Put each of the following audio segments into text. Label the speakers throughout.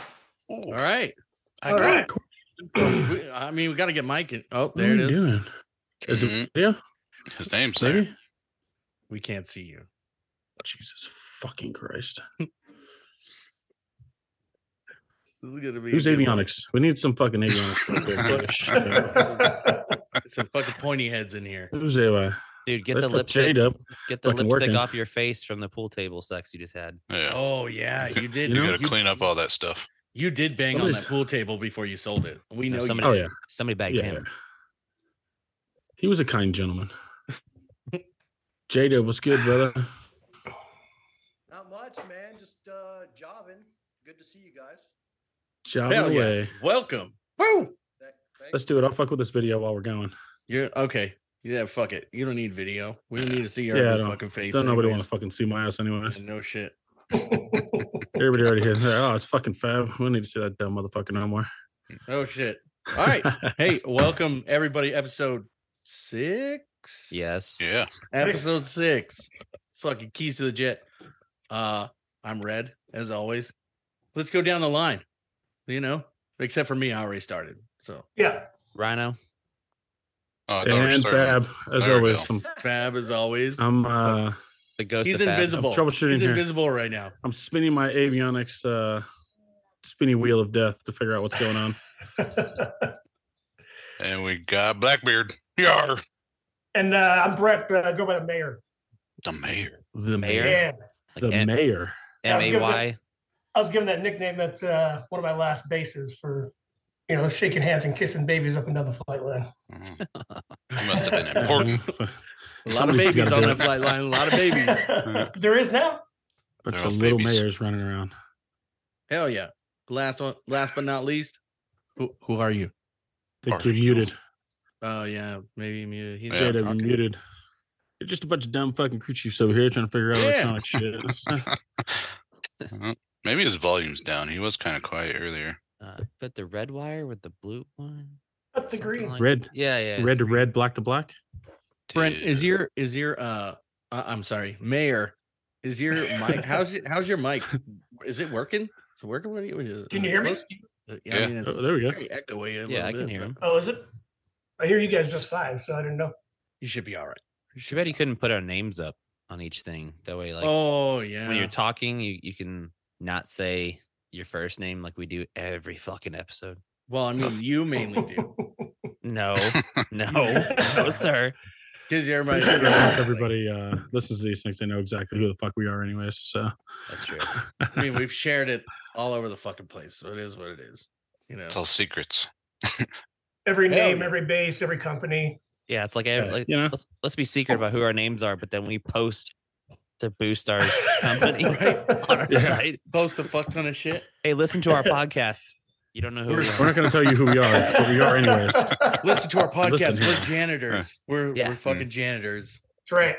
Speaker 1: Ooh.
Speaker 2: All right. I
Speaker 1: All
Speaker 2: got
Speaker 1: right.
Speaker 2: a question. We- I mean, we got to get Mike in. Oh,
Speaker 3: What
Speaker 2: there
Speaker 3: are
Speaker 2: it
Speaker 3: you
Speaker 2: is.
Speaker 3: Doing? Is
Speaker 1: Mhm.
Speaker 3: it yeah?
Speaker 1: His name's there.
Speaker 3: Maybe?
Speaker 2: We can't see you.
Speaker 3: Jesus fucking Christ!
Speaker 2: This is gonna be a
Speaker 3: Who's
Speaker 2: good one.
Speaker 3: avionics? We need some fucking avionics. out there. Bush. Uh,
Speaker 2: Some fucking pointy heads in here.
Speaker 3: Who's uh, AI?
Speaker 4: Dude, get
Speaker 3: Let's
Speaker 4: the
Speaker 3: put Jade
Speaker 4: lipstick.
Speaker 3: up.
Speaker 4: Get the
Speaker 3: Fucking
Speaker 4: lipstick
Speaker 3: working.
Speaker 4: off your face from the pool table sex you just had.
Speaker 1: Yeah.
Speaker 2: Oh yeah, you did.
Speaker 3: You
Speaker 1: You
Speaker 3: know,
Speaker 1: got to clean up all that stuff.
Speaker 2: you did bang on
Speaker 3: Somebody's-
Speaker 2: that pool table before you sold it. We know.
Speaker 4: No,
Speaker 2: you
Speaker 4: somebody-
Speaker 3: Oh
Speaker 2: did.
Speaker 3: yeah,
Speaker 4: Somebody bagged
Speaker 3: yeah.
Speaker 4: him.
Speaker 3: He was a kind gentleman. Jada, what's good, brother?
Speaker 5: Not much, man. Just uh jobbing. Good to see you guys.
Speaker 3: Job
Speaker 2: Hell yeah.
Speaker 3: away.
Speaker 2: Welcome. Woo.
Speaker 5: Th- thanks.
Speaker 3: Let's do it. I'll fuck with this video while we're going.
Speaker 2: You're okay. Yeah, fuck it. You don't need video. We don't need to see your
Speaker 3: Yeah, I
Speaker 2: ugly
Speaker 3: don't-
Speaker 2: fucking face.
Speaker 3: Don't nobody want
Speaker 2: anyways.
Speaker 3: to fucking see my ass, anyways.
Speaker 2: Yeah, No shit.
Speaker 3: Everybody already here. Oh, it's fucking fab. We don't need to see that dumb motherfucker no more.
Speaker 2: No shit. All right. hey, welcome everybody. Episode six.
Speaker 4: Yes.
Speaker 1: Yeah.
Speaker 2: Episode six. Fucking keys to the jet. Uh, I'm red as always. Let's go down the line. You know, except for me, I already started. So
Speaker 6: Yeah.
Speaker 4: Rhino.
Speaker 1: Oh, I thought we were
Speaker 3: and
Speaker 1: starting-
Speaker 3: fab, as
Speaker 1: There we
Speaker 3: always.
Speaker 1: go.
Speaker 3: I'm,
Speaker 2: Fab as always.
Speaker 3: I'm uh,
Speaker 4: The ghost
Speaker 2: He's
Speaker 4: of Fab.
Speaker 2: invisible.
Speaker 3: troubleshooting
Speaker 2: He's
Speaker 3: here.
Speaker 2: invisible right now.
Speaker 3: I'm spinning my avionics uh, spinning wheel of death to figure out what's going on.
Speaker 1: And we got Blackbeard. Yar.
Speaker 6: and uh, I'm Brett. Uh, go by the mayor.
Speaker 1: The mayor.
Speaker 2: The
Speaker 4: mayor.
Speaker 6: Yeah.
Speaker 4: Like
Speaker 3: The
Speaker 4: N-
Speaker 3: mayor.
Speaker 6: Yeah, I was gonna-
Speaker 4: M-A-Y.
Speaker 6: I was given that nickname at uh, one of my last bases for, you know, shaking hands and kissing babies up and down the flight line.
Speaker 1: Mm. He must have been important.
Speaker 2: A lot of
Speaker 3: Somebody's
Speaker 2: babies
Speaker 3: gotta
Speaker 2: on
Speaker 3: do
Speaker 2: that
Speaker 3: it.
Speaker 2: flight line. A lot of babies.
Speaker 6: there is now.
Speaker 3: Bunch
Speaker 1: They're all
Speaker 3: of little
Speaker 1: babies.
Speaker 3: mayors running around.
Speaker 2: Hell yeah. Last one. Last but not least. Who who are you?
Speaker 3: I think
Speaker 1: Alright,
Speaker 3: you're muted.
Speaker 2: Oh yeah, maybe muted. He's
Speaker 1: Yeah,
Speaker 2: not
Speaker 3: Jada, you're
Speaker 2: talking.
Speaker 3: muted. You're just a bunch of dumb fucking crew chiefs over here trying to figure out
Speaker 2: Yeah.
Speaker 3: electronic shit.
Speaker 1: Uh, Maybe his volume's down. He was kind of quiet earlier.
Speaker 4: Uh, but the red wire with the blue one.
Speaker 6: That's the
Speaker 4: something
Speaker 6: green.
Speaker 4: like-
Speaker 3: Red.
Speaker 4: Yeah, yeah.
Speaker 3: Red to red, black to black.
Speaker 2: Brent, is
Speaker 1: Dude.
Speaker 2: your is your uh I- I'm sorry, Mayor. Is your mic how's it how's your mic? Is it working? Is it working? What do you what is it-
Speaker 6: Can
Speaker 2: is
Speaker 6: you
Speaker 2: it
Speaker 6: hear me?
Speaker 2: close to you? Uh, Yeah,
Speaker 1: Yeah.
Speaker 2: I mean it's
Speaker 3: Oh, there we go.
Speaker 2: very echoey a little
Speaker 4: Yeah, I can
Speaker 2: bit,
Speaker 4: hear
Speaker 2: but
Speaker 4: him.
Speaker 6: Oh, is it? I hear you guys just fine, so I didn't know.
Speaker 2: You should be all right.
Speaker 4: Too bad he couldn't put our names up on each thing. That way, like
Speaker 2: oh yeah.
Speaker 4: when you're talking, you, you can not say your first name like we do every fucking episode.
Speaker 2: well, I mean you mainly do.
Speaker 4: No, no, no, sir.
Speaker 2: Because
Speaker 3: Pretty
Speaker 2: everybody
Speaker 3: sure that once everybody uh, listens to these things, they know exactly who the fuck we are, anyways. So
Speaker 4: That's true.
Speaker 2: I mean, we've shared it all over the fucking place. So it is what it is. You know.
Speaker 1: It's all secrets.
Speaker 6: Every
Speaker 2: Hell
Speaker 6: name,
Speaker 2: yeah.
Speaker 6: every base, every company.
Speaker 4: Yeah, it's like, ev-
Speaker 3: Yeah,
Speaker 4: like
Speaker 3: you know?
Speaker 4: let's let's be secret about who our names are, but then we post to boost our company on our
Speaker 3: Yeah.
Speaker 4: site.
Speaker 2: Post a fuck ton of shit.
Speaker 4: Hey, listen to our podcast. You don't know who
Speaker 3: we're,
Speaker 4: we
Speaker 3: we're
Speaker 4: are.
Speaker 3: not going to tell you who we are, but we are, anyways.
Speaker 2: Listen to our podcast.
Speaker 3: Listen
Speaker 2: We're
Speaker 3: here.
Speaker 2: janitors. We're
Speaker 4: Yeah.
Speaker 2: we're fucking janitors.
Speaker 6: That's right.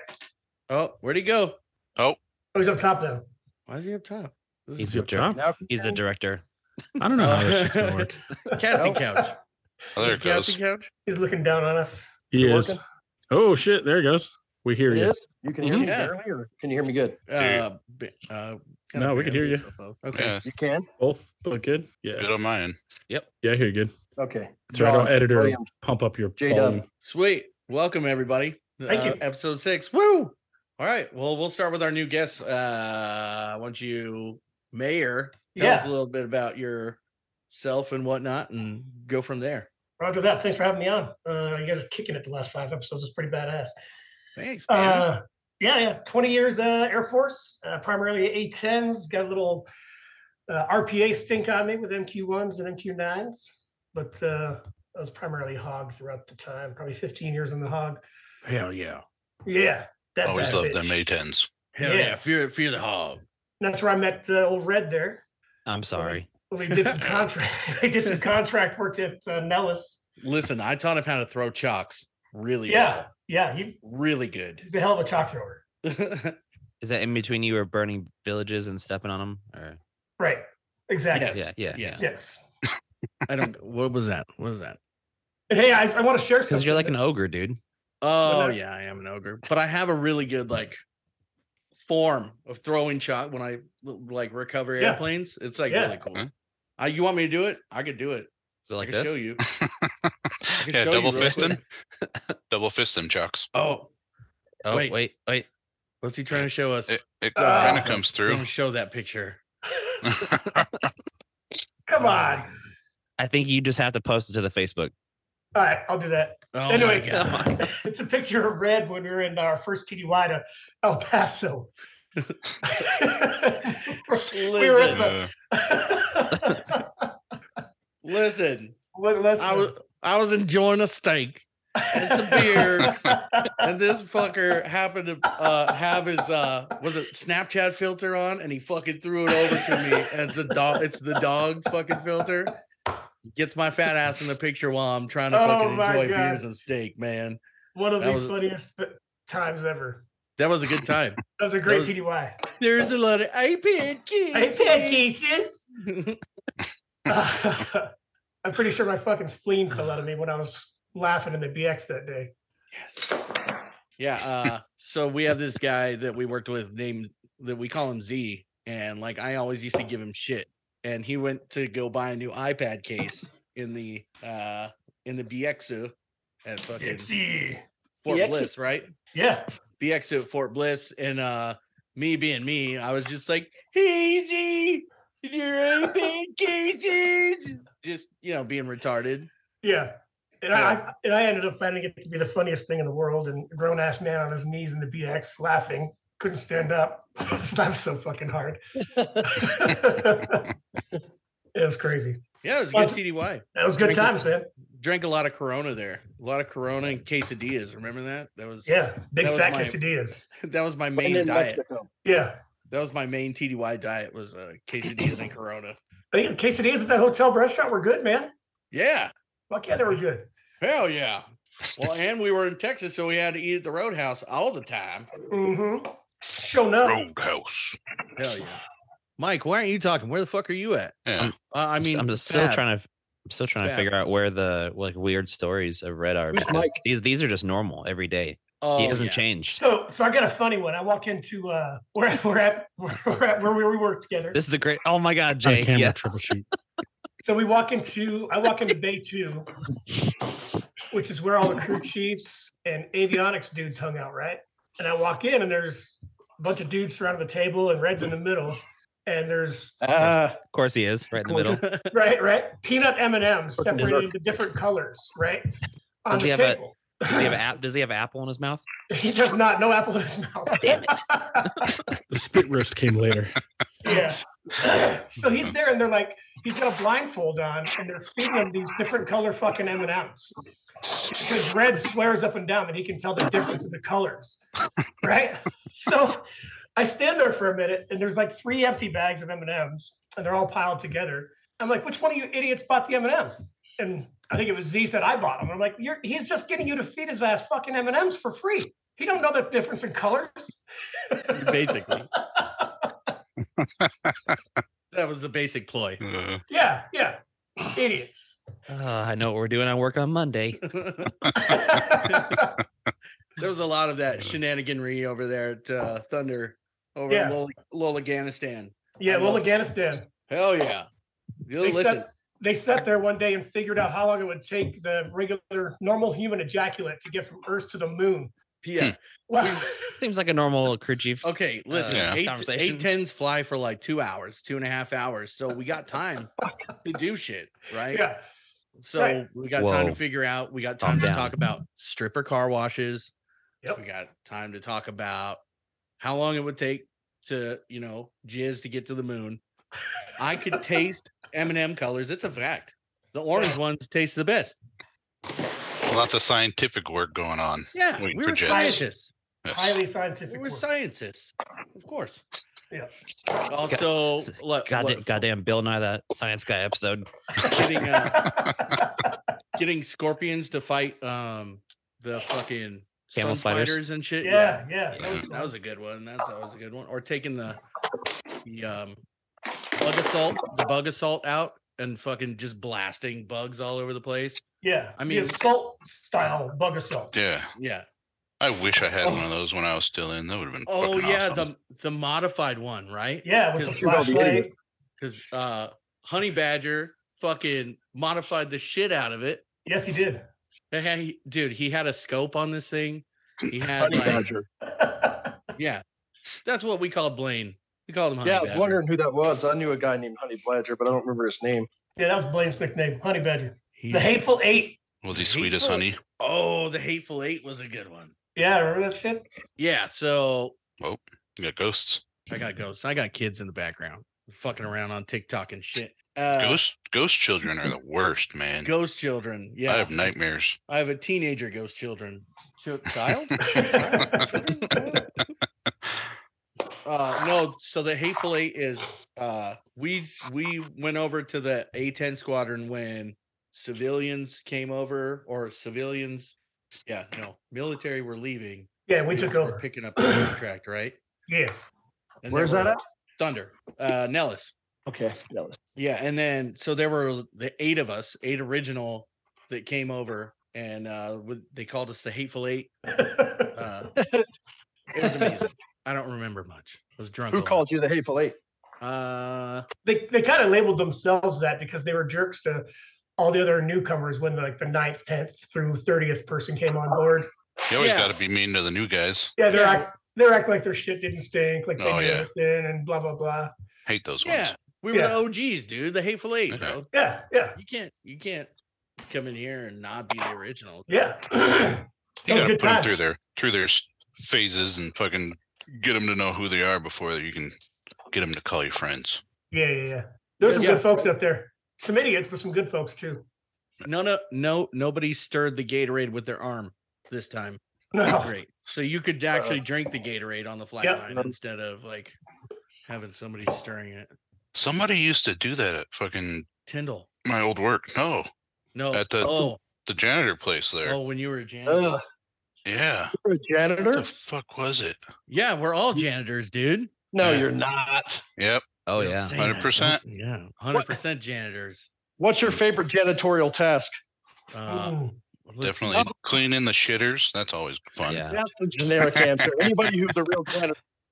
Speaker 2: Oh, where'd he go?
Speaker 6: Oh, he's up top now.
Speaker 2: Why is he up top? This
Speaker 4: He's
Speaker 2: is
Speaker 3: Is he
Speaker 4: a
Speaker 3: up top?
Speaker 4: jerk. He's the director.
Speaker 3: I don't know how this shit's going to work.
Speaker 2: casting couch.
Speaker 1: Oh, there
Speaker 2: Is
Speaker 1: it
Speaker 2: casting
Speaker 1: goes.
Speaker 2: couch.
Speaker 6: He's looking down on us.
Speaker 3: He
Speaker 7: Is it
Speaker 3: is.
Speaker 7: working?
Speaker 3: Oh, shit. There he goes. We hear
Speaker 7: It
Speaker 3: you.
Speaker 7: is? You can hear
Speaker 2: Mhm.
Speaker 7: me
Speaker 2: Yeah.
Speaker 7: barely, or can you hear me good?
Speaker 2: Uh, b- uh, kinda
Speaker 3: No, we can
Speaker 2: barely,
Speaker 3: hear you.
Speaker 2: but both. Okay.
Speaker 1: Yeah,
Speaker 7: You can?
Speaker 3: Both look Oh, good. Yeah.
Speaker 1: good on mine.
Speaker 3: Yeah, I hear you good.
Speaker 7: Okay.
Speaker 3: That's right. I'll
Speaker 7: John
Speaker 3: editor and
Speaker 7: Williams.
Speaker 3: pump up your
Speaker 7: J-Dub.
Speaker 3: volume.
Speaker 2: Sweet. Welcome everybody. Uh,
Speaker 6: Thank you.
Speaker 2: Episode six. Woo! All right. Well, we'll start with our new guest. Uh, I want you, Mayor, tell us a
Speaker 6: Yeah.
Speaker 2: little bit about yourself and whatnot, and go from there.
Speaker 6: Roger that. Thanks for having me on. Uh, you guys are kicking it the last five episodes. It's pretty badass.
Speaker 2: Thanks, man.
Speaker 6: Uh, yeah, yeah. 20 years uh, Air Force, uh, primarily A10s. Got a little uh, RPA stink on me with MQ1s and MQ9s, but uh, I was primarily hog throughout the time. Probably 15 years on the hog.
Speaker 2: Hell yeah.
Speaker 6: Yeah, that
Speaker 1: Always
Speaker 6: bad
Speaker 1: loved them
Speaker 6: bitch.
Speaker 1: A10s.
Speaker 2: Hell yeah.
Speaker 6: Yeah.
Speaker 2: Fear, fear the hog.
Speaker 6: That's where I met uh, old Red there.
Speaker 4: I'm sorry.
Speaker 6: We did some contract. we did some contract work at uh, Nellis.
Speaker 2: Listen, I taught him how to throw chocks really
Speaker 6: Yeah, yeah. He,
Speaker 2: well. Really good.
Speaker 6: he's a hell of a chalk thrower.
Speaker 4: Is that in between you or burning villages and stepping on them? Or
Speaker 6: Right. Exactly.
Speaker 2: Yes.
Speaker 4: yeah, yeah,
Speaker 2: yes.
Speaker 6: Yes.
Speaker 2: I don't what was that? What was that?
Speaker 6: And hey, I, I want to share something.
Speaker 4: because you're like an
Speaker 6: that's-
Speaker 4: ogre, dude.
Speaker 2: Oh
Speaker 6: I-
Speaker 2: yeah, I am an ogre, but I have a really good like form of throwing shot when I like recover
Speaker 6: Yeah.
Speaker 2: airplanes. It's like
Speaker 6: Yeah.
Speaker 2: really cool.
Speaker 1: Huh?
Speaker 2: Uh, you want me to do it? I could do it.
Speaker 4: Is it like
Speaker 2: I can
Speaker 4: this?
Speaker 2: show you. can
Speaker 1: yeah,
Speaker 2: show you
Speaker 1: double
Speaker 2: real
Speaker 1: fist
Speaker 2: quick.
Speaker 1: him. double fist him, Chucks.
Speaker 2: Oh,
Speaker 4: Oh
Speaker 2: Wait.
Speaker 4: wait, wait,
Speaker 2: what's he trying to show us?
Speaker 1: It, it
Speaker 6: Ah.
Speaker 1: kind of comes through.
Speaker 2: Don't show that picture.
Speaker 6: Come on.
Speaker 4: I think you just have to post it to the Facebook.
Speaker 6: All right, I'll do that.
Speaker 2: Oh my
Speaker 6: anyway,
Speaker 2: God.
Speaker 6: it's a picture of Red when we were in our first TDY to El Paso. we were at the-
Speaker 1: Uh,
Speaker 2: listen,
Speaker 6: Let- let's-
Speaker 2: I was I was enjoying a steak and some beer. and this fucker happened to uh, have his uh, was it Snapchat filter on, and he fucking threw it over to me. And it's a dog. It's the dog fucking filter. Gets my fat ass in the picture while I'm trying to
Speaker 6: Oh
Speaker 2: fucking
Speaker 6: my
Speaker 2: enjoy
Speaker 6: God.
Speaker 2: beers and steak, man.
Speaker 6: One of
Speaker 2: That
Speaker 6: the
Speaker 2: was-
Speaker 6: funniest th- times ever.
Speaker 2: That was a good time.
Speaker 6: That was a great
Speaker 2: was-
Speaker 6: TDY.
Speaker 2: There's a lot of iPad keys.
Speaker 6: Hey, Pancases. I'm pretty sure my fucking spleen fell out of me when I was laughing in the BX that day.
Speaker 2: Yes. Yeah. Uh, so we have this guy that we worked with named that we call him Z. And like I always used to give him shit. And he went to go buy a new iPad case in the uh in the BXU at fucking
Speaker 6: Yipsy.
Speaker 2: Fort
Speaker 5: BXU.
Speaker 2: Bliss, right?
Speaker 6: Yeah.
Speaker 2: BXU at Fort Bliss. And uh me being me, I was just like, easy, your iPad cases. Just, you know, being retarded.
Speaker 6: Yeah. And
Speaker 2: Yeah.
Speaker 6: I and I ended up finding it to be the funniest thing in the world and a grown ass man on his knees in the BX laughing, couldn't stand up. Slapped so fucking hard. it was crazy.
Speaker 2: Yeah, it was a good TDY.
Speaker 6: That was good
Speaker 2: Drink it.
Speaker 6: times, man.
Speaker 2: drank a lot of Corona there. A lot of Corona and quesadillas. Remember that? That was
Speaker 6: Yeah. Big
Speaker 2: That was
Speaker 6: fat
Speaker 2: my-
Speaker 6: quesadillas.
Speaker 2: that was my
Speaker 5: And
Speaker 2: main
Speaker 5: in
Speaker 2: diet.
Speaker 5: Mexico.
Speaker 6: Yeah.
Speaker 2: That was my main TDY diet was uh, quesadillas and Corona.
Speaker 6: I think the Oh, quesadillas at that hotel restaurant were good, man.
Speaker 2: Yeah,
Speaker 6: Fuck yeah, they were good.
Speaker 2: hell yeah. Well, and we were in Texas, so we had to eat at the Roadhouse all the time.
Speaker 6: Mm-hmm. Showing up.
Speaker 1: Roadhouse.
Speaker 2: Hell yeah. Mike, why aren't you talking? Where the fuck are you at?
Speaker 1: Yeah.
Speaker 2: Uh, I
Speaker 4: I'm s-
Speaker 2: mean,
Speaker 4: I'm just still
Speaker 2: Fab.
Speaker 4: trying to, I'm still trying
Speaker 2: Fab.
Speaker 4: to figure out where the like weird stories of Red are
Speaker 5: Who's
Speaker 4: because
Speaker 5: Mike?
Speaker 4: these these are just normal every day.
Speaker 2: Oh,
Speaker 4: he hasn't
Speaker 2: yeah.
Speaker 4: changed.
Speaker 6: So so I got a funny one. I walk into uh where we're at where we're at where we we work together.
Speaker 4: This is a great. Oh my God,
Speaker 3: On
Speaker 4: Jake.
Speaker 3: camera
Speaker 4: yes.
Speaker 3: triple sheet.
Speaker 6: So we walk into, I walk into Bay Two, which is where all the crew chiefs and avionics dudes hung out, right? And I walk in and there's a bunch of dudes surrounding the table and Red's in the middle. And there's uh,
Speaker 4: Of course he is, right in the
Speaker 6: Well,
Speaker 4: middle.
Speaker 6: right, right, peanut M and M's
Speaker 4: Fucking
Speaker 6: separated into different colors, right? On
Speaker 4: Does he
Speaker 6: the
Speaker 4: have a-
Speaker 6: table.
Speaker 4: Does he have app? Does he have apple in his mouth?
Speaker 6: he does not. No apple in his mouth.
Speaker 4: Damn it.
Speaker 3: The spit roast came later.
Speaker 6: Yeah. so he's there, and they're like, he's got a blindfold on, and they're feeding him these different color fucking M and M's. Because Red swears up and down that he can tell the difference in the colors, right? So I stand there for a minute, and there's like three empty bags of M and M's, and they're all piled together. I'm like, which one of you idiots bought the M and M's? And I think it was Z said I bought them. I'm like, You're, he's just getting you to feed his ass fucking M and M's for free. He don't know the difference in colors.
Speaker 2: Basically. that was the basic ploy.
Speaker 1: Uh,
Speaker 6: Yeah, yeah, idiots.
Speaker 4: Uh, I know what we're doing. I work on Monday.
Speaker 6: yeah,
Speaker 2: there was a lot of that shenaniganry over there at uh, Thunder over
Speaker 6: Yeah.
Speaker 2: in Lola, Afghanistan. I
Speaker 6: well,
Speaker 2: love it.
Speaker 6: Afghanistan.
Speaker 2: Hell yeah. You
Speaker 6: They
Speaker 2: listen,
Speaker 6: sat, they sat there one day and figured out how long it would take the regular, normal human ejaculate to get from Earth to the moon.
Speaker 2: yeah.
Speaker 6: Wow.
Speaker 4: Seems like a normal crew chief.
Speaker 2: Okay, listen,
Speaker 1: Yeah.
Speaker 2: eight,
Speaker 4: Conversation.
Speaker 2: eight tens fly for like two hours, two and a half hours. So we got time to do shit, right?
Speaker 6: Yeah.
Speaker 2: So
Speaker 6: right.
Speaker 2: we got time to
Speaker 4: Whoa.
Speaker 2: figure out. We got
Speaker 4: Calm
Speaker 2: time to
Speaker 4: down.
Speaker 2: talk about stripper car washes.
Speaker 6: Yep.
Speaker 2: We got time to talk about how long it would take to, you know, jizz to get to the moon. I could taste M&M colors. It's a fact. The orange ones taste the best.
Speaker 1: lots of scientific work going on.
Speaker 2: Yeah,
Speaker 1: Waiting
Speaker 2: we
Speaker 1: for
Speaker 2: were
Speaker 1: jets.
Speaker 2: scientists.
Speaker 1: Yes.
Speaker 6: Highly scientific.
Speaker 2: We were
Speaker 6: work.
Speaker 2: scientists, of course.
Speaker 6: Yeah.
Speaker 2: Also, look,
Speaker 4: Goddamn,
Speaker 2: look,
Speaker 4: goddamn Bill Nye that Science Guy episode.
Speaker 2: getting uh, getting scorpions to fight um the fucking sun
Speaker 4: Camel spiders?
Speaker 2: spiders. and shit.
Speaker 6: yeah, yeah. that was
Speaker 2: that was a good one. That's always a good one. Or taking the the um bug assault, the bug assault out and fucking just blasting bugs all over the place.
Speaker 6: Yeah.
Speaker 2: I mean-
Speaker 6: the assault style bug assault.
Speaker 1: Yeah.
Speaker 2: Yeah.
Speaker 1: I wish I had
Speaker 2: Oh.
Speaker 1: one of those when I was still in. That would have been.
Speaker 2: Oh
Speaker 1: fucking
Speaker 2: yeah,
Speaker 1: awesome.
Speaker 2: the the modified one, right?
Speaker 6: Yeah, with the
Speaker 2: Just-
Speaker 5: You're all the
Speaker 6: flashlight.
Speaker 5: idiot.
Speaker 2: Because uh Honey Badger fucking modified the shit out of it.
Speaker 6: Yes, he did.
Speaker 2: And he- dude, he had a scope on this thing. He had
Speaker 7: Honey
Speaker 2: like,
Speaker 7: Badger.
Speaker 2: yeah, that's what we called Blaine. We called him Honey
Speaker 7: yeah, I was
Speaker 2: Badger.
Speaker 7: wondering who that was. I knew a guy named Honey Badger, but I don't remember his name.
Speaker 6: yeah, that was Blaine's nickname, Honey Badger.
Speaker 2: He-
Speaker 6: The Hateful Eight.
Speaker 1: Was he sweet as
Speaker 2: Hateful-
Speaker 1: honey?
Speaker 2: oh, the Hateful Eight was a good one.
Speaker 6: Yeah, remember that shit?
Speaker 2: Yeah, so
Speaker 1: You got ghosts.
Speaker 2: I got ghosts. I got kids in the background fucking around on TikTok and shit. Uh,
Speaker 1: ghost ghost children are the worst, man.
Speaker 2: ghost children. Yeah,
Speaker 1: I have nightmares.
Speaker 2: I have a teenager ghost children. Chil- Child? Children? Child? uh no, so the hateful eight is uh we we went over to the A10 squadron when civilians came over or civilians yeah, no, military were leaving.
Speaker 6: Yeah, we
Speaker 2: civilians
Speaker 6: took
Speaker 2: were
Speaker 6: over.
Speaker 2: picking up the contract, right?
Speaker 6: Yeah.
Speaker 2: And they
Speaker 7: Where's that
Speaker 2: were-
Speaker 7: at?
Speaker 2: Thunder. Uh Nellis.
Speaker 7: Okay. Yeah, it was-
Speaker 2: Yeah, and then so there were the eight of us, eight original that came over, and uh with, they called us the Hateful Eight. Uh, it was amazing. I don't remember much. I was drunk.
Speaker 7: Who
Speaker 2: a lot.
Speaker 7: called you the Hateful Eight?
Speaker 2: Uh,
Speaker 6: they they kind of labeled themselves that because they were jerks to all the other newcomers when like the ninth, tenth through thirtieth person came on board.
Speaker 1: You always
Speaker 2: Yeah.
Speaker 1: got to be mean to the new guys.
Speaker 6: Yeah, they're
Speaker 2: Yeah.
Speaker 6: act they're act like their shit didn't stink, like they
Speaker 1: Oh,
Speaker 6: knew
Speaker 1: yeah.
Speaker 6: everything and blah blah blah.
Speaker 1: Hate those
Speaker 2: yeah,
Speaker 1: ones.
Speaker 2: we were
Speaker 6: Yeah.
Speaker 2: the OGs, dude. The Hateful Eight.
Speaker 1: Okay.
Speaker 2: Bro.
Speaker 6: Yeah, yeah,
Speaker 2: You can't, you can't come in here and not be the original.
Speaker 6: yeah.
Speaker 1: You
Speaker 6: Those
Speaker 1: got to
Speaker 6: good
Speaker 1: put them through
Speaker 6: times.
Speaker 1: their through their s- phases and fucking get them to know who they are before you can get them to call you friends.
Speaker 6: yeah, yeah, yeah. There's some
Speaker 2: Yeah.
Speaker 6: good folks out there. Some idiots, but some good folks too.
Speaker 2: No, no, no. Nobody stirred the Gatorade with their arm this time. It's
Speaker 6: No.
Speaker 2: great. So you could
Speaker 7: Uh,
Speaker 2: actually drink the Gatorade on the flat
Speaker 6: Yep.
Speaker 2: line instead of like having somebody stirring it.
Speaker 1: Somebody used to do that at fucking
Speaker 2: Tyndall.
Speaker 1: my old work. No,
Speaker 2: No.
Speaker 1: At the-
Speaker 2: oh,
Speaker 1: the janitor place there.
Speaker 2: oh, when you were a janitor.
Speaker 7: Ugh,
Speaker 1: Yeah.
Speaker 7: you're a
Speaker 1: What
Speaker 7: janitor?
Speaker 1: the fuck was it?
Speaker 2: yeah, we're all janitors, dude.
Speaker 7: No, you're not.
Speaker 1: Yep.
Speaker 4: Oh
Speaker 2: Don't
Speaker 4: yeah.
Speaker 2: say that, don't-
Speaker 1: 100%.
Speaker 2: Yeah, hundred percent janitors.
Speaker 7: What's your favorite janitorial task?
Speaker 2: Uh,
Speaker 6: Mm.
Speaker 2: let's see.
Speaker 1: Definitely cleaning the shitters. That's always fun.
Speaker 4: Yeah.
Speaker 7: That's the generic answer. Anybody who's a real janitor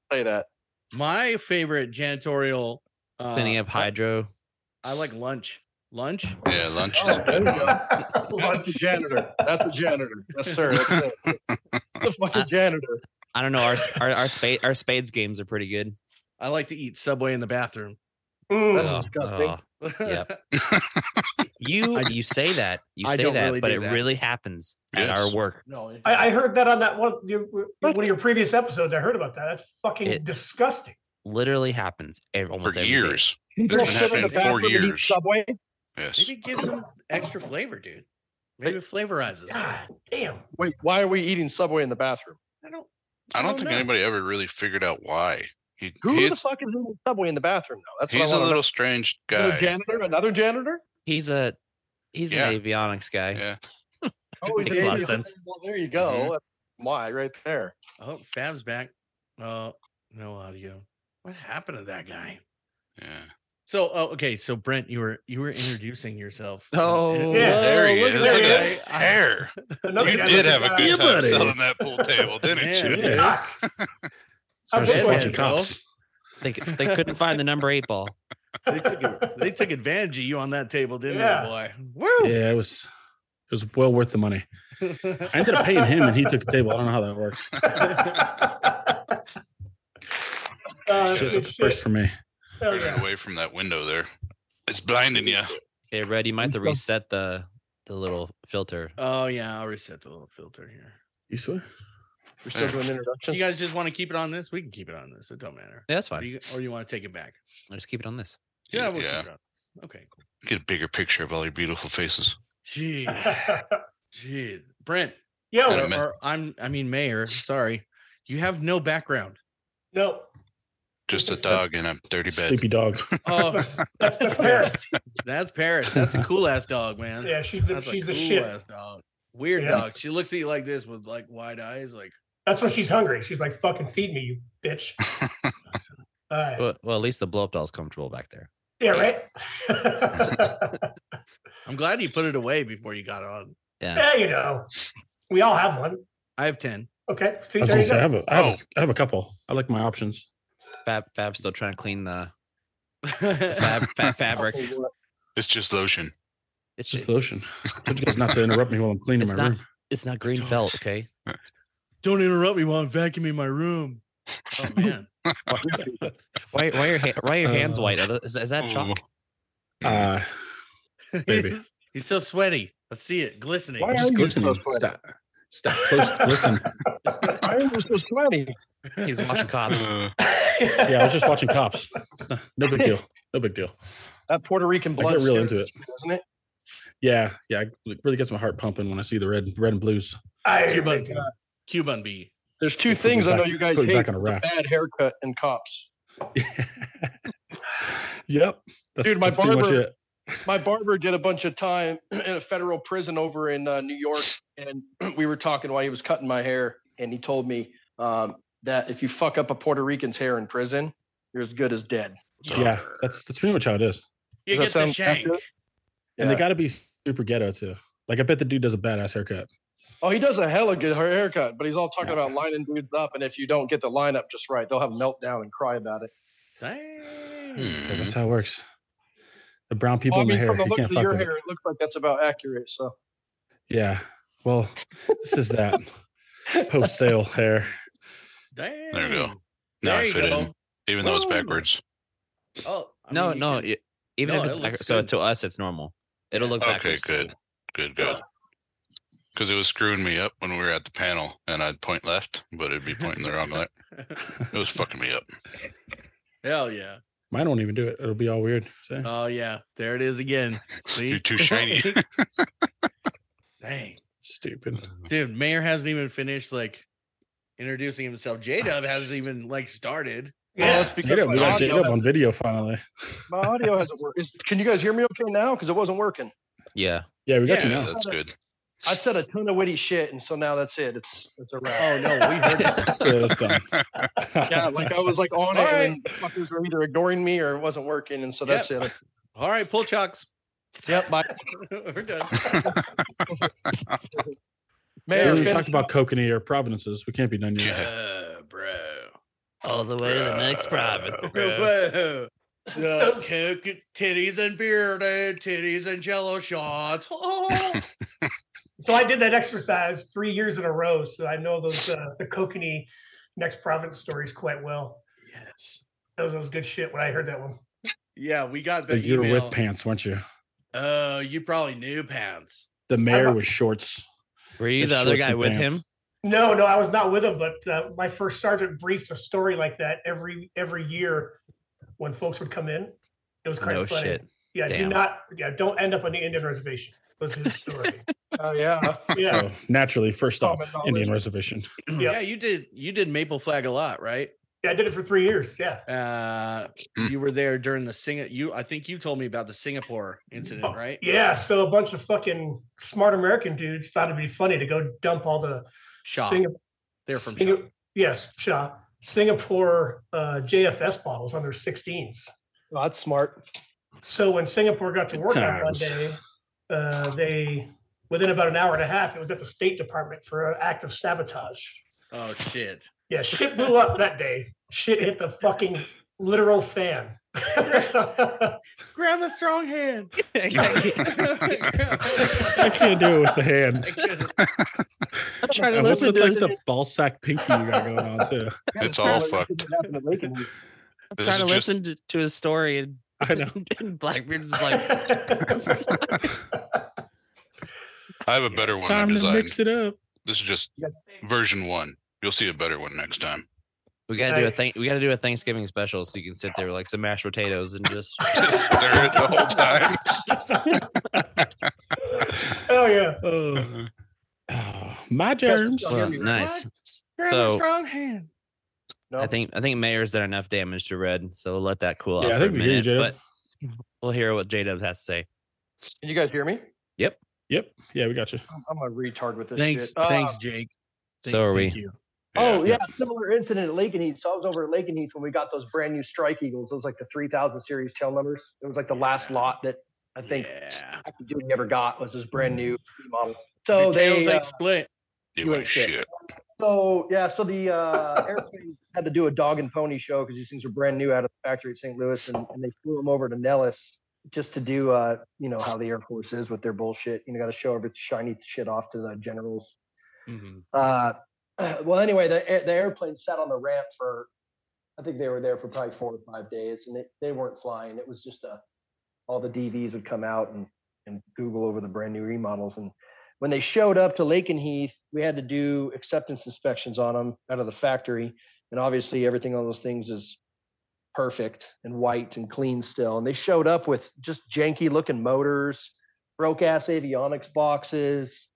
Speaker 7: will say that.
Speaker 2: Oh, My favorite janitorial. Uh,
Speaker 4: Cleaning up
Speaker 2: I-
Speaker 4: hydro.
Speaker 2: I, like lunch. Lunch.
Speaker 1: Yeah, lunch.
Speaker 7: Oh, there you go. That's a
Speaker 6: Lunch.
Speaker 7: janitor. That's a janitor. Yes, sir. That's it. That's a fucking janitor.
Speaker 4: I don't know. Our s- our our, spade, our spades games are pretty good.
Speaker 2: I like to eat Subway in the bathroom.
Speaker 6: Mm.
Speaker 7: That's
Speaker 4: Oh,
Speaker 7: disgusting.
Speaker 4: oh. Yep. You
Speaker 2: I-
Speaker 4: you say that you
Speaker 2: I
Speaker 4: say
Speaker 2: don't
Speaker 4: that,
Speaker 2: really
Speaker 4: but
Speaker 2: do
Speaker 4: it
Speaker 2: that.
Speaker 4: really happens at our
Speaker 1: Yes.
Speaker 4: work.
Speaker 2: no, it-
Speaker 6: I, I heard that on that one of your,
Speaker 7: What?
Speaker 6: one of your previous episodes. I heard about that. That's fucking
Speaker 4: It-
Speaker 6: disgusting.
Speaker 4: Literally happens ev- almost
Speaker 1: For
Speaker 4: every day.
Speaker 1: years.
Speaker 7: People
Speaker 1: been
Speaker 7: sit in the
Speaker 1: happening for
Speaker 7: bathroom and eat
Speaker 1: years.
Speaker 7: Subway.
Speaker 1: Yes.
Speaker 2: maybe it gives them extra flavor, dude. Maybe it flavorizes. it.
Speaker 6: God damn.
Speaker 7: Wait, why are we eating Subway in the bathroom?
Speaker 2: I don't.
Speaker 1: I don't think
Speaker 2: know.
Speaker 1: anybody ever really figured out why. He,
Speaker 7: Who the
Speaker 1: he's
Speaker 7: fuck is eating Subway in the bathroom now? That's what I
Speaker 1: he's a
Speaker 7: wanna know.
Speaker 1: little strange
Speaker 7: Another
Speaker 1: guy.
Speaker 7: janitor, another janitor.
Speaker 4: He's a he's
Speaker 1: Yeah.
Speaker 4: an avionics guy.
Speaker 1: Yeah.
Speaker 7: Oh,
Speaker 4: Makes a lot of
Speaker 7: yeah.
Speaker 4: sense.
Speaker 7: Well, there you go.
Speaker 1: Mhm.
Speaker 7: That's Why right there?
Speaker 2: Oh, Fab's back. Oh, no audio. What happened to that guy?
Speaker 1: Yeah.
Speaker 2: So, oh, okay. So, Brent, you were you were introducing yourself.
Speaker 7: Oh,
Speaker 6: Yeah.
Speaker 1: there he
Speaker 2: look
Speaker 1: is.
Speaker 2: at
Speaker 1: Look
Speaker 6: that
Speaker 1: at
Speaker 2: guy.
Speaker 1: that hair.
Speaker 6: Another
Speaker 1: You
Speaker 6: guy
Speaker 1: did
Speaker 6: with
Speaker 1: have a
Speaker 6: uh,
Speaker 1: good
Speaker 3: Yeah,
Speaker 1: time
Speaker 3: buddy.
Speaker 1: selling that pool table, didn't
Speaker 2: Man,
Speaker 1: you?
Speaker 2: dude.
Speaker 1: dude?
Speaker 6: cock.
Speaker 3: Starts
Speaker 6: bet
Speaker 3: watching
Speaker 2: you go.
Speaker 3: cops.
Speaker 4: They c- they couldn't find the number eight ball.
Speaker 2: they took a- they took advantage of you on that table, didn't
Speaker 6: Yeah.
Speaker 2: they, boy? Woo!
Speaker 3: Yeah, it was it was well worth the money. I ended up paying him, and he took the table. I don't know how that works.
Speaker 6: uh,
Speaker 1: Should've
Speaker 6: good
Speaker 3: That's the first
Speaker 6: shit.
Speaker 3: for me.
Speaker 6: Uh, Oh,
Speaker 1: Turn it
Speaker 6: yeah.
Speaker 1: away from that window there. It's blinding you.
Speaker 4: Hey, Red, you might have to
Speaker 3: Which one?
Speaker 4: reset the the little filter.
Speaker 2: oh yeah, I'll reset the little filter here.
Speaker 3: You swear?
Speaker 7: we're still doing introductions.
Speaker 2: You guys just want to keep it on this? We can keep it on this. It don't matter.
Speaker 4: Yeah, that's
Speaker 2: Or
Speaker 4: fine.
Speaker 2: you, or you want to take it back?
Speaker 4: I'll just keep it on this.
Speaker 2: Yeah,
Speaker 1: Yeah.
Speaker 2: we'll keep it on this. Okay. cool.
Speaker 1: Get a bigger picture of all your beautiful faces.
Speaker 2: Gee, gee, Brent,
Speaker 1: Wait a
Speaker 6: Yo,
Speaker 1: minute.
Speaker 2: or, or I'm I mean Mayor. Sorry, you have no background.
Speaker 6: no,
Speaker 1: Just a
Speaker 6: Just a-
Speaker 1: dog in a dirty bed.
Speaker 3: Sleepy dog.
Speaker 2: Oh,
Speaker 6: that's, that's Paris.
Speaker 2: that's Paris. That's a cool ass dog, man.
Speaker 6: Yeah, she's the
Speaker 2: That's a
Speaker 6: she's the
Speaker 2: cool
Speaker 6: shit.
Speaker 2: ass dog. Weird
Speaker 6: Yeah.
Speaker 2: dog. She looks at you like this with like wide eyes, like
Speaker 6: That's when she's hungry. She's like, "Fucking feed me, you bitch." All right.
Speaker 4: Well, well, at least the blow up doll's comfortable back there.
Speaker 6: yeah, right.
Speaker 2: I'm glad you put it away before you got on.
Speaker 4: Yeah.
Speaker 6: yeah, you know, we all have one.
Speaker 2: I have ten.
Speaker 6: Okay, see,
Speaker 3: I was
Speaker 6: there
Speaker 3: gonna
Speaker 6: you
Speaker 3: say, I
Speaker 6: go.
Speaker 3: have a, I have, a, I have a couple. I like my options.
Speaker 4: Fab Fab's still trying to clean the Fab, fa- fabric.
Speaker 1: It's just lotion.
Speaker 4: It's
Speaker 3: just
Speaker 4: just
Speaker 3: lotion. Told you guys not to interrupt me while I'm cleaning
Speaker 4: It's
Speaker 3: my
Speaker 4: not-
Speaker 3: room.
Speaker 4: it's not green
Speaker 2: don't-
Speaker 4: felt. Okay.
Speaker 2: Don't interrupt me while I'm vacuuming my room. Oh man,
Speaker 4: Why why are ha- why are your hands
Speaker 3: Uh,
Speaker 4: white? Are tho- Is, is that chalk?
Speaker 3: Uh, Maybe.
Speaker 2: he's, he's so sweaty. I see it glistening.
Speaker 7: Why are
Speaker 3: just
Speaker 7: you so
Speaker 3: glistening.
Speaker 7: sweaty?
Speaker 3: Stop. Stop. Close. Listen.
Speaker 7: Why are you so sweaty?
Speaker 4: He's watching cops.
Speaker 1: Uh,
Speaker 3: Yeah, I was just watching cops. It's not- No big deal. No big deal.
Speaker 7: That Puerto Rican
Speaker 3: I
Speaker 7: blood.
Speaker 3: get real
Speaker 7: scares
Speaker 3: into it.
Speaker 7: me, Doesn't it?
Speaker 3: Yeah, yeah. It really gets my heart pumping when I see the red, red and blues.
Speaker 6: I
Speaker 2: Cuban,
Speaker 6: agree,
Speaker 2: uh, Cuban bee.
Speaker 7: There's two
Speaker 3: Put me
Speaker 7: things I know
Speaker 3: back-
Speaker 7: you guys
Speaker 3: put me
Speaker 7: hate:
Speaker 3: back on a raft.
Speaker 7: bad haircut and cops.
Speaker 3: yep. That's,
Speaker 7: Dude, my
Speaker 3: that's pretty much
Speaker 7: barber-
Speaker 3: it.
Speaker 7: my barber did a bunch of time in a federal prison over in uh, New York, and we were talking while he was cutting my hair, and he told me um, that if you fuck up a Puerto Rican's hair in prison, you're as good as dead.
Speaker 3: Yeah, that's that's pretty much how it is.
Speaker 2: You
Speaker 7: Does
Speaker 2: get
Speaker 7: that
Speaker 2: the
Speaker 7: sound
Speaker 2: shank.
Speaker 7: accurate?
Speaker 3: And
Speaker 7: Yeah.
Speaker 3: they got to be super ghetto too. Like I bet the dude does a badass haircut.
Speaker 7: Oh, he does a hella good hair- haircut, but he's all talking
Speaker 3: Yeah.
Speaker 7: about lining dudes up, and if you don't get the line up just right, they'll have a meltdown and cry about it.
Speaker 2: Dang.
Speaker 3: Yeah,
Speaker 1: Hmm.
Speaker 3: That's how it works. The brown people
Speaker 7: Mm-hmm. Well, I
Speaker 3: in the
Speaker 7: mean,
Speaker 3: hair.
Speaker 7: from the
Speaker 3: you
Speaker 7: looks
Speaker 3: can't
Speaker 7: of
Speaker 3: fuck
Speaker 7: your
Speaker 3: with it.
Speaker 7: hair, it looks like that's about accurate. So
Speaker 3: Yeah. Well, this is that post sale hair.
Speaker 2: Dang.
Speaker 1: There you go. Now
Speaker 2: There
Speaker 1: I
Speaker 2: you
Speaker 1: fit
Speaker 2: go.
Speaker 1: in, even though it's
Speaker 2: Woo.
Speaker 1: backwards.
Speaker 2: Oh I
Speaker 4: no,
Speaker 2: mean, you
Speaker 4: no.
Speaker 2: can-
Speaker 4: y- even
Speaker 2: No,
Speaker 4: if it's
Speaker 2: it
Speaker 4: back,
Speaker 2: looks
Speaker 4: so
Speaker 2: good.
Speaker 4: to us it's normal. It'll look
Speaker 1: Okay,
Speaker 4: backwards.
Speaker 1: good, good, good. Because it was screwing me up when we were at the panel, and I'd point left, but it'd be pointing the wrong way. It was fucking me up.
Speaker 2: Hell yeah.
Speaker 3: Mine won't even do it. It'll be all weird. So.
Speaker 7: Uh,
Speaker 2: Oh yeah. There it is again. See?
Speaker 1: You're too shiny.
Speaker 2: Dang.
Speaker 3: Stupid.
Speaker 2: Dude, Mayor hasn't even finished like introducing himself. J Dub hasn't even like started.
Speaker 7: Well,
Speaker 6: Yeah.
Speaker 7: that's because
Speaker 3: J-Dub,
Speaker 7: my,
Speaker 3: we got
Speaker 7: audio
Speaker 3: J-Dub
Speaker 7: has-
Speaker 3: on video finally.
Speaker 7: my audio hasn't worked. Is, can you guys hear me okay now? Because it wasn't working.
Speaker 4: Yeah.
Speaker 3: Yeah, we got
Speaker 1: Yeah,
Speaker 3: you now.
Speaker 1: that's good.
Speaker 7: I said a ton of witty shit, and so now that's it. It's it's a wrap.
Speaker 2: Oh no, we heard it.
Speaker 3: Yeah, that's done.
Speaker 7: yeah, like I was like on it,
Speaker 2: All right.
Speaker 7: and the fuckers were either ignoring me or it wasn't working, and so
Speaker 2: Yep.
Speaker 7: that's it.
Speaker 2: All right, pull chocks.
Speaker 7: Yep, my
Speaker 2: We're done.
Speaker 3: Hey,
Speaker 7: mayor.
Speaker 3: we
Speaker 7: finish
Speaker 3: talked about Kokanee or Providences. We can't be done yet.
Speaker 1: Yeah.
Speaker 2: Uh, bro.
Speaker 4: All the way to the next private. bro.
Speaker 2: Whoa.
Speaker 6: So-
Speaker 2: The uh, cook, titties and beer, dude. Titties and jello shots.
Speaker 6: So I did that exercise three years in a row, so I know those uh, the Kokanee next province stories quite well.
Speaker 2: yes.
Speaker 6: That was, that was good shit when I heard that one.
Speaker 2: Yeah, we got the
Speaker 3: But you were
Speaker 2: email.
Speaker 3: with pants, weren't you?
Speaker 2: Oh, you probably knew pants.
Speaker 3: The mayor
Speaker 6: not-
Speaker 3: was shorts.
Speaker 4: Were you
Speaker 3: His
Speaker 4: the other
Speaker 3: shorts
Speaker 4: guy
Speaker 3: and
Speaker 4: with him?
Speaker 3: pants.
Speaker 6: No, no, I was not with him, but uh, my first sergeant briefed a story like that every every year when folks would come in. It was quite
Speaker 4: No
Speaker 6: funny.
Speaker 4: shit.
Speaker 6: Yeah, do
Speaker 4: Damn.
Speaker 6: not. Yeah, don't end up on the Indian reservation. Was his story.
Speaker 7: Oh yeah,
Speaker 6: yeah.
Speaker 3: So naturally, first off,
Speaker 7: Common knowledge.
Speaker 3: Indian reservation.
Speaker 6: Yeah.
Speaker 2: Yeah, you did. You did Maple Flag a lot, right?
Speaker 6: yeah, I did it for three years. Yeah.
Speaker 2: Uh, you were there during the sing. You, I think you told me about the Singapore incident,
Speaker 6: Oh,
Speaker 2: right?
Speaker 6: Yeah, so a bunch of fucking smart American dudes thought it'd be funny to go dump all the
Speaker 2: Shaw.
Speaker 6: Singa-
Speaker 2: They're from Shaw.
Speaker 6: Singa- Yes, Shaw. Singapore uh, JFS bottles on their 16s.
Speaker 7: Well, Oh, that's smart.
Speaker 6: So when Singapore got to
Speaker 3: Good
Speaker 6: work on one
Speaker 3: times.
Speaker 6: day, uh, they within about an hour and a half, it was at the State Department for an act of sabotage.
Speaker 2: Oh shit!
Speaker 6: Yeah, shit blew up that day. Shit hit the fucking literal fan.
Speaker 2: Grab a strong hand.
Speaker 3: I can't do it with the hand.
Speaker 4: I'm trying
Speaker 3: I what's with like the ball sack pinky you got going on too?
Speaker 1: It's all fucked. This
Speaker 4: trying to
Speaker 1: is just-
Speaker 4: listen to, to his story, and,
Speaker 3: I know.
Speaker 4: and Blackbeard's is like,
Speaker 1: I have a better one I
Speaker 3: Time to
Speaker 1: designed.
Speaker 3: mix it up.
Speaker 1: This is just
Speaker 7: Yes.
Speaker 1: version one. You'll see a better one next time.
Speaker 4: we gotta do a thing.
Speaker 6: Nice.
Speaker 4: We gotta do a Thanksgiving special, so you can sit there with like some mashed potatoes and just.
Speaker 1: Just Stare it the whole time.
Speaker 6: oh yeah.
Speaker 3: Oh, oh, my germs.
Speaker 7: Don't
Speaker 4: Well,
Speaker 7: hear me, right?
Speaker 4: nice. So
Speaker 2: strong hand.
Speaker 4: I think I think Mayor's done enough damage to Red, so we'll let that cool
Speaker 3: Yeah,
Speaker 4: off
Speaker 3: I
Speaker 4: for a
Speaker 3: think we hear you,
Speaker 4: minute.
Speaker 3: J-Dub.
Speaker 4: but we'll hear what J Dub has to say.
Speaker 7: Can you guys hear me?
Speaker 3: Yep. Yeah, we got you.
Speaker 7: I'm, I'm a retard with this
Speaker 2: Thanks,
Speaker 7: shit. Uh,
Speaker 2: thanks, Jake.
Speaker 4: so are we.
Speaker 2: you.
Speaker 7: Oh yeah, similar incident at Lake and Heath. So I was over at Lake and Heath when we got those brand new Strike Eagles. Those like the 3000 series tail numbers. It was like the last lot that I think
Speaker 2: Yeah.
Speaker 7: Wacky dude never got was this brand new model.
Speaker 2: So
Speaker 7: So they
Speaker 2: tails
Speaker 7: uh,
Speaker 2: ain't split.
Speaker 1: You
Speaker 7: you
Speaker 1: ain't
Speaker 7: ain't shit.
Speaker 1: shit.
Speaker 7: So yeah, so the uh, airplane had to do a dog and pony show because these things were brand new out of the factory at St. Louis, and, and they flew them over to Nellis just to do uh, you know how the Air Force is with their bullshit. You know, got to show every shiny shit off to the generals. Uh, well, anyway, the air- the airplane sat on the ramp for, I think they were there for probably four or five days, and they, they weren't flying. It was just a, all the DVs would come out and and Google over the brand new remodels, and when they showed up to Lake and Heath, we had to do acceptance inspections on them out of the factory, and obviously everything on those things is perfect and white and clean still. And they showed up with just janky looking motors, broke ass avionics boxes,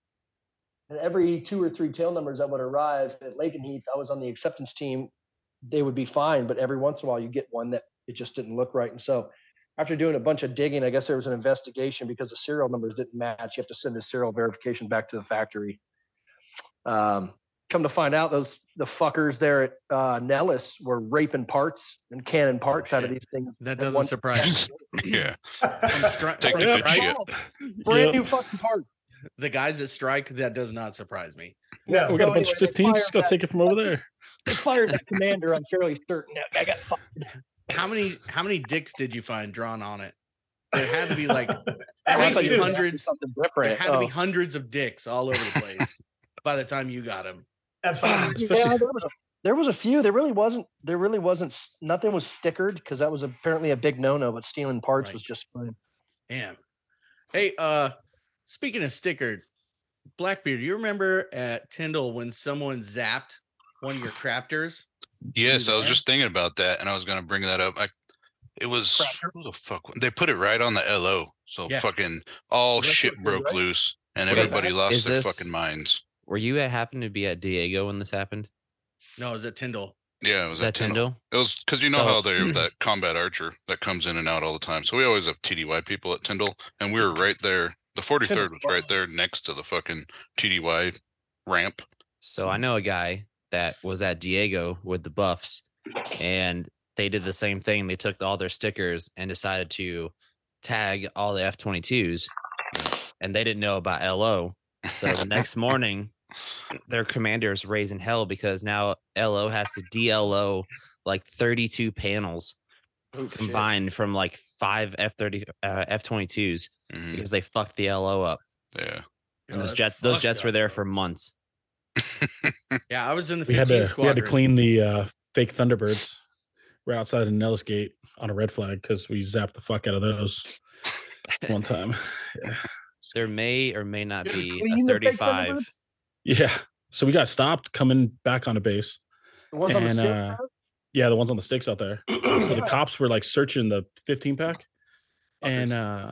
Speaker 7: and every two or three tail numbers that would arrive at Lake and Heath, I was on the acceptance team. They would be fine, but every once in a while you get one that it just didn't look right. And so after doing a bunch of digging, I guess there was an investigation because the serial numbers didn't match. You have to send the serial verification back to the factory. Um, come to find out, those the fuckers there at uh, Nellis were raping parts and canning parts out of
Speaker 2: Oh, shit.
Speaker 7: these things.
Speaker 2: That
Speaker 7: at
Speaker 2: doesn't
Speaker 7: one-
Speaker 2: surprise me.
Speaker 1: yeah,
Speaker 2: From stri-
Speaker 1: take
Speaker 2: from
Speaker 1: the good
Speaker 2: strike-
Speaker 1: shit.
Speaker 7: Oh, Brand
Speaker 3: Yep.
Speaker 7: new fucking parts.
Speaker 2: the guys that strike, that does not surprise me.
Speaker 6: No.
Speaker 3: We got
Speaker 7: So
Speaker 3: a bunch
Speaker 7: anyway,
Speaker 3: of
Speaker 7: they
Speaker 3: 15s. Just go
Speaker 7: fired
Speaker 3: take it from over there.
Speaker 7: They fired that commander. I'm fairly certain that guy got fired.
Speaker 2: How many how many dicks did you find drawn on it? There had to be like I
Speaker 6: At
Speaker 7: I
Speaker 6: least
Speaker 7: thought
Speaker 2: thought
Speaker 7: you
Speaker 6: two.
Speaker 2: hundred-
Speaker 7: were gonna ask me
Speaker 2: hundreds-
Speaker 7: Something
Speaker 2: there
Speaker 7: different.
Speaker 2: had to be
Speaker 7: Oh.
Speaker 2: hundreds of dicks all over the place by the time you got them.
Speaker 6: That's fine.
Speaker 7: Oh. Yeah,
Speaker 3: Especially-
Speaker 7: there was, a, there was a few. There really wasn't. There really wasn't. s- Nothing was stickered because that was apparently a big no-no. But stealing parts
Speaker 2: Right.
Speaker 7: was just fine.
Speaker 2: Damn. Hey, uh, speaking of sticker, Blackbeard, you remember at Tyndall when someone zapped one of your craptors?
Speaker 1: Yes, I was
Speaker 2: there?
Speaker 1: just thinking about that, and I was gonna bring that up. I, it was
Speaker 7: Cracker.
Speaker 1: who the fuck wa- they put it right on the LO, so
Speaker 2: Yeah.
Speaker 1: fucking all
Speaker 7: That's what
Speaker 1: shit
Speaker 7: it is,
Speaker 1: broke
Speaker 7: right?
Speaker 1: loose, and
Speaker 4: Wait,
Speaker 1: everybody lost
Speaker 4: is
Speaker 1: their
Speaker 4: this-
Speaker 1: fucking minds.
Speaker 4: Were you at, happened to be at Diego when this happened?
Speaker 2: No, it was at Tyndall.
Speaker 1: Yeah, it
Speaker 4: Was
Speaker 1: was
Speaker 4: that
Speaker 1: at Tyndall.
Speaker 4: Tyndall?
Speaker 1: It was because you know
Speaker 4: So-
Speaker 1: how they're that combat archer that comes in and out all the time. So we always have TDY people at Tyndall, and we were right there. The 43rd was right there next to the fucking TDY ramp.
Speaker 4: So I know a guy that was at Diego with the Buffs, and they did the same thing. They took all their stickers and decided to tag all the F 22s, and they didn't know about LO. So the next morning, their commander is raising hell because now LO has to DLO like 32 panels
Speaker 7: Oh, shit.
Speaker 4: combined from like five F 30 uh, F 22s
Speaker 1: Mhm,
Speaker 4: because they fucked the LO up.
Speaker 1: Yeah,
Speaker 4: And
Speaker 2: Yo,
Speaker 4: those,
Speaker 2: that's
Speaker 4: jet, those
Speaker 2: fucked
Speaker 4: jets
Speaker 2: up,
Speaker 4: were there
Speaker 2: bro.
Speaker 4: for months.
Speaker 2: Yeah, I was in the
Speaker 3: We
Speaker 2: 15
Speaker 3: had to we had
Speaker 2: squadron.
Speaker 3: to clean the uh, fake Thunderbirds. We're outside of Nellis Gate on a red flag because we zapped the fuck out of those one time.
Speaker 4: There may or may not
Speaker 7: You had to
Speaker 4: be a
Speaker 7: clean the fake
Speaker 4: 35.
Speaker 7: Thunderbird?
Speaker 3: yeah. So we got stopped coming back on a base.
Speaker 7: The ones on the
Speaker 3: And,
Speaker 7: sticks,
Speaker 3: uh,
Speaker 7: bro?
Speaker 3: Yeah, the ones on the sticks out there. So the cops were like searching the 15 pack. And uh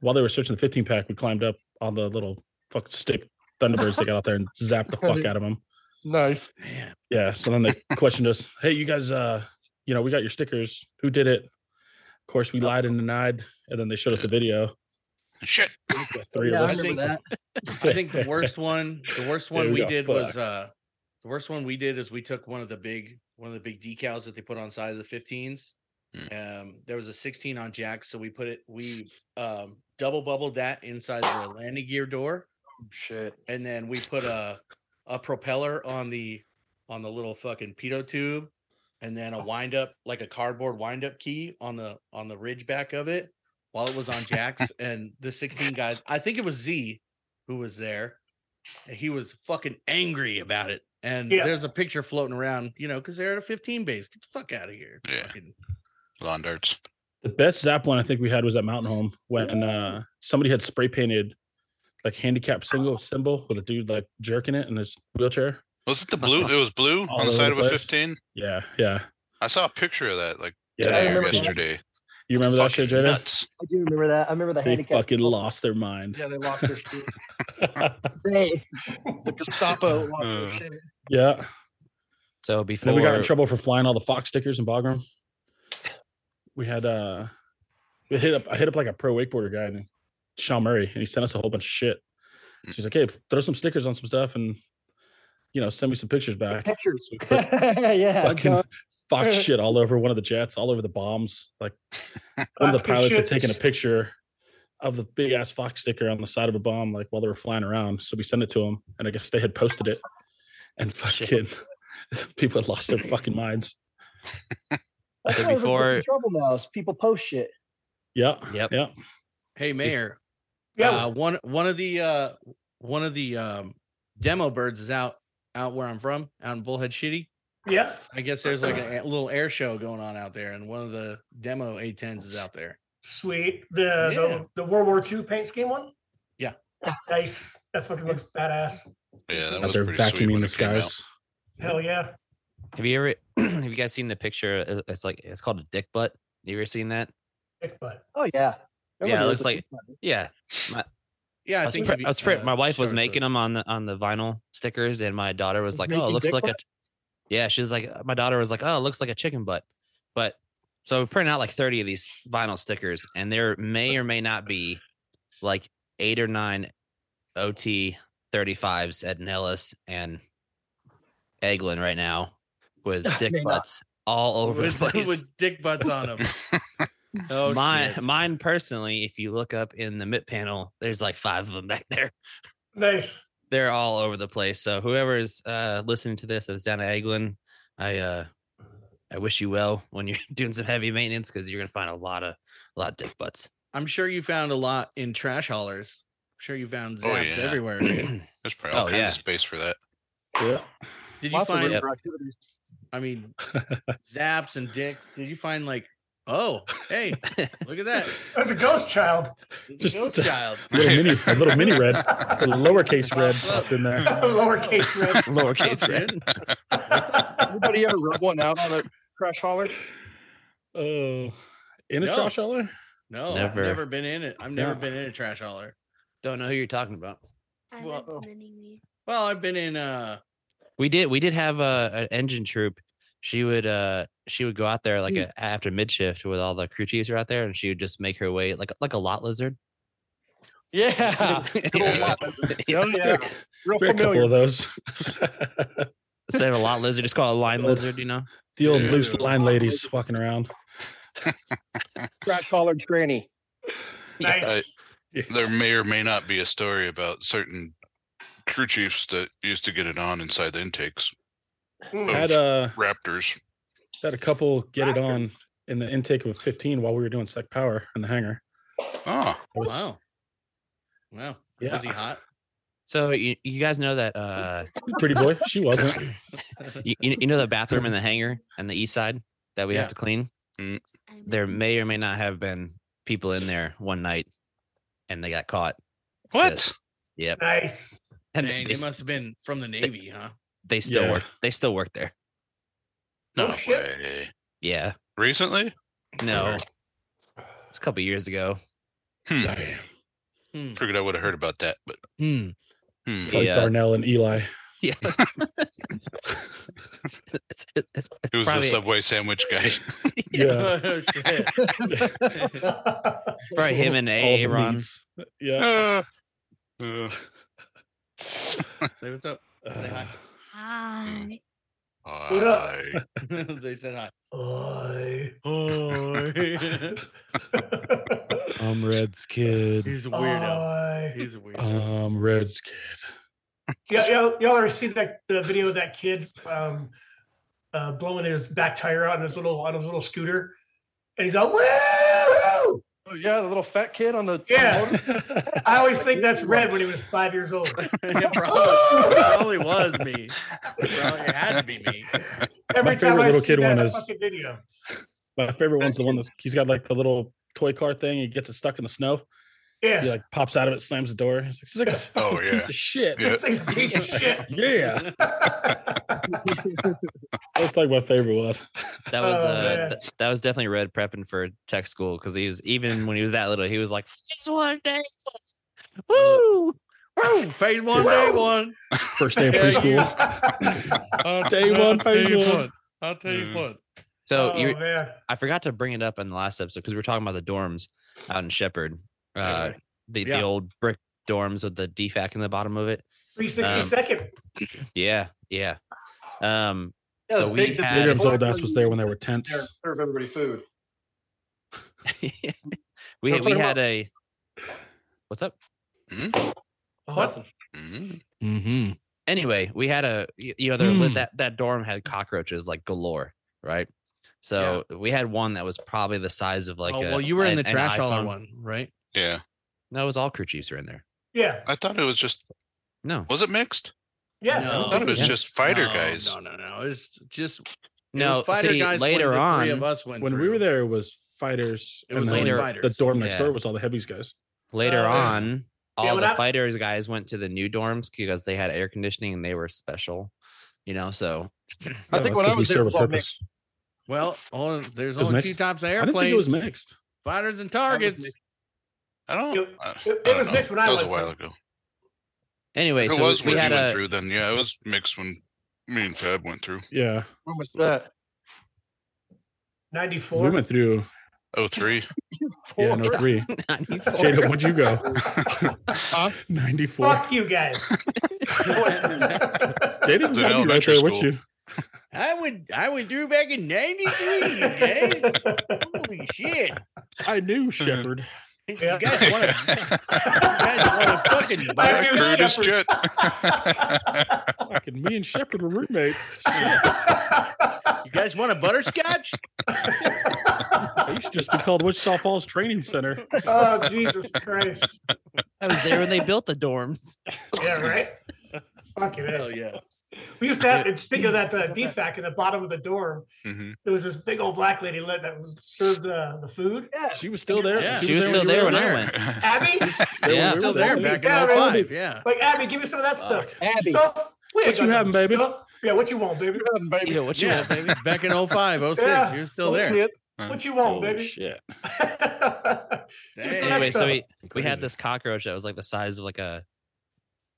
Speaker 3: while they were searching the 15 pack, we climbed up on the little fuck stick Thunderbirds they got out there and zapped the fuck out of them.
Speaker 7: nice.
Speaker 2: Man,
Speaker 3: Yeah. So then they questioned us, hey, you guys uh, you know, we got your stickers. Who did it? Of course, we lied and denied, and then they showed us the video.
Speaker 1: shit.
Speaker 3: The three
Speaker 7: Yeah, I
Speaker 3: of us.
Speaker 2: I
Speaker 7: remember
Speaker 2: think-
Speaker 7: that.
Speaker 2: I think the worst one, the worst
Speaker 3: Yeah,
Speaker 2: one
Speaker 3: we
Speaker 2: we
Speaker 3: got
Speaker 2: did was
Speaker 3: fucked.
Speaker 2: uh the worst one we did is we took one of the big one of the big decals that they put on side of the 15s. Um there was a 16 on Jack, so we put it we um double bubbled that inside the landing gear door
Speaker 7: Oh, Shit.
Speaker 2: and then we put a a propeller on the on the little fucking pedo tube and then a
Speaker 6: Oh.
Speaker 2: wind up like a cardboard wind up key on the on the ridge back of it while it was on jacks and the 16 guys i think it was z who was there and he was fucking angry about it and
Speaker 6: Yeah.
Speaker 2: there's a picture floating around you know because they're at a 15 base get the fuck out of here
Speaker 1: Yeah.
Speaker 2: Fucking-
Speaker 1: Lawn darts.
Speaker 3: The best zap one I think we had was at Mountain Home when uh, somebody had spray painted like handicap single symbol with a dude like jerking it in his wheelchair.
Speaker 1: Was it the blue? It was blue
Speaker 3: All
Speaker 1: on
Speaker 3: over
Speaker 1: the side
Speaker 3: the
Speaker 1: of a
Speaker 3: place.
Speaker 1: 15.
Speaker 3: Yeah, yeah,
Speaker 1: I saw a picture of that like
Speaker 3: yeah.
Speaker 1: today or
Speaker 7: remember that.
Speaker 1: yesterday.
Speaker 3: You remember that
Speaker 1: Fucking
Speaker 3: shit, Jada?
Speaker 1: Nuts.
Speaker 7: I do remember that. I remember the
Speaker 3: They
Speaker 7: handicap.
Speaker 3: fucking lost their mind.
Speaker 7: Yeah, they lost their shit. They, the Gestapo lost their
Speaker 1: Uh,
Speaker 7: shit.
Speaker 3: yeah. And
Speaker 4: So before
Speaker 3: then we got in trouble for flying all the fox stickers in Bagram. We had uh, we hit up. I hit up like a pro wakeboarder guy, and Sean Murray, and he sent us a whole bunch of shit. She's like, "Hey, throw some stickers on some stuff, and you know, send me some pictures back." So
Speaker 7: Pictures.
Speaker 3: we put
Speaker 7: yeah.
Speaker 3: fucking
Speaker 7: dog.
Speaker 3: fox shit all over one of the jets, all over the bombs. Like one of the
Speaker 6: Fox and
Speaker 3: pilots had
Speaker 6: shit.
Speaker 3: taken a picture of the big ass fox sticker on the side of a bomb, like while they were flying around. So we sent it to them, and I guess they had posted it. and fucking people had lost their fucking minds.
Speaker 7: That's
Speaker 4: So
Speaker 7: why everybody's
Speaker 4: before-
Speaker 7: in trouble now is people post shit.
Speaker 3: Yeah.
Speaker 4: Yep.
Speaker 3: Yeah.
Speaker 2: Hey, Mayor.
Speaker 6: Yeah.
Speaker 2: Uh, one one of the uh one of the um demo birds is out out where I'm from, out in Bullhead Shitty.
Speaker 6: yeah.
Speaker 2: I guess there's like a, a little air show going on out there, and one of the demo A10s is out there.
Speaker 6: Sweet.
Speaker 2: Yeah.
Speaker 6: The, the the World War II paint scheme one.
Speaker 2: Yeah.
Speaker 6: Nice. That fucking looks badass.
Speaker 1: Yeah, that
Speaker 3: Out
Speaker 1: was
Speaker 3: there
Speaker 1: pretty sweet
Speaker 3: vacuuming
Speaker 1: when
Speaker 3: the
Speaker 1: it came out.
Speaker 3: skies.
Speaker 6: Hell yeah.
Speaker 4: Have you ever? have you guys seen the picture? It- It's like it's called a dick butt. You ever seen that?
Speaker 6: Thick butt.
Speaker 7: Oh yeah.
Speaker 4: Yeah, it
Speaker 7: knows
Speaker 4: looks
Speaker 7: what
Speaker 4: like-
Speaker 7: people are.
Speaker 4: Yeah,
Speaker 2: Yeah,
Speaker 4: I,
Speaker 2: I,
Speaker 4: was,
Speaker 2: think
Speaker 4: pre-
Speaker 2: if you,
Speaker 4: I was pre-
Speaker 2: uh,
Speaker 4: my wife was
Speaker 2: showed
Speaker 4: making
Speaker 2: those.
Speaker 4: them on the on the vinyl stickers, and my daughter was
Speaker 7: Was
Speaker 4: like, "Oh, it
Speaker 7: making
Speaker 4: looks
Speaker 7: dick
Speaker 4: like a."
Speaker 7: butt?
Speaker 4: Yeah, she was like, my daughter was like, "Oh, it looks like a chicken butt," but so we printed out like thirty of these vinyl stickers, and there may or may not be like eight or nine OT thirty fives at Nellis and Eglin right now with dick
Speaker 7: May not.
Speaker 4: butts all over
Speaker 2: with,
Speaker 4: the place.
Speaker 2: with dick butts on them. Oh,
Speaker 4: mine,
Speaker 2: shit.
Speaker 4: mine personally, if you look up in the mid panel, there's like five of them back there.
Speaker 6: Nice.
Speaker 4: They're all over the place. So whoever is uh, listening to this, if it's down at Eglin, I uh, I wish you well when you're doing some heavy maintenance because you're gonna find a lot of a lot of dick butts.
Speaker 2: I'm sure you found a lot in trash haulers. I'm sure you found
Speaker 1: Oh,
Speaker 2: zaps
Speaker 1: yeah.
Speaker 2: everywhere.
Speaker 1: There's probably all
Speaker 4: Oh,
Speaker 1: kinds
Speaker 4: yeah.
Speaker 1: of space for that.
Speaker 3: Yeah.
Speaker 2: Did you
Speaker 7: Lots of room
Speaker 2: find?
Speaker 7: for activities.
Speaker 2: I mean, zaps and dicks. Did you find like? Oh, hey, look at that!
Speaker 6: That's a ghost child.
Speaker 2: It's
Speaker 3: Just-
Speaker 2: a ghost child.
Speaker 3: little mini, a little mini red, a lowercase
Speaker 2: Pops
Speaker 3: red
Speaker 2: up.
Speaker 3: popped in there.
Speaker 6: Lowercase red.
Speaker 4: Lowercase
Speaker 2: Okay.
Speaker 4: red.
Speaker 7: Anybody ever rub one out on a crash hauler?
Speaker 3: Oh, in a
Speaker 2: No.
Speaker 3: trash hauler?
Speaker 2: No,
Speaker 4: Never.
Speaker 2: I've never been in it. I've never
Speaker 3: No.
Speaker 2: been in a trash hauler.
Speaker 4: Don't know who you're talking about.
Speaker 8: I
Speaker 2: Well-
Speaker 8: love sending me.
Speaker 2: Well, I've been in uh
Speaker 4: We did we did have a an engine troop. She would uh she would go out there like a, after mid shift with all the crew chiefs are out there, and she would just make her way like like a lot lizard.
Speaker 7: Yeah. Good old
Speaker 1: Yeah.
Speaker 7: lot. Oh yeah. Real
Speaker 3: We had a couple
Speaker 7: familiar.
Speaker 3: of those.
Speaker 4: Instead of a lot lizard, just call it a line lizard. You know.
Speaker 3: the old
Speaker 1: Yeah.
Speaker 3: loose line ladies walking around.
Speaker 7: Crash hauler tranny.
Speaker 6: Nice.
Speaker 1: I-
Speaker 3: Yeah.
Speaker 1: There may or may not be a story about certain crew chiefs that used to get it on inside the intakes.
Speaker 6: Mm.
Speaker 1: Oh.
Speaker 3: Had uh,
Speaker 1: Raptors.
Speaker 3: had a couple get it on in the intake of 15 while we were doing sec power in the hangar.
Speaker 1: Oh,
Speaker 3: It was-
Speaker 2: wow. Wow.
Speaker 3: Yeah.
Speaker 2: Was he hot?
Speaker 4: So you, you guys know that uh
Speaker 3: Pretty boy. She wasn't.
Speaker 4: you, you you know the bathroom in the hangar and the east side that we
Speaker 2: Yeah.
Speaker 4: have to clean?
Speaker 8: I
Speaker 4: There
Speaker 8: know.
Speaker 4: may or may not have been people in there one night and they got caught.
Speaker 1: what?
Speaker 4: Yep.
Speaker 6: Nice.
Speaker 4: And
Speaker 2: Dang,
Speaker 4: they,
Speaker 2: they
Speaker 4: s-
Speaker 2: must have been from the Navy, huh?
Speaker 4: they still
Speaker 3: Yeah.
Speaker 4: work they still work there.
Speaker 1: No
Speaker 6: Oh, shit.
Speaker 1: way.
Speaker 4: Yeah.
Speaker 1: Recently?
Speaker 4: No. It's a couple years ago.
Speaker 1: Hmm.
Speaker 3: Damn.
Speaker 2: Hmm.
Speaker 1: Figured I would have heard about that, but
Speaker 2: Hmm.
Speaker 1: hmm.
Speaker 3: Probably
Speaker 4: Yeah.
Speaker 3: Darnell and Eli.
Speaker 4: Yeah. it's, it's, it's, it's
Speaker 1: it was the
Speaker 4: probably-
Speaker 1: Subway sandwich guy.
Speaker 3: Yeah.
Speaker 2: Oh, shit.
Speaker 4: it's probably him and
Speaker 3: All the
Speaker 4: Aaron.
Speaker 3: meats. Yeah.
Speaker 1: Uh, uh,
Speaker 2: Say what's up.
Speaker 3: Uh,
Speaker 2: Say hi.
Speaker 8: Hi.
Speaker 6: up?
Speaker 1: I-
Speaker 2: they said hi.
Speaker 6: Oi.
Speaker 2: Oh,
Speaker 3: I'm Red's kid.
Speaker 2: he's a
Speaker 7: Uh,
Speaker 2: weirdo.
Speaker 6: Oi.
Speaker 2: He's a weirdo.
Speaker 3: I'm Red's kid.
Speaker 6: Yeah, y'all, y'all ever seen that the video of that kid um, uh, blowing his back tire on his little on his little scooter, and he's all woo!
Speaker 7: Oh yeah, the little fat kid on the on the
Speaker 6: Yeah.
Speaker 7: motor-
Speaker 6: I always think that's Red when he was five years old.
Speaker 2: it probably, probably was me. Probably, it had to be me.
Speaker 6: Every time
Speaker 3: favorite
Speaker 6: I
Speaker 3: little
Speaker 6: see
Speaker 3: kid
Speaker 6: that
Speaker 3: one is-
Speaker 6: fucking video,
Speaker 3: My favorite one's the one that's he's got like the little toy car thing. He gets it stuck in the snow.
Speaker 6: yes,
Speaker 3: He like pops out of it, slams the door. He's like, "This is like a
Speaker 1: Oh,
Speaker 3: fucking
Speaker 1: yeah.
Speaker 3: piece of shit."
Speaker 1: Yeah.
Speaker 6: this thing's a piece of shit.
Speaker 3: Yeah, that's like my favorite one.
Speaker 4: That was
Speaker 6: Oh,
Speaker 4: uh,
Speaker 6: man.
Speaker 4: th- that was definitely Red prepping for tech school because he was even when he was that little, he was like, "Just one day, woo,
Speaker 2: Woo! Phase one, day one.
Speaker 3: First day of
Speaker 2: Yeah, you-
Speaker 3: preschool.
Speaker 2: I'll
Speaker 3: Day one, phase one.
Speaker 2: I'll tell you
Speaker 1: Mhm.
Speaker 2: what.
Speaker 4: So
Speaker 6: oh,
Speaker 4: you,
Speaker 6: man.
Speaker 4: I forgot to bring it up in the last episode because we were talking about the dorms out in Shepherd, uh, the
Speaker 2: Yeah.
Speaker 4: the old brick dorms with the defac in the bottom of it.
Speaker 6: 360
Speaker 4: Um,
Speaker 6: second.
Speaker 2: Mm.
Speaker 4: Yeah, yeah. Um,
Speaker 7: Yeah,
Speaker 4: So
Speaker 7: the
Speaker 4: we
Speaker 7: big- the
Speaker 4: had-
Speaker 7: big
Speaker 3: Miriam's old
Speaker 7: boy
Speaker 3: ass was there when there were tents.
Speaker 7: there to Serve everybody food. No,
Speaker 4: we we
Speaker 7: talking about-
Speaker 4: had a what's up?
Speaker 1: Mhm,
Speaker 7: Nothing.
Speaker 1: mhm.
Speaker 2: Mm-hmm.
Speaker 4: anyway, we had a y- you know there
Speaker 3: Hmm.
Speaker 4: lit that that dorm had cockroaches like galore, right? So we had one that was probably the size of like
Speaker 2: oh
Speaker 4: a,
Speaker 2: well, you were in
Speaker 4: an-
Speaker 2: the
Speaker 4: an
Speaker 2: trash hauler
Speaker 4: iPhone.
Speaker 2: one, right?
Speaker 1: Yeah.
Speaker 4: No, it was all crew chiefs were in there.
Speaker 6: Yeah.
Speaker 1: I thought it was just
Speaker 4: No,
Speaker 1: was it mixed?
Speaker 6: Yeah.
Speaker 2: No.
Speaker 1: I
Speaker 3: Oh,
Speaker 1: thought it was
Speaker 4: Yeah.
Speaker 1: just fighter
Speaker 2: No,
Speaker 1: guys.
Speaker 2: No, no, no. It's just it
Speaker 4: no.
Speaker 2: was fighter
Speaker 4: see,
Speaker 2: guys when
Speaker 4: later
Speaker 2: the
Speaker 4: on,
Speaker 2: three of us went
Speaker 3: when we
Speaker 2: through.
Speaker 3: were there, it was fighters.
Speaker 2: It
Speaker 3: and
Speaker 2: was
Speaker 3: then
Speaker 4: only
Speaker 3: The
Speaker 2: fighters.
Speaker 3: dorm next
Speaker 4: Yeah.
Speaker 3: door was all the heavies guys.
Speaker 4: later
Speaker 6: Oh, yeah.
Speaker 4: on, all
Speaker 6: Yeah, when
Speaker 4: the
Speaker 6: I-
Speaker 4: fighters guys went to the new dorms because they had air conditioning and they were special, you know. So
Speaker 7: I think when I was there, it was all mixed.
Speaker 2: Well, oh, there's
Speaker 3: It was
Speaker 2: only two
Speaker 3: mixed.
Speaker 2: types of
Speaker 3: I didn't think
Speaker 2: airplanes:
Speaker 3: it was mixed.
Speaker 2: fighters and targets.
Speaker 7: mixed.
Speaker 1: I don't. uh,
Speaker 6: It-
Speaker 1: I-
Speaker 6: it-
Speaker 1: I
Speaker 6: it
Speaker 1: don't
Speaker 6: was
Speaker 1: know.
Speaker 6: mixed when I
Speaker 1: That was a
Speaker 6: went
Speaker 1: while ago.
Speaker 4: anyway,
Speaker 1: If it
Speaker 4: so
Speaker 1: was
Speaker 4: we
Speaker 1: when you
Speaker 4: had
Speaker 1: went
Speaker 4: a
Speaker 1: through. Then yeah, it was mixed when me and Fab went through.
Speaker 3: Yeah,
Speaker 7: When was that?
Speaker 6: 94.
Speaker 3: we went through.
Speaker 1: Oh three.
Speaker 3: Yeah, no
Speaker 7: Four.
Speaker 3: three.
Speaker 4: 94.
Speaker 3: Jada, where'd you go?
Speaker 7: Huh?
Speaker 3: Ninety four.
Speaker 6: Fuck you guys.
Speaker 1: It's
Speaker 3: Jada was
Speaker 1: an
Speaker 3: gotta be right
Speaker 1: elementary
Speaker 3: there with
Speaker 1: school.
Speaker 3: you.
Speaker 2: I would, I went through back in '93. guys. Holy shit!
Speaker 3: I knew Shepard.
Speaker 6: Yeah.
Speaker 2: You guys want to? guys want to fucking?
Speaker 6: I knew
Speaker 1: Crude as
Speaker 6: Shepard.
Speaker 1: shit.
Speaker 3: Fucking me and Shepard were roommates.
Speaker 2: You guys want a butterscotch?
Speaker 3: I used to just be called Wichita Falls Training Center.
Speaker 6: oh Jesus Christ!
Speaker 4: I was there when they built the dorms.
Speaker 6: Yeah, right. Fucking hell.
Speaker 7: Oh,
Speaker 2: Hell yeah!
Speaker 6: We used to have. And speaking of that uh, defac in the bottom of the dorm,
Speaker 1: hmm
Speaker 6: there was this big old black lady lit that was served uh, the food. Yeah,
Speaker 3: She was still there.
Speaker 2: Yeah.
Speaker 4: She was still
Speaker 3: you
Speaker 4: there
Speaker 3: were
Speaker 4: when I went.
Speaker 6: Abby.
Speaker 3: There
Speaker 4: Yeah.
Speaker 3: was-
Speaker 2: Still there back in
Speaker 6: Yeah, right.
Speaker 2: 05, Yeah.
Speaker 6: Like Abby, give me some of that stuff.
Speaker 7: Abby.
Speaker 6: Stuff. We ain't
Speaker 3: What you
Speaker 6: got no
Speaker 3: having, baby?
Speaker 6: stuff. Yeah, what you want, baby?
Speaker 4: Yeah, what you
Speaker 2: Yeah,
Speaker 4: want?
Speaker 2: baby. Back in 05, 06,
Speaker 6: Yeah.
Speaker 2: you're still
Speaker 6: What
Speaker 2: there.
Speaker 6: you- What you want,
Speaker 3: Holy
Speaker 6: baby?
Speaker 3: Oh, shit.
Speaker 2: Dang.
Speaker 6: Some
Speaker 4: Anyway, so
Speaker 6: extra.
Speaker 4: we, we
Speaker 3: Crazy.
Speaker 4: had this cockroach that was like the size of like a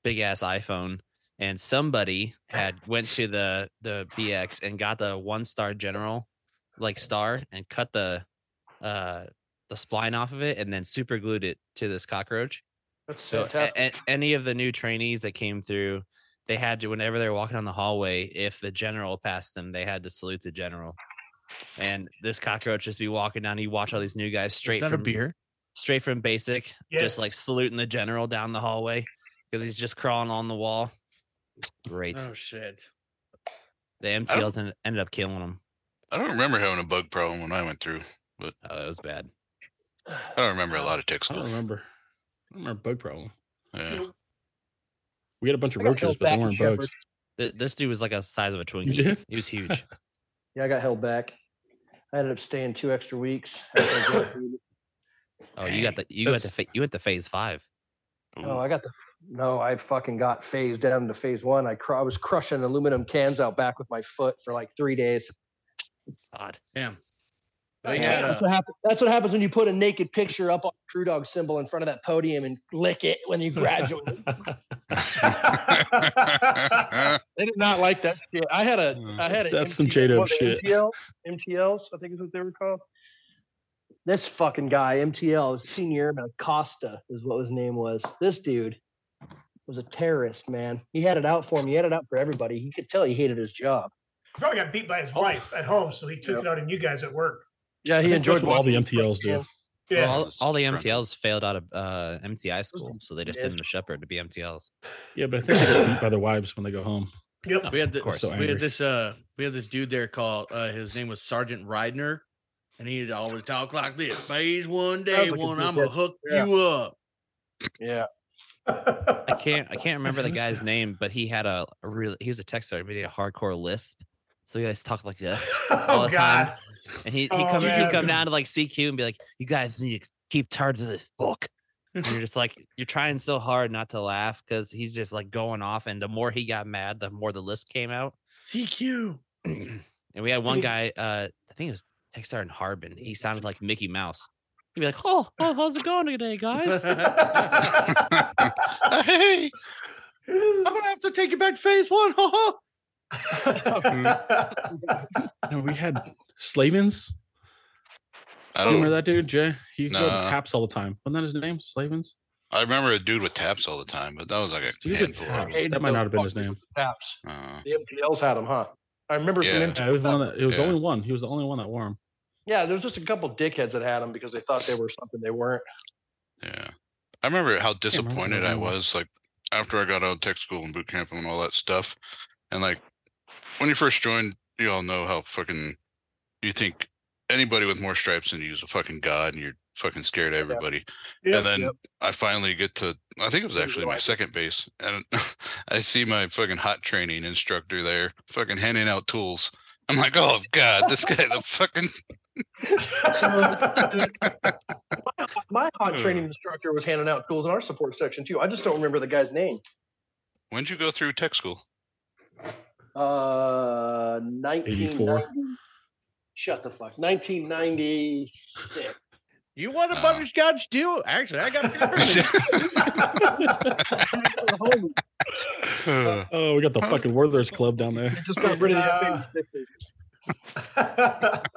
Speaker 4: big ass iPhone, and somebody had went to the the BX and got the one star general, like star, and cut the uh the spline off of it, and then super glued it to this cockroach.
Speaker 7: That's
Speaker 4: So eh, a-
Speaker 7: fantastic.
Speaker 4: a- any of the new trainees that came through, they had to whenever they were walking on the hallway, if the general passed them, they had to salute the general. And this cockroach just be walking down. You watch all these new guys straight
Speaker 2: Is that a
Speaker 4: from
Speaker 2: beer?
Speaker 4: straight from basic, just like
Speaker 6: Yes.
Speaker 4: saluting the general down the hallway because he's just crawling on the wall. Great.
Speaker 2: Oh shit!
Speaker 4: the MTLs en- ended up killing him.
Speaker 1: I don't remember having a bug problem when I went through.
Speaker 4: Oh, that was bad.
Speaker 1: I don't remember a lot of tech
Speaker 3: I
Speaker 1: school.
Speaker 3: don't remember. I don't remember bug problem.
Speaker 1: Yeah.
Speaker 3: We had a bunch
Speaker 7: I
Speaker 3: of
Speaker 7: got
Speaker 3: roaches,
Speaker 7: held
Speaker 3: but they
Speaker 7: back in
Speaker 3: weren't
Speaker 7: Shepard.
Speaker 3: bugs.
Speaker 4: Th- this dude was like a size of a Twinkie.
Speaker 3: did?
Speaker 4: He was huge.
Speaker 7: Yeah, I got held back. I ended up staying two extra weeks. after I graduated.
Speaker 4: Oh, you got the you got the
Speaker 3: That's-
Speaker 4: fa- you went to phase five.
Speaker 6: Oh,
Speaker 7: no, I got the no. I fucking got phased down into phase one. I cr- I was crushing aluminum cans out back with my foot for like three days.
Speaker 4: God.
Speaker 2: They
Speaker 7: Yeah,
Speaker 2: had
Speaker 7: that's,
Speaker 2: a,
Speaker 7: what happens, that's what happens when you put a naked picture up on the True Dog symbol in front of that podium and lick it when you graduate. they did not like that shit. I had a, I had a.
Speaker 3: That's some
Speaker 7: MTL
Speaker 3: J-Dub
Speaker 7: what are they,
Speaker 3: shit.
Speaker 7: MTL, MTLs, I think is what they were called. This fucking guy, MTL, was senior airman Costa, is what his name was. This dude was a terrorist, man. He had it out for him. He had it out for everybody. He could tell he hated his job.
Speaker 6: Probably got beat by his wife at home, so he took it out on you guys at work.
Speaker 7: Yeah, he
Speaker 3: That's
Speaker 7: enjoyed
Speaker 3: what all the
Speaker 7: watching people
Speaker 3: MTLs do.
Speaker 7: stand
Speaker 4: Well,
Speaker 6: Yeah.
Speaker 4: all,
Speaker 1: that's
Speaker 4: all the
Speaker 1: correct.
Speaker 4: MTLs failed out of uh, MTI school, so they just
Speaker 7: Yeah.
Speaker 4: sent them to Shepherd to be MTLs.
Speaker 3: Yeah, but I think they get beat by their wives when they go home.
Speaker 6: Yep.
Speaker 2: we had
Speaker 4: Of course.
Speaker 2: this,
Speaker 3: So
Speaker 2: we
Speaker 3: angry.
Speaker 2: had this, uh, we had this dude there called, uh, his name was Sergeant Ridner, and he'd always talk like this: "Phase one, day
Speaker 7: like a
Speaker 2: one,
Speaker 7: dude
Speaker 2: I'm gonna
Speaker 7: that-
Speaker 2: hook
Speaker 7: yeah.
Speaker 2: you up."
Speaker 7: Yeah.
Speaker 6: Oh,
Speaker 4: I can't I can't remember the
Speaker 3: who's
Speaker 4: guy's name, but he had a, a really he was a texter, but he had a hardcore lisp. So he guys talk like this. all
Speaker 6: oh
Speaker 4: the time.
Speaker 6: God.
Speaker 4: And he he
Speaker 6: Oh,
Speaker 4: come he
Speaker 6: man.
Speaker 4: come down to like CQ and be like, "You guys need to keep turns of this book." And you're just like you're trying so hard not to laugh because he's just like going off. And the more he got mad, the more the list came out.
Speaker 2: CQ.
Speaker 4: And we had one guy, uh, I think it was Texar and Harbin. He sounded like Mickey Mouse. He'd be like, "Oh, oh how's it going today, guys?"
Speaker 2: hey, I'm gonna have to take you back to phase one. Ha ha.
Speaker 3: No, we had Slavins.
Speaker 1: I
Speaker 3: You remember
Speaker 1: don't.
Speaker 3: that dude, Jay? He go
Speaker 1: Nah.
Speaker 3: to taps all the time. Wasn't that his name? Slavins?
Speaker 1: I remember a dude with taps all the time, but that was like a
Speaker 3: Dude with
Speaker 1: handful. Of
Speaker 3: taps.
Speaker 1: them.
Speaker 7: Hated
Speaker 3: That might not
Speaker 7: those
Speaker 3: have been his
Speaker 7: fuckers
Speaker 3: name.
Speaker 7: with the Taps.
Speaker 1: Uh,
Speaker 7: The MTLs had them, huh? I remember
Speaker 1: Yeah.
Speaker 7: some MTLs.
Speaker 3: Yeah, it was one of the, it was the
Speaker 1: Yeah.
Speaker 3: only one. He was the only one that wore him.
Speaker 7: Yeah, there was just a couple dickheads that had them because they thought they were something they weren't.
Speaker 1: yeah. I remember how disappointed I
Speaker 3: name.
Speaker 1: was. Like after I got out of tech school and boot camp and all that stuff, and like when you first joined, you all know how fucking you think anybody with more stripes than you is a fucking god, and you're fucking scared of everybody.
Speaker 6: Yep,
Speaker 1: and then I finally get to I think it was actually my second base and I see my fucking hot training instructor there fucking handing out tools. I'm like, oh god, this guy the fucking
Speaker 7: So- My hot
Speaker 3: Hmm.
Speaker 7: training instructor was handing out tools in our support section too. I just don't remember the guy's name.
Speaker 1: when'd you go through tech school?
Speaker 7: Uh, 1990. Shut the fuck. 1996.
Speaker 2: You want a
Speaker 1: No.
Speaker 2: butterscotch too? Actually, I got peppermint.
Speaker 1: Uh,
Speaker 3: Oh, we got the fucking Werther's Club down there.
Speaker 7: I just got rid of that big stick.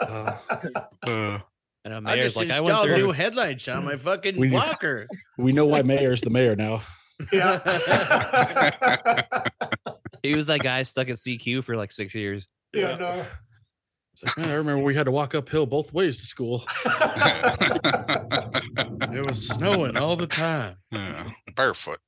Speaker 1: uh,
Speaker 4: And the
Speaker 2: I
Speaker 4: mayor's
Speaker 2: just
Speaker 4: like, I went
Speaker 2: installed new
Speaker 4: through.
Speaker 2: headlights on my fucking
Speaker 3: We-
Speaker 2: walker.
Speaker 3: We know why mayor's the mayor now.
Speaker 6: yeah.
Speaker 4: He was that guy stuck at CQ for like six years.
Speaker 6: yeah, no.
Speaker 3: It's like, man, I remember we had to walk uphill both ways to school.
Speaker 2: It was snowing all the time.
Speaker 1: yeah, barefoot.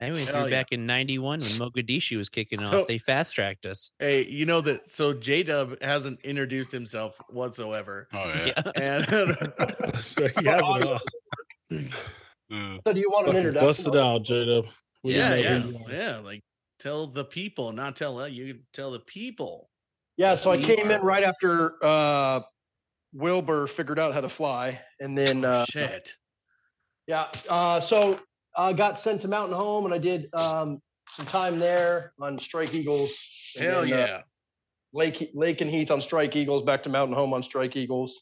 Speaker 4: And we
Speaker 2: Hell
Speaker 4: threw
Speaker 2: yeah.
Speaker 4: back in '91 when Mogadishu was kicking
Speaker 2: So-
Speaker 4: off. They fast tracked us.
Speaker 2: Hey, you know that? So J Dub hasn't introduced himself whatsoever,
Speaker 1: Oh yeah.
Speaker 2: and
Speaker 3: So he has it all.
Speaker 1: Uh,
Speaker 7: So do you want an
Speaker 3: Fucking Bust
Speaker 7: introduction?
Speaker 3: it out, Jada. We
Speaker 2: yeah,
Speaker 3: didn't
Speaker 2: yeah,
Speaker 3: know who you
Speaker 2: yeah. Like tell the people, not tell uh, you. Tell the people.
Speaker 7: Yeah, so I
Speaker 2: You
Speaker 7: came in
Speaker 2: are-
Speaker 7: right after uh, Wilbur figured out how to fly, and then uh,
Speaker 2: Oh, Shit.
Speaker 7: yeah, uh, so I got sent to Mountain Home, and I did um, some time there on Strike Eagles. and
Speaker 2: Hell
Speaker 7: then, uh,
Speaker 2: yeah.
Speaker 7: Lake Lake and Heath on Strike Eagles, back to Mountain Home on Strike Eagles.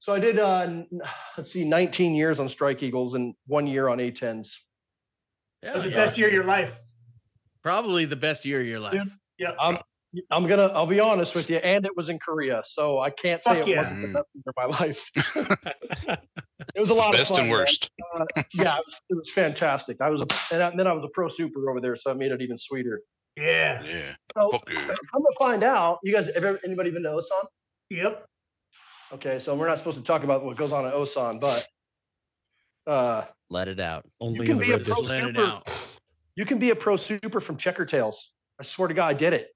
Speaker 7: So I did uh, n- let's see, 19 years on Strike Eagles and one year on A10s.
Speaker 6: That was
Speaker 2: Hell
Speaker 6: the
Speaker 2: yeah.
Speaker 6: best year of your life.
Speaker 2: Probably the best year of your life.
Speaker 6: Dude, Yeah.
Speaker 7: I'm gonna I'll be honest with you, and it was in Korea, so I can't say
Speaker 6: Fuck
Speaker 7: it
Speaker 6: yeah.
Speaker 7: wasn't the best year of my life.
Speaker 3: are.
Speaker 7: It was a lot
Speaker 1: Best
Speaker 7: of fun.
Speaker 1: and
Speaker 7: man.
Speaker 1: worst.
Speaker 7: yeah, it was, it was fantastic. I was a, and, I, then I was a pro super over there, so it made it even sweeter.
Speaker 6: Yeah.
Speaker 1: Yeah.
Speaker 7: So
Speaker 1: Fuck you.
Speaker 7: I'm gonna find out. You guys, have ever, anybody been to Osan?
Speaker 6: Yep.
Speaker 7: Okay, so we're not supposed to talk about what goes on at Osan, but uh,
Speaker 4: Let it out.
Speaker 3: Only
Speaker 7: can
Speaker 3: in the
Speaker 7: be a
Speaker 3: red
Speaker 7: pro
Speaker 2: Just
Speaker 3: district.
Speaker 2: let it out.
Speaker 7: super- you can be a pro super from Checker Tails. I swear to God, I did it.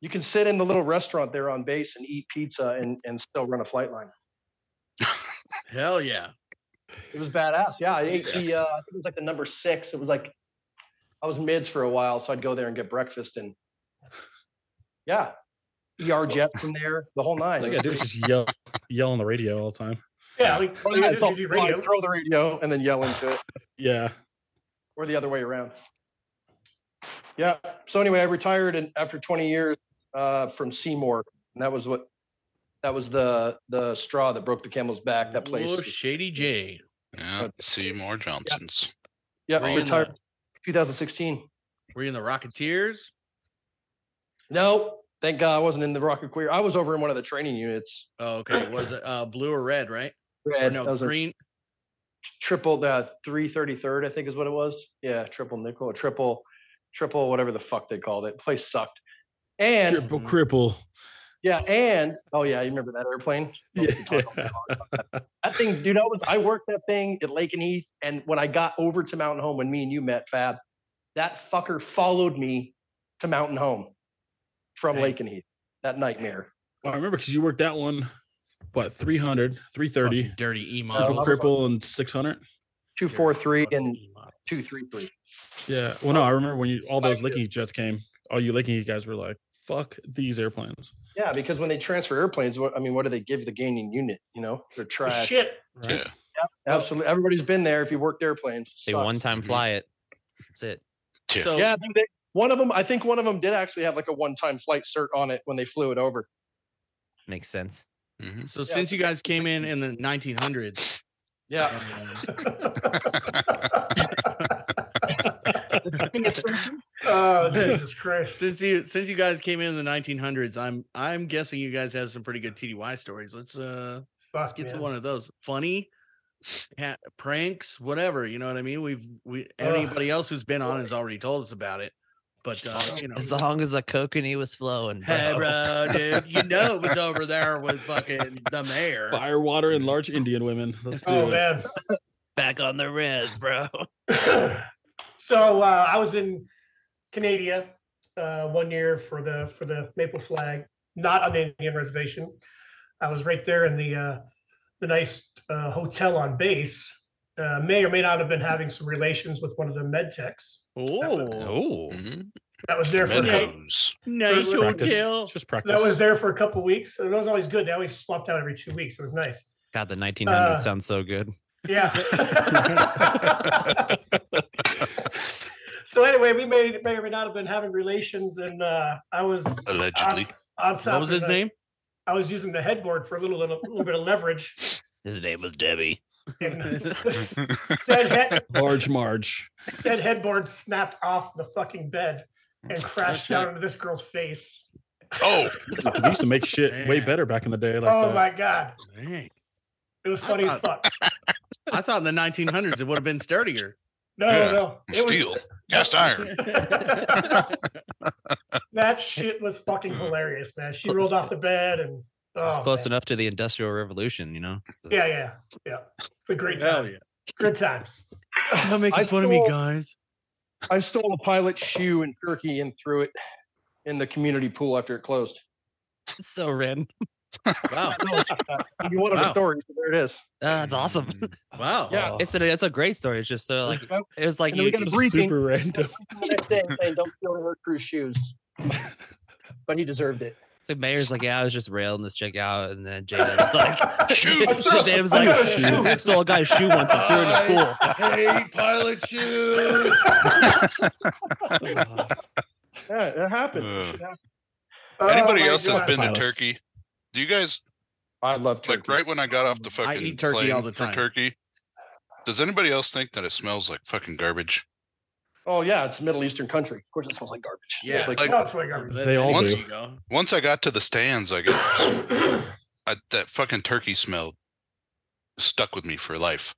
Speaker 7: You can sit in the little restaurant there on base and eat pizza and, and still run a flight line.
Speaker 2: Hell yeah.
Speaker 7: It was badass. Yeah, I ate the. Uh, I think it was like the number six. It was like I was mids for a while, so I'd go there and get breakfast and yeah, ER jet from there, the whole
Speaker 3: All
Speaker 7: nine.
Speaker 3: I Oh. gotta do is just yell, yell on the radio all the time.
Speaker 6: Yeah. Like,
Speaker 7: Oh,
Speaker 6: all
Speaker 7: yeah,
Speaker 6: you gotta
Speaker 7: it's
Speaker 6: do
Speaker 7: all
Speaker 6: is do
Speaker 7: fly,
Speaker 6: radio.
Speaker 7: throw the radio and then yell into it,
Speaker 3: Yeah,
Speaker 7: or the other way around. Yeah. So anyway, I retired and after 20 years uh, from Seymour, and that was what that was the the straw that broke the camel's back. That place.
Speaker 2: Oh, Shady J.
Speaker 1: Yeah. Seymour Johnson's.
Speaker 7: yeah,
Speaker 2: Were you, in
Speaker 7: retired
Speaker 2: the,
Speaker 7: 2016.
Speaker 2: were you in the Rocketeers?
Speaker 7: No, thank God I wasn't in the Rocket Queer. I was over in one of the training units.
Speaker 2: Oh, okay. Was it uh, blue or red, right? Or
Speaker 7: Red, that
Speaker 2: no,
Speaker 7: was a
Speaker 2: green.
Speaker 7: triple, uh, 333rd, I think is what it was. Yeah, triple nickel, triple, triple, whatever the fuck they called it. Place sucked. And
Speaker 3: triple cripple.
Speaker 7: yeah, and oh yeah, you remember that airplane? Oh, we
Speaker 3: Yeah,
Speaker 7: can talk about that. That thing, dude, I was I worked that thing at Lake and Heath, and when I got over to Mountain Home, when me and you met, Fab, that fucker followed me to Mountain Home from
Speaker 2: Dang.
Speaker 7: Lake and Heath. That nightmare.
Speaker 3: Well, I remember because you worked that one, what 300, 330,
Speaker 2: Fucking dirty emo.
Speaker 3: triple
Speaker 7: Oh,
Speaker 3: cripple, and six hundred.
Speaker 7: Two four three and two three three.
Speaker 3: Yeah. Well, no, I remember when you all those Licking jets came. All you Licking guys were like, "Fuck these airplanes."
Speaker 7: Yeah, because when they transfer airplanes, what I mean, what do they give the gaining unit? You know, they're trash.
Speaker 6: Shit.
Speaker 3: Right?
Speaker 1: Yeah.
Speaker 7: Absolutely, everybody's been there. If you worked airplanes,
Speaker 4: They
Speaker 7: Sucks.
Speaker 4: one
Speaker 2: Mm-hmm.
Speaker 4: time
Speaker 1: Mhm.
Speaker 4: fly it. That's it.
Speaker 1: Yeah.
Speaker 2: So
Speaker 7: Yeah, dude, they, one of them. I think one of them did actually have like a one-time flight cert on it when they flew it over.
Speaker 4: Makes sense.
Speaker 1: Mhm.
Speaker 2: So since you guys came in in the 1900s,
Speaker 7: Yeah,
Speaker 2: um,
Speaker 6: oh, Jesus Christ.
Speaker 2: since you since you guys came in in the 1900s, I'm I'm guessing you guys have some pretty good TDY stories. Let's uh let's
Speaker 6: Fuck,
Speaker 2: get to
Speaker 6: man.
Speaker 2: one of those funny ha- pranks, whatever. You know what I mean? We've we
Speaker 6: Ugh.
Speaker 2: anybody else who's been on has already told us about it, but uh, you know.
Speaker 4: As long as the coconut was flowing.
Speaker 2: Hey bro, dude, you know it was over there with fucking the mayor.
Speaker 3: Fire, water, and large Indian women. Let's do
Speaker 6: Oh,
Speaker 3: it.
Speaker 6: man.
Speaker 4: Back on the res, bro.
Speaker 6: So uh, I was in Canada uh, one year for the for the Maple Flag, not on the Indian reservation. I was right there in the uh, the nice uh, hotel on base. Uh, may or may not have been having some relations with one of the med techs
Speaker 2: Oh,
Speaker 4: Oh,
Speaker 1: Mhm.
Speaker 6: that was there for
Speaker 1: Meadows.
Speaker 2: nice
Speaker 6: Just
Speaker 3: practice.
Speaker 2: hotel.
Speaker 3: It's just practice.
Speaker 6: that was there for a couple weeks. That was always good. They always swapped out every two weeks. It was nice.
Speaker 4: God, the 1900s
Speaker 6: Uh,
Speaker 2: Ah.
Speaker 4: sounds so good.
Speaker 6: Yeah. so anyway, we may may or may not have been having relations, and uh, I was on-
Speaker 1: Allegedly.
Speaker 6: on top
Speaker 2: What was
Speaker 6: of
Speaker 2: his
Speaker 6: the-
Speaker 2: name?
Speaker 6: I was using the headboard for a little little, little bit of leverage.
Speaker 4: His name was Debbie.
Speaker 6: And Uh, said, head,
Speaker 3: Large Marge.
Speaker 6: said headboard snapped off the fucking bed and crashed down into this girl's face.
Speaker 1: oh,
Speaker 3: Because they used to make shit way
Speaker 2: Man.
Speaker 3: better back in the day. Like
Speaker 6: oh
Speaker 3: that.
Speaker 6: my god,
Speaker 2: Dang.
Speaker 6: it was
Speaker 2: I
Speaker 6: funny as fuck.
Speaker 2: I thought in the 1900s it would have been sturdier.
Speaker 6: No,
Speaker 1: Yeah,
Speaker 6: no, it was-
Speaker 1: steel, cast iron.
Speaker 6: that shit was fucking hilarious, man. She rolled off the bed and
Speaker 4: It was
Speaker 6: oh,
Speaker 4: close
Speaker 6: man.
Speaker 4: enough to the Industrial Revolution, you know?
Speaker 6: Yeah, yeah, yeah. It's a great time.
Speaker 2: yeah.
Speaker 6: Good times.
Speaker 2: Not making
Speaker 7: I
Speaker 2: fun of me,
Speaker 7: thought-
Speaker 2: guys.
Speaker 7: I stole a pilot's shoe in Turkey and threw it in the community pool after it closed.
Speaker 4: It's so random.
Speaker 2: Wow.
Speaker 7: You wanted
Speaker 2: Wow.
Speaker 7: a story, so there it is.
Speaker 1: Ah,
Speaker 4: Uh, that's awesome.
Speaker 2: Wow.
Speaker 7: Yeah.
Speaker 4: It's a it's a great story. It's just so like
Speaker 7: Well,
Speaker 4: it was like
Speaker 7: And then
Speaker 4: you,
Speaker 7: we got
Speaker 4: you-
Speaker 7: a briefing.
Speaker 3: Super random.
Speaker 7: the next day saying, "Don't steal her crew's shoes," but he deserved it.
Speaker 4: so Mayor's like, yeah, I was just railing this chick out, and then Jacob's like,
Speaker 1: Shoot.
Speaker 4: Jacob's
Speaker 6: I
Speaker 4: like,
Speaker 6: got a shoe.
Speaker 4: "I stole a guy's shoe once and threw it in the pool.
Speaker 2: I hate pilot shoes.
Speaker 7: Yeah, it happened.
Speaker 1: Uh,
Speaker 7: Shit happened.
Speaker 1: Anybody
Speaker 6: Oh my
Speaker 1: else that's
Speaker 6: God.
Speaker 1: been to
Speaker 3: Pilots.
Speaker 1: Turkey? Do you guys
Speaker 7: I love turkey.
Speaker 1: Uh, like right when I got off the fucking
Speaker 2: I eat turkey
Speaker 1: plane
Speaker 2: all the
Speaker 1: for
Speaker 2: time.
Speaker 1: Turkey? Does anybody else think that it smells like fucking garbage?
Speaker 7: Oh yeah, it's a Middle Eastern country. Of course, it smells like garbage.
Speaker 2: Yeah.
Speaker 7: It's like,
Speaker 1: Like-
Speaker 6: Oh, it's like garbage.
Speaker 3: They all
Speaker 2: Once
Speaker 3: do.
Speaker 2: you go.
Speaker 1: Once I got to the stands, I got I, that fucking turkey smell stuck with me for life.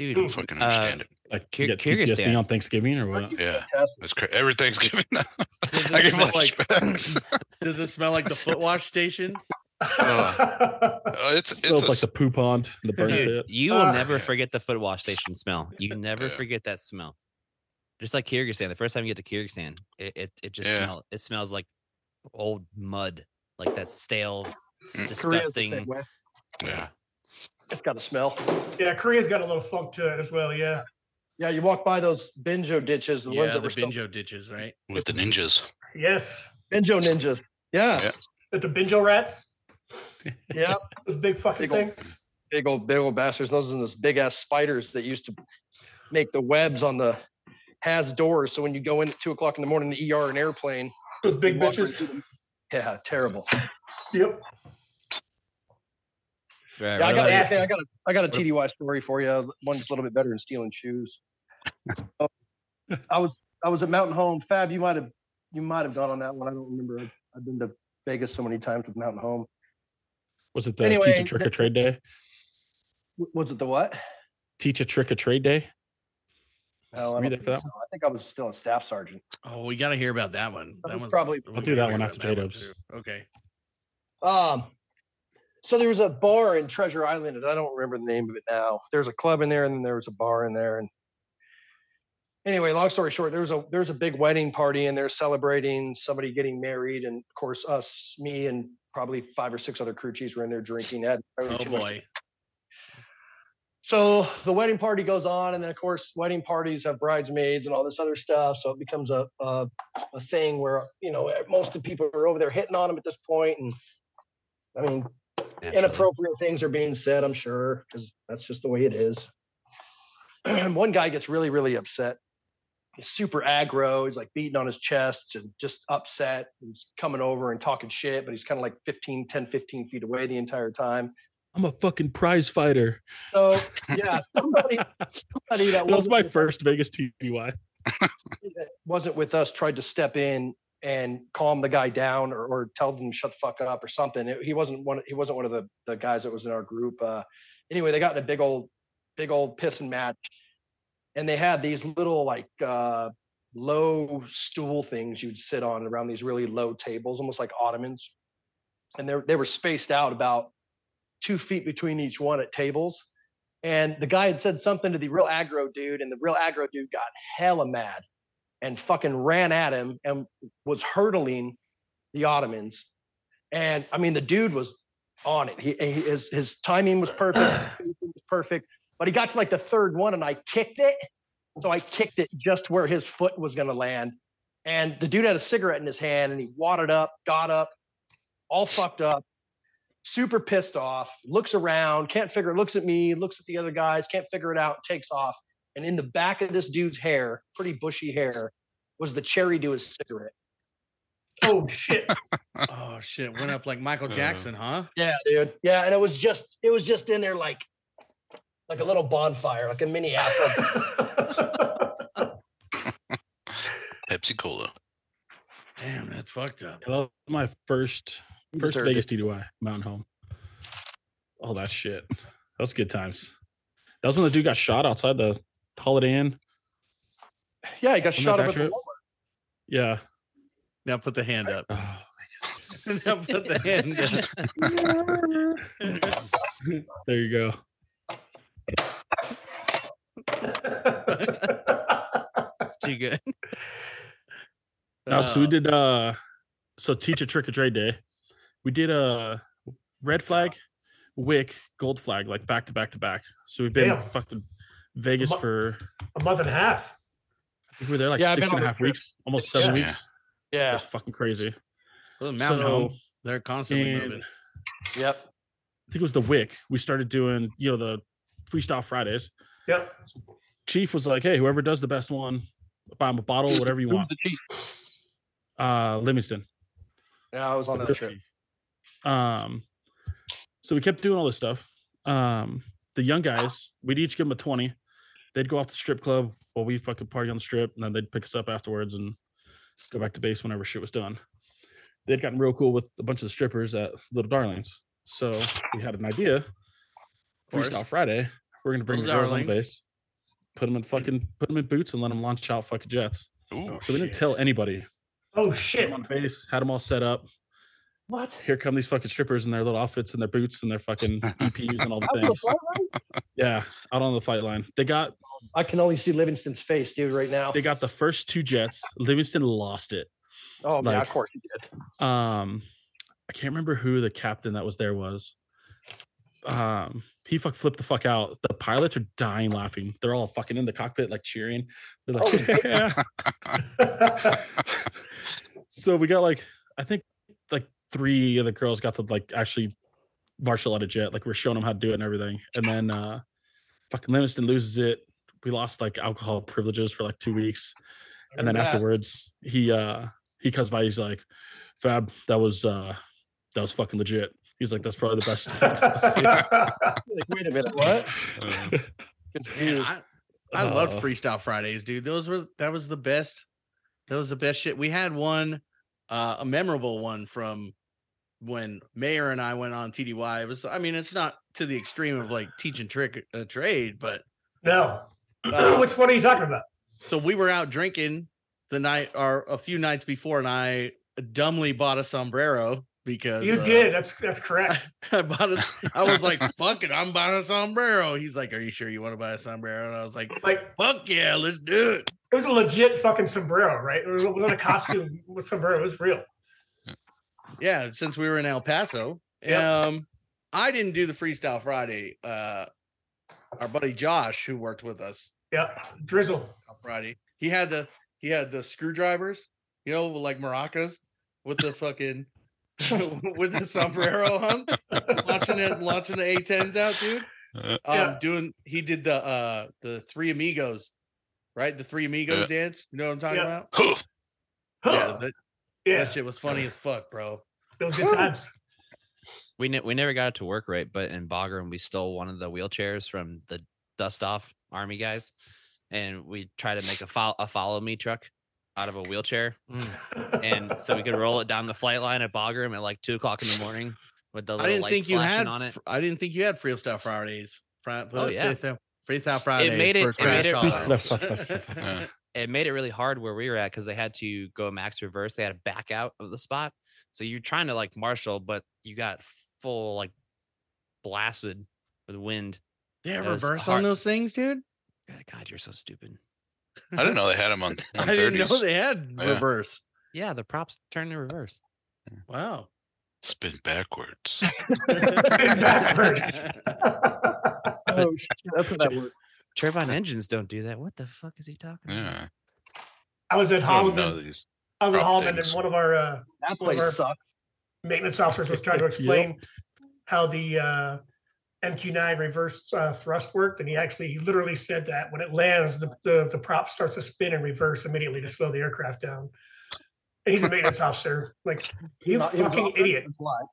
Speaker 1: I don't
Speaker 4: Dude,
Speaker 1: fucking
Speaker 4: Uh,
Speaker 1: understand it.
Speaker 3: Like
Speaker 4: Cur-
Speaker 3: you got
Speaker 4: curious, Dan.
Speaker 3: PTSD on Thanksgiving or what?
Speaker 1: Yeah,
Speaker 7: fantastic.
Speaker 1: it's cra- every Thanksgiving. I Uh,
Speaker 2: Does it
Speaker 1: get
Speaker 2: smell like-
Speaker 1: flashbacks.
Speaker 2: Does it smell like the foot wash station?
Speaker 1: Uh, it's
Speaker 3: It
Speaker 1: it's
Speaker 3: smells
Speaker 1: a
Speaker 3: like the poop on the burn
Speaker 4: dude,
Speaker 3: pit.
Speaker 4: you will
Speaker 6: Ah.
Speaker 4: never forget the foot wash station smell. You never
Speaker 1: Yeah.
Speaker 4: forget that smell. Just like Kyrgyzstan, the first time you get to Kyrgyzstan, it it, it just
Speaker 1: Yeah.
Speaker 4: smell it smells like old mud, like that stale,
Speaker 7: Korea's the same
Speaker 4: disgusting.
Speaker 7: way.
Speaker 1: yeah.
Speaker 7: It's got a smell.
Speaker 6: yeah, Korea's got a little funk to it as well. Yeah.
Speaker 7: Yeah, you walk by those Benjo ditches, the ones
Speaker 2: Yeah,
Speaker 7: that
Speaker 2: the
Speaker 7: were still
Speaker 2: Benjo ditches, right?
Speaker 1: with the ninjas.
Speaker 6: Yes.
Speaker 7: Benjo ninjas. Yeah,
Speaker 1: Yeah.
Speaker 6: At the Binjo rats,
Speaker 7: yeah.
Speaker 6: those big fucking
Speaker 7: Big ol'
Speaker 6: things.
Speaker 7: Big old, big old bastards. Those are those big ass spiders that used to make the webs on the has doors. So when you go in at two o'clock in the morning, the ER an airplane.
Speaker 6: Those big
Speaker 7: you walk right
Speaker 6: bitches.
Speaker 7: through them. Yeah, terrible. Yeah, I
Speaker 4: Right,
Speaker 6: Yep.
Speaker 4: right,
Speaker 7: got,
Speaker 6: really
Speaker 7: I,
Speaker 6: is.
Speaker 7: I got a, I got a TDY story for you. One's a little bit better than stealing shoes. Oh, I was, I was at Mountain Home. Fab, you might have, you might have gone on that one. I don't remember. I've, I've been to Vegas so many times with Mountain Home.
Speaker 3: Was it the
Speaker 7: Anyway,
Speaker 3: teach a trick or
Speaker 7: the-
Speaker 3: trade day?
Speaker 7: W- Was it the what?
Speaker 3: Teach a trick or trade day?
Speaker 7: No, I
Speaker 3: Were you there
Speaker 7: don't
Speaker 3: for that
Speaker 7: think so. I think I was still a staff sergeant.
Speaker 2: Oh, we got to hear about that one.
Speaker 7: That
Speaker 2: That
Speaker 7: was
Speaker 2: one's
Speaker 7: probably-
Speaker 2: we
Speaker 3: I'll do
Speaker 2: gotta
Speaker 3: that
Speaker 2: hear
Speaker 3: one
Speaker 2: about
Speaker 3: after
Speaker 2: that
Speaker 3: J-Dubs.
Speaker 2: too. Okay.
Speaker 7: Um, so there was a bar in Treasure Island, and I don't remember the name of it now. There's a club in there, and then there was a bar in there. And anyway, long story short, there was a there was a big wedding party, and they're celebrating somebody getting married, and of course, us, me, and probably five or six other crew chiefs were in there drinking. Had probably
Speaker 2: Oh
Speaker 7: too much to
Speaker 2: boy.
Speaker 7: so the wedding party goes on, and then of course, wedding parties have bridesmaids and all this other stuff. So it becomes a a, a thing where you know most of the people are over there hitting on them at this point, and I mean,
Speaker 4: naturally.
Speaker 7: inappropriate things are being said. I'm sure because that's just the way it is. And one guy gets really really upset. He's super aggro. He's like beating on his chest and just upset. He's coming over and talking shit, but he's kind of like 15, 10, 15 feet away the entire time.
Speaker 3: I'm a fucking prize fighter.
Speaker 7: So yeah, somebody, somebody
Speaker 3: That
Speaker 7: that
Speaker 3: was
Speaker 7: wasn't
Speaker 3: my
Speaker 7: with us-
Speaker 3: first Vegas TDY.
Speaker 7: that wasn't with us tried to step in and calm the guy down or, or tell them shut the fuck up or something. It- he wasn't one. He wasn't one of the, the guys that was in our group. Uh, anyway, they got in a big old big old pissing match, and they had these little like uh, low stool things you'd sit on around these really low tables, almost like ottomans, and they they were spaced out about two feet between each one at tables. And the guy had said something to the real aggro dude, and the real aggro dude got hella mad and fucking ran at him and was hurtling the Ottomans. And I mean, the dude was on it. He, he- his, his timing was perfect, his pacing was perfect. But he got to like the third one, and I kicked it. So I kicked it just where his foot was going to land. And the dude had a cigarette in his hand, and he wadded up, got up, all fucked up, super pissed off. Looks around, can't figure. Looks at me, looks at the other guys, can't figure it out. Takes off, and in the back of this dude's hair, pretty bushy hair, was the cherry to his cigarette.
Speaker 6: Oh shit!
Speaker 2: Oh shit! Went up like Michael
Speaker 1: Uh,
Speaker 2: Jackson, huh?
Speaker 7: Yeah, dude. Yeah, and it was just it was just in there like like a little bonfire, like a mini afro.
Speaker 1: Pepsi Cola.
Speaker 2: Damn, that's fucked up.
Speaker 3: That was my first
Speaker 7: You
Speaker 3: first
Speaker 7: deserved
Speaker 3: Vegas DUI, Mountain Home. All that shit. That was good times. That was when the dude got shot outside the Holiday Inn.
Speaker 7: yeah, he got
Speaker 3: Wasn't
Speaker 7: shot
Speaker 3: that
Speaker 7: up at the
Speaker 3: accurate? Yeah.
Speaker 2: Now put the hand up.
Speaker 3: Oh,
Speaker 2: now put the hand up.
Speaker 3: there you go.
Speaker 4: It's too good.
Speaker 3: No, so we
Speaker 2: Uh,
Speaker 6: Um,
Speaker 3: did uh so teach a trick or trade day. We did a red flag, wick, gold flag, like back to back to back. So we've been
Speaker 6: Damn.
Speaker 3: fucking Vegas
Speaker 6: Mo-
Speaker 3: for
Speaker 6: a month and a half.
Speaker 3: we were there like
Speaker 7: Yeah, I've
Speaker 3: six and a
Speaker 7: been on those
Speaker 3: half weeks, almost
Speaker 1: Yeah.
Speaker 3: seven weeks.
Speaker 7: Yeah.
Speaker 3: That's fucking crazy.
Speaker 2: well, Mountain
Speaker 3: so-
Speaker 2: Home. They're constantly
Speaker 3: And
Speaker 2: moving.
Speaker 7: Yep.
Speaker 3: I think it was the Wick. We started doing, you know, the freestyle Fridays.
Speaker 6: Yep.
Speaker 3: Chief was like, "Hey, whoever does the best one, buy him a bottle, whatever you
Speaker 7: Who was
Speaker 3: want."
Speaker 7: the chief?
Speaker 3: Uh, Livingston.
Speaker 7: Yeah, I was on that
Speaker 3: Real
Speaker 7: trip.
Speaker 3: chief. Um, so we kept doing all this stuff. Um, the young guys, we'd each give them a twenty. They'd go out to the strip club while we fucking party on the strip, and then they'd pick us up afterwards and go back to base whenever shit was done. They'd gotten real cool with a bunch of the strippers at Little Darlings, so we had an idea.
Speaker 2: course.
Speaker 3: Freestyle Friday, we're gonna bring
Speaker 2: Little
Speaker 3: the girls on
Speaker 2: Darlings.
Speaker 3: base, put them in fucking put them in boots, and let them launch out fucking jets.
Speaker 1: Ooh,
Speaker 3: Oh, so we didn't tell anybody.
Speaker 6: Oh
Speaker 3: Put
Speaker 6: shit!
Speaker 3: them on base, had them all set up
Speaker 6: What?
Speaker 3: here come these fucking strippers in their little outfits and their boots and their fucking EPUs and all the
Speaker 7: I, was
Speaker 3: things.
Speaker 7: on that?
Speaker 3: Yeah, out on the fight line. They got
Speaker 7: I can only see Livingston's face, dude, right now.
Speaker 3: they got the first two jets. Livingston lost it.
Speaker 7: Oh, yeah,
Speaker 3: like-
Speaker 7: of course he did.
Speaker 3: Um, I can't remember who the captain that was there was. Um, he fuck flipped the fuck out. The pilots are dying laughing. They're all fucking in the cockpit like cheering. They're like, yeah. so we got like I think like three of the girls got to like actually martial out a jet. Like we're showing them how to do it and everything. And then uh fucking Livingston loses it. We lost like alcohol privileges for like two weeks. And then afterwards he uh he comes by, he's like, Fab, that was uh that was fucking legit. He's like, that's probably the best.
Speaker 7: Like, Wait a minute, what?
Speaker 2: Man,
Speaker 7: Confused.
Speaker 2: I, I loved
Speaker 3: Uh,
Speaker 2: Freestyle Fridays, dude. Those were that was the best. That was the best shit. We had one, uh, a memorable one from when Mayor and I went on TDY. It was, I mean, it's not to the extreme of like teaching trick a trade, but
Speaker 6: no.
Speaker 2: Uh,
Speaker 6: Which one are you talking about?
Speaker 2: so we were out drinking the night or a few nights before, and I dumbly bought a sombrero because
Speaker 6: You
Speaker 2: uh,
Speaker 6: did. That's that's correct.
Speaker 2: I bought a, I was like, fuck it, I'm buying a sombrero. He's like, Are you sure you want to buy a sombrero? And I was like,
Speaker 6: Like
Speaker 2: Fuck yeah, let's do it.
Speaker 6: it was a legit fucking sombrero, right? It was- it wasn't a costume with sombrero. It was real.
Speaker 2: yeah since we were in el paso
Speaker 6: Yep.
Speaker 2: um i didn't do the freestyle friday uh our buddy josh who worked with us
Speaker 6: Yeah. Drizzle.
Speaker 2: on friday he had the he had the screwdrivers you know like maracas with the fucking with the sombrero on launching it launching the a10s out dude
Speaker 1: Uh,
Speaker 2: um
Speaker 6: Yeah.
Speaker 2: doing he did the uh the three amigos right the three amigos
Speaker 1: Yeah.
Speaker 2: dance you know what i'm talking
Speaker 6: Yeah.
Speaker 2: about yeah
Speaker 6: Huh.
Speaker 2: that,
Speaker 6: Yeah.
Speaker 2: that shit was funny as fuck bro
Speaker 6: Those good times.
Speaker 4: We ne- we never got it to work right, but in Bagram we stole one of the wheelchairs from the dust off army guys, and we tried to make a follow a follow me truck out of a wheelchair, and so we could roll it down the flight line at Bagram at like two o'clock in the morning with the
Speaker 2: I
Speaker 4: little
Speaker 2: didn't
Speaker 4: lights
Speaker 2: think you
Speaker 4: flashing
Speaker 2: had.
Speaker 4: on it.
Speaker 2: fr- I didn't think you had Freestyle Fridays. Fri- uh,
Speaker 4: Oh, yeah.
Speaker 2: Freestyle- Freestyle Friday.
Speaker 4: made it-
Speaker 2: for
Speaker 4: it
Speaker 2: Crash
Speaker 4: made it-
Speaker 2: Hollow.
Speaker 4: it made it really hard where we were at because they had to go max reverse. They had to back out of the spot. So you're trying to like marshal, but you got full like blasted with wind
Speaker 2: They have
Speaker 4: That was
Speaker 2: reverse on
Speaker 4: hard.
Speaker 2: those things, dude.
Speaker 4: God, God, you're so stupid.
Speaker 1: I didn't know they had them on,
Speaker 2: I
Speaker 1: on
Speaker 2: didn't know
Speaker 1: 30s.
Speaker 2: they had
Speaker 1: Yeah.
Speaker 2: reverse.
Speaker 4: Yeah, the props turn in reverse.
Speaker 2: Wow.
Speaker 1: Spin backwards.
Speaker 6: Backwards.
Speaker 7: Oh, shit, that's what that word.
Speaker 4: Turbine engines don't do that. What the fuck is he talking about?
Speaker 1: Yeah.
Speaker 6: I was at
Speaker 1: I don't know
Speaker 6: Holloman.
Speaker 1: these.
Speaker 6: I was at
Speaker 1: prop
Speaker 6: Holloman, and
Speaker 1: things.
Speaker 6: one of our uh,
Speaker 7: That place
Speaker 6: Over.
Speaker 7: sucks.
Speaker 6: maintenance officers was trying to
Speaker 3: Yep.
Speaker 6: explain how the uh, MQ9 reverse uh, thrust worked, and he actually he literally said that when it lands, the, the the prop starts to spin in reverse immediately to slow the aircraft down. And he's a maintenance officer. Like you
Speaker 7: Not- it was
Speaker 6: fucking
Speaker 7: awesome.
Speaker 6: idiot!
Speaker 7: It's live.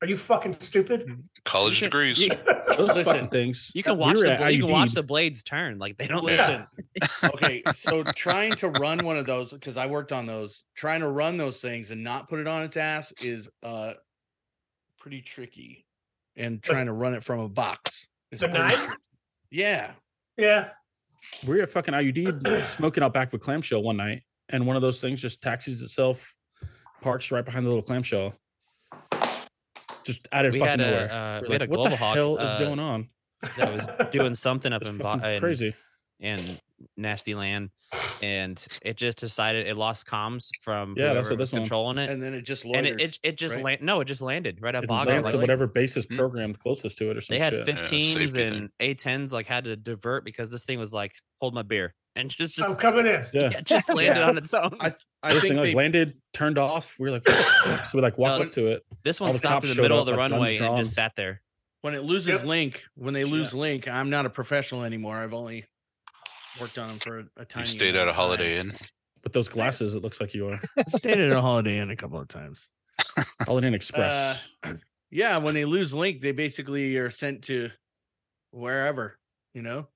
Speaker 6: Are you fucking stupid?
Speaker 1: College
Speaker 4: Yeah.
Speaker 1: degrees.
Speaker 4: Yeah.
Speaker 3: Those
Speaker 2: Listen,
Speaker 3: fucking things.
Speaker 4: You can
Speaker 3: We
Speaker 4: watch
Speaker 3: were
Speaker 4: the
Speaker 3: at
Speaker 4: bla- you can watch
Speaker 3: IUD.
Speaker 4: the blades turn. Like they don't
Speaker 1: Yeah.
Speaker 4: listen.
Speaker 2: Listen. Okay, so trying to run one of those because I worked on those, trying to run those things and not put it on its ass is uh pretty tricky. And trying to run it from a box. is
Speaker 6: The
Speaker 2: pretty
Speaker 6: nine?
Speaker 2: tricky. Yeah.
Speaker 6: Yeah.
Speaker 3: We were at fucking IUD smoking out back with clamshell one night, and one of those things just taxis itself, parks right behind the little clamshell. Just out of
Speaker 4: We
Speaker 3: fucking
Speaker 4: had
Speaker 3: nowhere.
Speaker 4: a uh,
Speaker 3: We're
Speaker 4: we had a
Speaker 3: like, what
Speaker 4: global
Speaker 3: the
Speaker 4: hawk
Speaker 3: hell is
Speaker 4: uh,
Speaker 3: going on?
Speaker 4: that was doing something up
Speaker 3: It's
Speaker 4: in, Bo-
Speaker 3: fucking
Speaker 4: in
Speaker 3: crazy.
Speaker 4: in nasty land, and it just decided it lost comms from
Speaker 3: Yeah, that's
Speaker 4: whoever
Speaker 3: what
Speaker 4: was
Speaker 3: this one-
Speaker 4: controlling it,
Speaker 2: And then it just
Speaker 4: and
Speaker 2: loiters.
Speaker 4: it, it it just
Speaker 2: right?
Speaker 4: land no, it just landed right at
Speaker 3: It
Speaker 4: Bogger.
Speaker 3: lands
Speaker 4: Like,
Speaker 3: to whatever basis
Speaker 1: Hmm.
Speaker 3: programmed closest to it or some
Speaker 4: they had
Speaker 3: shit.
Speaker 4: 15s
Speaker 1: safety thing.
Speaker 4: and A10s like had to divert because this thing was like hold my beer and just
Speaker 1: Oh,
Speaker 6: I'm
Speaker 4: just
Speaker 6: coming in.
Speaker 3: yeah.
Speaker 4: yeah, it just landed
Speaker 2: Yeah.
Speaker 4: on its own.
Speaker 2: I
Speaker 3: This
Speaker 2: think
Speaker 3: thing like
Speaker 2: they
Speaker 3: landed, turned off. We were like, what the fuck? so we like walked
Speaker 4: No,
Speaker 3: up to it.
Speaker 4: this
Speaker 3: all
Speaker 4: one
Speaker 3: the
Speaker 4: stopped
Speaker 3: cops
Speaker 4: in the
Speaker 3: showed
Speaker 4: middle
Speaker 3: up,
Speaker 4: of the
Speaker 3: like, guns
Speaker 4: runway and
Speaker 3: drawn.
Speaker 4: just sat there.
Speaker 2: when it loses
Speaker 6: Yep.
Speaker 2: link, when they
Speaker 3: Yeah.
Speaker 2: lose link, I'm not a professional anymore. I've only worked on them for a, a time.
Speaker 1: You stayed at a Holiday Inn.
Speaker 3: With those glasses, it looks like you are.
Speaker 2: stayed at a Holiday Inn a couple of times.
Speaker 3: Holiday Inn
Speaker 4: Uh,
Speaker 3: Express.
Speaker 2: Yeah, when they lose link, they basically are sent to wherever. You know,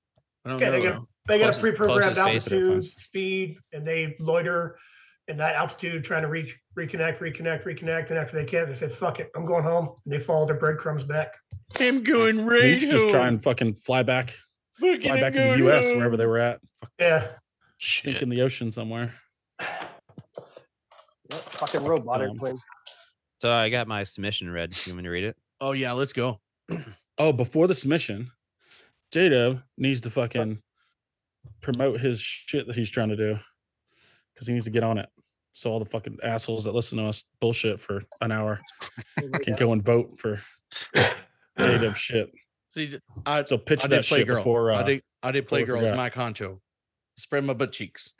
Speaker 2: I don't
Speaker 6: Yeah,
Speaker 2: know.
Speaker 6: they got-
Speaker 2: though.
Speaker 6: They got a
Speaker 4: Closest-
Speaker 6: pre-programmed
Speaker 4: closest
Speaker 3: base.
Speaker 6: altitude, speed, and they loiter in that altitude trying to reach, reconnect, reconnect, reconnect. And after they can't, they said, "Fuck it, I'm going home." And they follow their breadcrumbs back.
Speaker 2: Him going
Speaker 3: they
Speaker 2: right
Speaker 3: used to just try and fucking fly back, fly back to the U.S. wherever they were at. Fuck,
Speaker 6: Yeah,
Speaker 1: Shit.
Speaker 3: sink in the ocean somewhere.
Speaker 7: Yep, Fucking robot
Speaker 3: Um,
Speaker 7: airplanes.
Speaker 4: So I got my submission read. You want me to read it?
Speaker 2: Oh yeah, let's go.
Speaker 3: Oh, before the submission, J Dub needs to fucking promote his shit that he's trying to do because he needs to get on it. So all the fucking assholes that listen to us bullshit for an hour can go and vote for J Dub shit.
Speaker 2: See, I,
Speaker 3: So pitch
Speaker 2: I
Speaker 3: that
Speaker 2: did play
Speaker 3: shit
Speaker 2: girl.
Speaker 3: before. Uh,
Speaker 2: I did. I did play
Speaker 3: before we
Speaker 2: girls.
Speaker 3: forgot.
Speaker 2: My concho, spread my butt cheeks.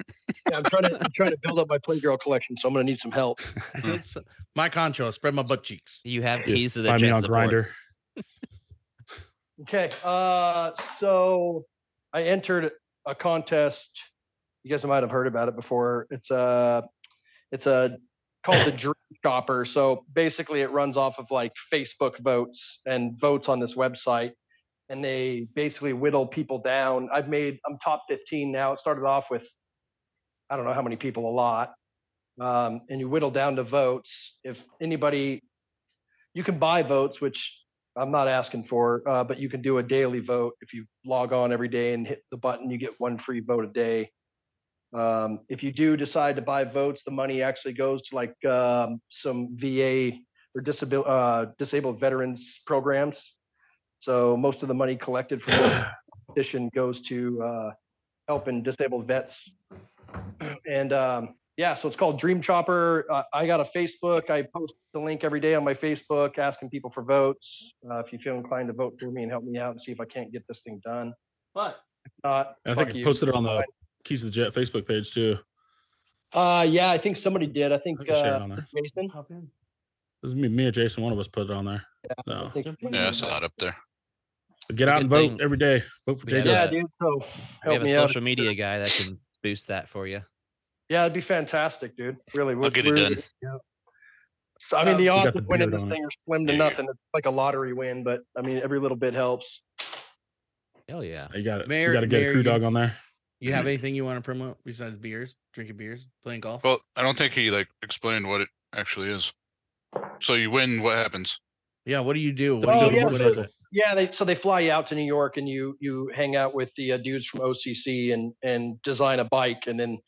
Speaker 7: Yeah, I'm trying to I'm trying to build up my Playgirl collection, so I'm gonna need some help.
Speaker 1: Hmm.
Speaker 2: It's- uh, my concho, spread my butt cheeks.
Speaker 4: You have
Speaker 3: yeah,
Speaker 4: keys to the
Speaker 3: find me
Speaker 4: jet
Speaker 3: on
Speaker 4: support.
Speaker 3: Grinder.
Speaker 7: Okay, uh, so I entered a contest. You guys might have heard about it before. It's a, it's a called the Dream Shopper. So basically, it runs off of like Facebook votes and votes on this website, and they basically whittle people down. I've made I'm top 15 now. It started off with I don't know how many people, a lot, um, and you whittle down to votes. If anybody, you can buy votes, which I'm not asking for, uh, but you can do a daily vote. If you log on every day and hit the button, you get one free vote a day. Um, if you do decide to buy votes, the money actually goes to like um, some VA or disabil- uh, disabled veterans programs. So most of the money collected from this petition goes to uh, helping disabled vets. And um, yeah, so it's called Dream Chopper. Uh, I got a Facebook. I post the link every day on my Facebook, asking people for votes. Uh, if you feel inclined to vote for me and help me out and see if I can't get this thing done. But if not,
Speaker 3: I
Speaker 7: fuck
Speaker 3: think I
Speaker 7: you.
Speaker 3: posted it on the Keys to the Jet Facebook page too.
Speaker 2: Oh
Speaker 7: Uh, yeah, I think somebody did. I
Speaker 3: I
Speaker 7: think
Speaker 3: think I shared it
Speaker 7: uh,
Speaker 3: on there.
Speaker 7: Mason.
Speaker 2: Hop in.
Speaker 3: It was me, me or Jason. One of us put it on there.
Speaker 7: I
Speaker 3: No.
Speaker 7: think-
Speaker 1: Yeah, I saw it up there.
Speaker 3: But get out
Speaker 4: Good
Speaker 3: and vote
Speaker 4: thing
Speaker 3: every day. Vote for
Speaker 4: we have
Speaker 3: J
Speaker 4: a-
Speaker 3: Dub.
Speaker 7: Yeah, dude. So
Speaker 4: We have
Speaker 7: help
Speaker 4: a
Speaker 7: me out.
Speaker 4: social media guy that can boost that for you.
Speaker 7: Yeah, it'd be fantastic, dude. Really,
Speaker 1: I'll get it done.
Speaker 7: So I mean,
Speaker 2: Um,
Speaker 7: the
Speaker 2: You
Speaker 3: got
Speaker 7: odds
Speaker 3: the
Speaker 7: of winning
Speaker 3: beard
Speaker 7: this
Speaker 3: on it.
Speaker 7: thing are slim to
Speaker 1: Yeah.
Speaker 7: nothing. It's like a lottery win, but I mean, every little bit helps.
Speaker 4: Hell yeah.
Speaker 3: You got it.
Speaker 2: Mayor-
Speaker 3: you got to get
Speaker 2: Mayor,
Speaker 3: a crew
Speaker 2: you-
Speaker 3: dog on there.
Speaker 2: You have anything you want to promote besides beers, drinking beers, playing golf?
Speaker 1: Well, I don't think he like explained what it actually is. So you win. What happens?
Speaker 2: yeah, what do you do? What,
Speaker 7: Oh,
Speaker 2: do you,
Speaker 7: yeah,
Speaker 2: what
Speaker 7: so-
Speaker 2: is it?
Speaker 7: Yeah, they so they fly you out to New York and you you hang out with the uh, dudes from OCC and and design a bike and then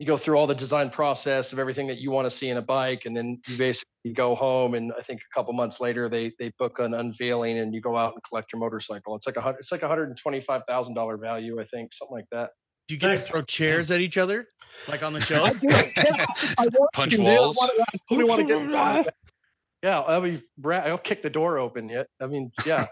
Speaker 7: you go through all the design process of everything that you want to see in a bike, and then you basically go home. And I think a couple months later, they they book an unveiling, and you go out and collect your motorcycle. It's like a hundred, it's like a hundred and twenty five thousand dollar value, I think, something like that.
Speaker 2: Do you get
Speaker 6: Nice.
Speaker 2: to throw chairs at each other like on the show?
Speaker 1: Punch walls.
Speaker 7: Who do want to get? involved. Yeah, I mean, Brad, I'll kick the door open. Yet, I mean, yeah.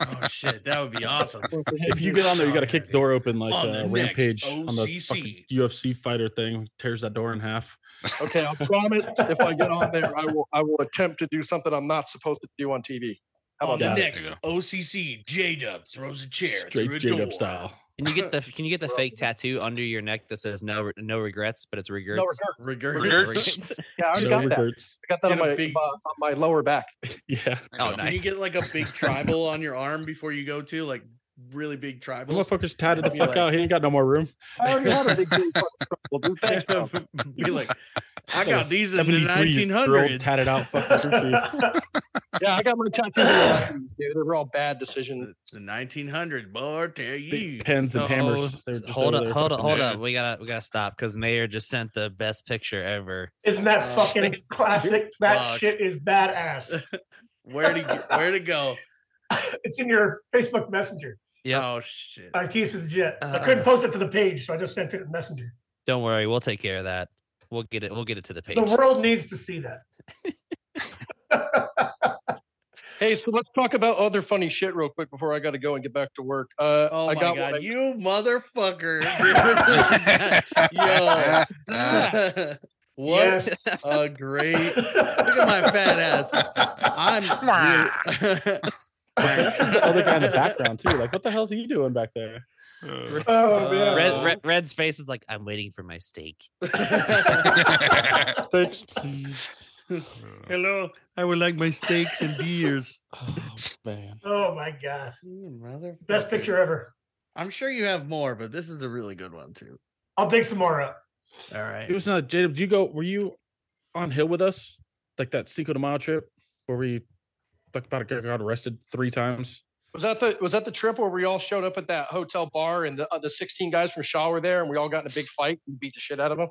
Speaker 2: oh shit, that would be awesome.
Speaker 3: If you get on there, you got to kick the door open like
Speaker 2: On the
Speaker 3: uh,
Speaker 2: next
Speaker 3: Rampage on the
Speaker 2: OCC.
Speaker 3: fucking UFC fighter thing. Tears that door in half.
Speaker 7: Okay, I promise if I get on there, I will I will attempt to do something I'm not supposed to do on TV. How
Speaker 2: On
Speaker 7: about
Speaker 2: Oh, the
Speaker 7: that?
Speaker 2: next
Speaker 1: There you
Speaker 2: OCC, J Dub throws a chair through a
Speaker 3: Straight J
Speaker 2: door.
Speaker 3: Dub style.
Speaker 4: Can you get the Can you get the fake tattoo under your neck that says no re- no regrets, but it's regrets?
Speaker 7: No, regret.
Speaker 2: Regerts.
Speaker 1: Regerts.
Speaker 7: yeah, I already
Speaker 3: No
Speaker 7: got that.
Speaker 3: regrets.
Speaker 7: I got that
Speaker 2: Get
Speaker 7: on
Speaker 2: a
Speaker 7: my,
Speaker 2: big-
Speaker 7: my on my lower back.
Speaker 3: Yeah.
Speaker 1: I
Speaker 4: Oh,
Speaker 1: know.
Speaker 2: Can you
Speaker 4: nice.
Speaker 2: get like a big tribal on your arm before you go to like really big
Speaker 3: The
Speaker 2: tribal?
Speaker 3: motherfucker's tatted the
Speaker 2: Be
Speaker 3: fuck
Speaker 2: like-
Speaker 3: out. He ain't got no more room.
Speaker 7: I already had a big blue fucking trouble, dude. Thanks, bro.
Speaker 2: Be like, I
Speaker 3: Like a
Speaker 2: got these in the
Speaker 3: 73-year-old
Speaker 2: 1900s.
Speaker 3: Tatted out fucking crew chief.
Speaker 7: Yeah, I got my tattoos. in the 90s, Dude, they were all bad decisions.
Speaker 2: It's the 1900s, boy. Tell you.
Speaker 3: Big pens and
Speaker 4: Oh,
Speaker 3: hammers. They were just
Speaker 4: hold
Speaker 3: over
Speaker 4: up,
Speaker 3: there
Speaker 4: hold up,
Speaker 3: fucking-
Speaker 4: hold
Speaker 1: Yeah.
Speaker 4: up. We gotta we gotta stop because Mayor just sent the best picture ever.
Speaker 6: Isn't that
Speaker 2: Oh,
Speaker 6: fucking classic? That
Speaker 2: fuck.
Speaker 6: shit is badass.
Speaker 2: Where to get- where to go?
Speaker 6: it's in your Facebook Messenger.
Speaker 4: Yeah,
Speaker 2: Oh shit.
Speaker 6: Uh, Keys is legit. I
Speaker 4: Uh.
Speaker 6: couldn't post it to the page, so I just sent it to Messenger.
Speaker 4: don't worry, we'll take care of that. We'll get it. We'll get it to the page.
Speaker 6: The world needs to see that.
Speaker 7: Hey, so let's talk about other funny shit real quick before I got to go and get back to work. Uh,
Speaker 2: Oh
Speaker 7: I
Speaker 2: my
Speaker 7: got
Speaker 2: god,
Speaker 7: one.
Speaker 2: you motherfucker. Yo. what
Speaker 6: Yes.
Speaker 2: a great look at my fat ass. I'm really-
Speaker 3: That's just the other guy in the background too. Like, what the hell's he doing back there?
Speaker 1: Uh,
Speaker 6: Oh, man.
Speaker 4: Red,
Speaker 2: Uh,
Speaker 4: Red, Red's face is like, I'm waiting for my steak.
Speaker 3: Thanks, please.
Speaker 2: Hello, I would like my steaks and beers.
Speaker 3: Oh man.
Speaker 6: oh, my God.
Speaker 2: You motherfucker.
Speaker 6: Best picture ever.
Speaker 2: I'm sure you have more, but this is a really good one too.
Speaker 6: I'll dig some more up.
Speaker 2: All right.
Speaker 3: It was not Jacob. Do you go? Were you on Hill with us? Like that Cinco de Mayo trip where we like about got got arrested three times.
Speaker 7: Was that the was that the trip where we all showed up at that hotel bar and the uh, the 16 guys from Shaw were there and we all got in a big fight and beat the shit out of them?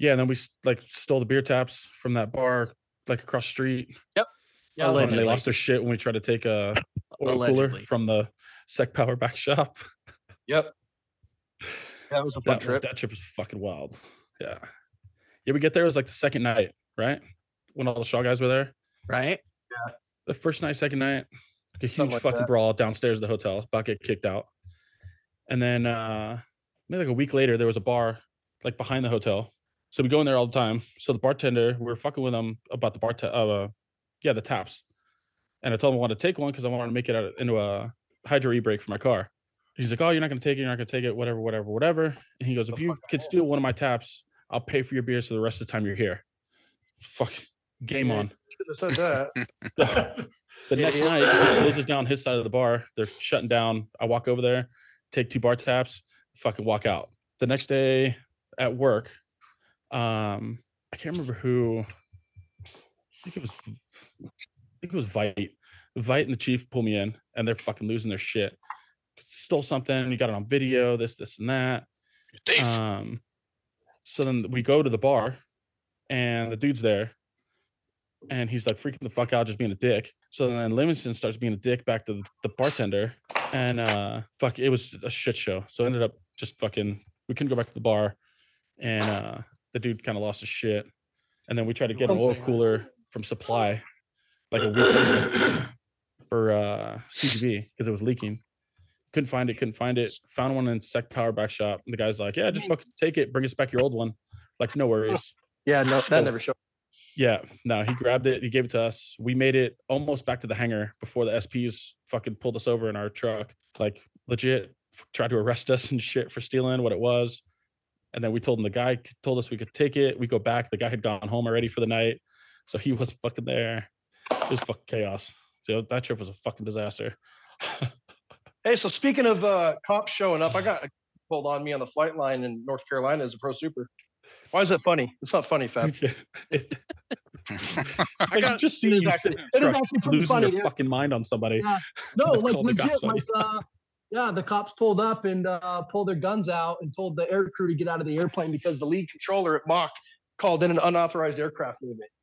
Speaker 3: Yeah, and then we s- like stole the beer taps from that bar like across the street. Oh,
Speaker 2: Yeah,
Speaker 3: and they
Speaker 2: allegedly.
Speaker 3: lost their shit when we tried to take a oil
Speaker 2: Allegedly.
Speaker 3: cooler from the Sec Power back shop.
Speaker 7: Yep. That was a fun
Speaker 3: That
Speaker 7: trip.
Speaker 3: that trip was fucking wild. Yeah. Yeah, we get there it was like the second night, right? When all the Shaw guys were there.
Speaker 2: right?
Speaker 3: the first night, second night, like a huge
Speaker 7: Something like
Speaker 3: fucking
Speaker 7: that.
Speaker 3: brawl downstairs at the hotel, about to get kicked out. And then uh maybe like a week later, there was a bar like behind the hotel. So we go in there all the time. So the bartender, we were fucking with him about the bar, ta- uh, uh, yeah, the taps. And I told him I wanted to take one because I wanted to make it out into a hydro e brake for my car. He's like, "Oh, you're not gonna take it. You're not gonna take it. Whatever, whatever, whatever." And he goes, "If you could steal one of my taps, I'll pay for your beers for the rest of the time you're here." Fuck, game on.
Speaker 7: Should have said that.
Speaker 3: So the next night, he closes down his side of the bar. They're shutting down. I walk over there, take two bar taps, fucking walk out. The next day at work, um, I can't remember who. I think it was. I think it was Vite. Vite and the chief pull me in, and they're fucking losing their shit. Stole something. You got it on video. This, this, and that.
Speaker 1: Thief.
Speaker 3: Um, so then we go to the bar, and the dude's there, and he's like freaking the fuck out, just being a dick. So then Livingston starts being a dick back to the, the bartender, and uh, fuck, it was a shit show. So I ended up just fucking, we couldn't go back to the bar, and uh, the dude kind of lost his shit, and then we tried to get an oil cooler from Supply, like a week later for uh, CGB because it was leaking. Couldn't find it. Couldn't find it. Found one in Sec Power Back Shop. And the guy's like, "Yeah, just fucking take it. Bring us back your old one." Like, no worries.
Speaker 7: Yeah, no,
Speaker 3: Oh.
Speaker 7: that never showed.
Speaker 3: Yeah, no, he grabbed it. He gave it to us. We made it almost back to the hangar before the SPs fucking pulled us over in our truck. Like, legit f- tried to arrest us and shit for stealing what it was. And then we told him the guy c- told us we could take it. We go back. The guy had gone home already for the night, so he was fucking there. It was fucking chaos. So that trip was a fucking disaster.
Speaker 7: Hey, so speaking of uh, cops showing up, I got a pulled on me on the flight line in North Carolina as a pro super. Why is that funny? It's not funny, Fab.
Speaker 3: Yeah, it, I
Speaker 7: got-
Speaker 3: just
Speaker 7: it
Speaker 3: see
Speaker 7: is
Speaker 3: you
Speaker 7: actually-
Speaker 3: sitting in
Speaker 7: it is
Speaker 3: a truck
Speaker 7: actually pretty
Speaker 3: losing
Speaker 7: funny,
Speaker 3: your
Speaker 7: yeah.
Speaker 3: fucking mind on somebody.
Speaker 7: No,
Speaker 3: Call
Speaker 7: like
Speaker 3: the cops
Speaker 7: legit,
Speaker 3: on
Speaker 7: like uh,
Speaker 9: Yeah, the cops pulled up and uh, pulled their guns out and told the air crew to get out of the airplane because
Speaker 7: the lead controller at Mach called in an unauthorized aircraft movement.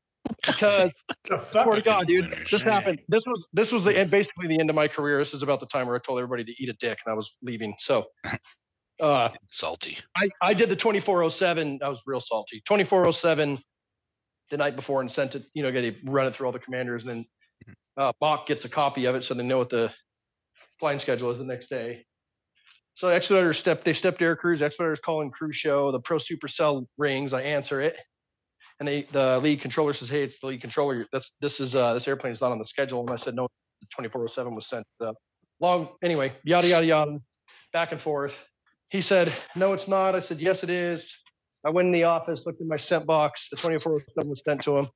Speaker 7: Because
Speaker 6: The
Speaker 7: swear
Speaker 6: fuck?
Speaker 7: to God, dude,
Speaker 1: Winners.
Speaker 7: this happened. This was this was the and basically the end of my career. This is about the time where I told everybody to eat a dick and I was leaving. So uh
Speaker 1: Salty.
Speaker 7: I, I did the 2407. I was real salty. 2407 the night before and sent it, you know, got to run it through all the commanders. And then uh, Bach gets a copy of it so they know what the flying schedule is the next day. So expeditors step, they stepped air crews, expeditors calling crew show, the pro supercell rings. I answer it. And they, the lead controller says, Hey, it's the lead controller. That's, this is, uh, this airplane is not on the schedule. And I said, no, the 2407 was sent uh, long. Anyway, yada, yada, yada, back and forth. He said, No, it's not. I said, Yes, it is. I went in the office, looked in my sent box. The 2407 was sent to him.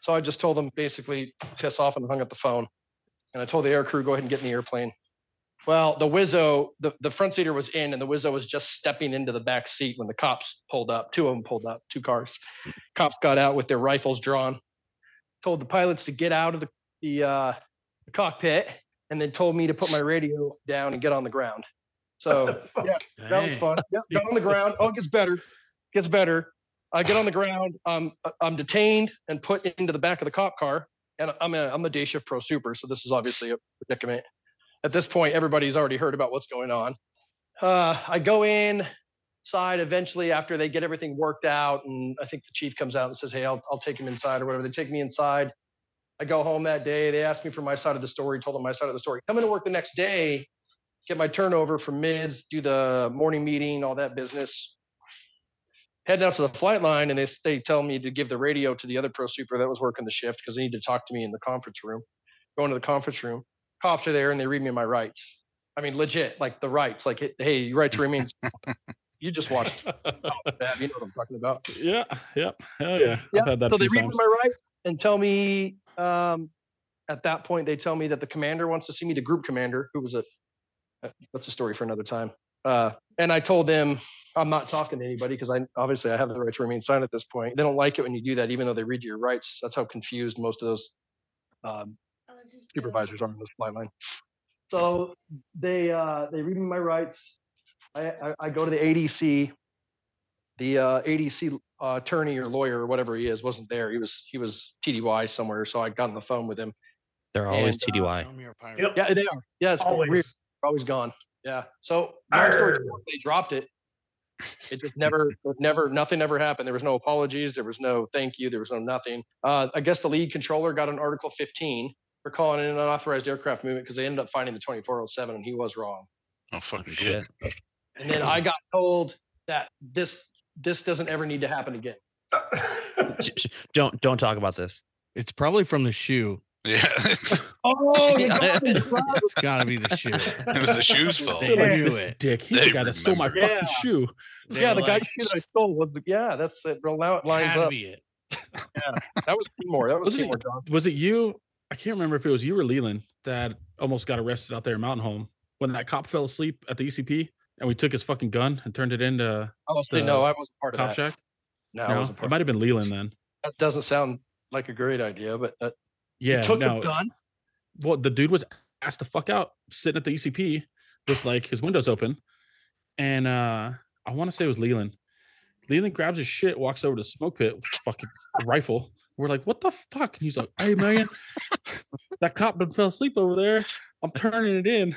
Speaker 7: So I just told him basically piss off and hung up the phone. And I told the air crew, go ahead and get in the airplane. Well, the Wizzo, the, the front seater was in, and the Wizzo was just stepping into the back seat when the cops pulled up. Two of them pulled up, two cars. Cops got out with their rifles drawn, told the pilots to get out of the, the, uh, the cockpit, and then told me to put my radio down and get on the ground. So
Speaker 6: The fuck?
Speaker 7: yeah. that was
Speaker 2: Dang.
Speaker 7: fun. Yep, got on the ground. Oh, it gets better. Gets better. I get on the ground. Um, I- I'm detained and put into the back of the cop car. And I'm a I'm a day shift pro super, so this is obviously a predicament. At this point, everybody's already heard about what's going on. Uh, I go inside eventually after they get everything worked out, and I think the chief comes out and says, "Hey, I'll I'll take him inside or whatever." They take me inside. I go home that day. They asked me for my side of the story. Told them my side of the story. Come into work the next day get my turnover from mids, do the morning meeting, all that business. Head out to the flight line, and they they tell me to give the radio to the other pro super that was working the shift because they need to talk to me in the conference room. Go into the conference room. Cops are there, and they read me my rights. I mean, legit, like the rights. Like, hey, your right to remain. you just watched that. You know what I'm talking about.
Speaker 3: yeah, yeah, hell yeah.
Speaker 7: Yeah,
Speaker 3: I've had that
Speaker 7: So
Speaker 3: a
Speaker 7: they
Speaker 3: few
Speaker 7: read me
Speaker 3: times.
Speaker 7: my rights and tell me, um, at that point, they tell me that the commander wants to see me, the group commander, who was a, uh, that's a story for another time. Uh, and I told them I'm not talking to anybody because I obviously I have the right to remain silent at this point. They don't like it when you do that, even though they read your rights. That's how confused most of those um,
Speaker 8: I was just joking.
Speaker 7: supervisors are on this flight line. So they uh, they read me my rights. I, I, I go to the ADC. The uh, ADC uh, attorney or lawyer or whatever he is wasn't there. He was he was TDY somewhere. So I got on the phone with him.
Speaker 4: They're always
Speaker 7: And,
Speaker 4: TDY.
Speaker 2: I'm your pirate.
Speaker 6: Yep.
Speaker 7: Yeah, they are. Yeah, it's always weird.
Speaker 6: Always.
Speaker 7: They're always gone. Yeah. So long story
Speaker 6: Arr.
Speaker 7: short, they dropped it. It just never, never, nothing ever happened. There was no apologies. There was no thank you. There was no nothing. Uh, I guess the lead controller got an Article 15 for calling in an unauthorized aircraft movement because they ended up finding the 2407 and he was wrong.
Speaker 1: Oh fucking shit.
Speaker 4: Shit.
Speaker 7: And then I got told that this this doesn't ever need to happen again.
Speaker 4: Sh- sh- Don't don't talk about this.
Speaker 2: It's probably from the shoe.
Speaker 1: Yeah.
Speaker 7: Oh,
Speaker 4: you got me,
Speaker 2: It's got to be the shoe.
Speaker 1: it was the shoes fault.
Speaker 2: They
Speaker 6: Yeah.
Speaker 2: knew
Speaker 3: This
Speaker 2: it.
Speaker 3: dick. He's
Speaker 1: They
Speaker 3: the guy that stole my
Speaker 1: remember.
Speaker 3: fucking
Speaker 7: Yeah.
Speaker 3: shoe.
Speaker 2: They were
Speaker 7: yeah, the guy
Speaker 2: like,
Speaker 7: shoe that I stole was the, yeah, that's it. Well, now it lines
Speaker 2: had to
Speaker 7: up.
Speaker 2: be it.
Speaker 7: That was Seymour. That was
Speaker 3: Wasn't it-
Speaker 7: Seymour, John.
Speaker 3: Was it you? I can't remember if it was you or Leland that almost got arrested out there in Mountain Home when that cop fell asleep at the ECP and we took his fucking gun and turned it into
Speaker 7: Honestly,
Speaker 3: The
Speaker 7: no, I wasn't part of
Speaker 3: cop
Speaker 7: that.
Speaker 3: shack.
Speaker 7: No, I
Speaker 3: No, it
Speaker 7: wasn't part.
Speaker 3: might have been Leland then.
Speaker 7: that doesn't sound like a great idea, but that,
Speaker 3: Yeah,
Speaker 7: took his
Speaker 3: no.
Speaker 7: gun.
Speaker 3: Well, the dude was asked the fuck out sitting at the ECP with like his windows open, and uh I want to say it was Leland. Leland grabs his shit, walks over to the smoke pit with his fucking rifle. We're like, what the fuck? And he's like, hey man, that cop done fell asleep over there. I'm turning it in.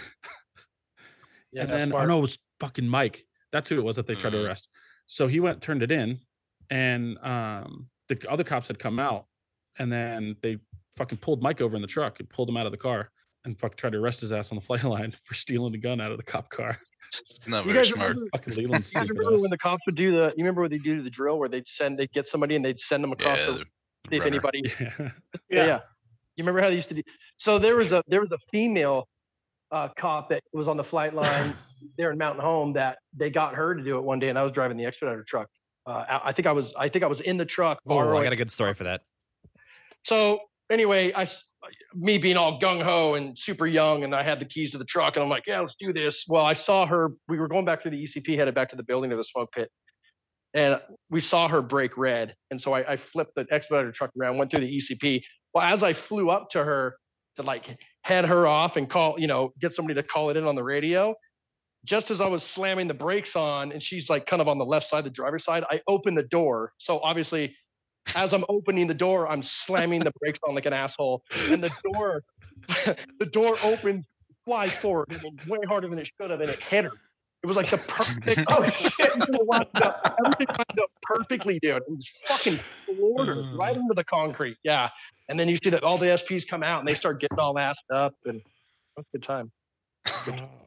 Speaker 7: Yeah,
Speaker 3: and then I
Speaker 7: smart.
Speaker 3: know it was fucking Mike. That's who it was that they tried
Speaker 1: Mm.
Speaker 3: to arrest. So he went, turned it in, and um, the other cops had come out, and then they fucking pulled Mike over in the truck and pulled him out of the car and fucking tried to arrest his ass on the fly line for stealing the gun out of the cop car.
Speaker 1: Not
Speaker 7: You
Speaker 1: very
Speaker 7: guys
Speaker 1: smart.
Speaker 7: remember-
Speaker 3: Fucking Leland.
Speaker 7: you guys remember when the cops would do the? You remember what they do to the drill where they'd send, they'd get somebody and they'd send them
Speaker 1: Yeah.
Speaker 7: across the
Speaker 1: the- the
Speaker 7: see if
Speaker 1: runner.
Speaker 7: anybody
Speaker 3: yeah.
Speaker 7: yeah. yeah. You remember how they used to do? So there was a there was a female uh, cop that was on the flight line there in Mountain Home that they got her to do it one day, and I was driving the expediter truck. Uh, I- I think I was I think I was in the truck
Speaker 4: Oh, I
Speaker 7: borrowing.
Speaker 4: got a good story for that.
Speaker 7: So anyway, I s- me being all gung ho and super young, and I had the keys to the truck, and I'm like, yeah, let's do this. Well, I saw her. We were going back to the ECP, headed back to the building of the smoke pit, and we saw her break red. And so I, I flipped the expediter truck around, went through the ECP. Well, as I flew up to her to like head her off and call, you know, get somebody to call it in on the radio, just as I was slamming the brakes on, and she's like kind of on the left side, the driver's side, I opened the door. So obviously, as I'm opening the door, I'm slamming the brakes on like an asshole, and the door, the door opens, flies forward, I mean, way harder than it should have, and it hit her. It was like the perfect.
Speaker 6: Oh shit!
Speaker 7: lined up. Everything lined up perfectly, dude. And just fucking floored her right into the concrete. Yeah. And then you see that all the SPs come out and they start getting all assed up and that's a good time.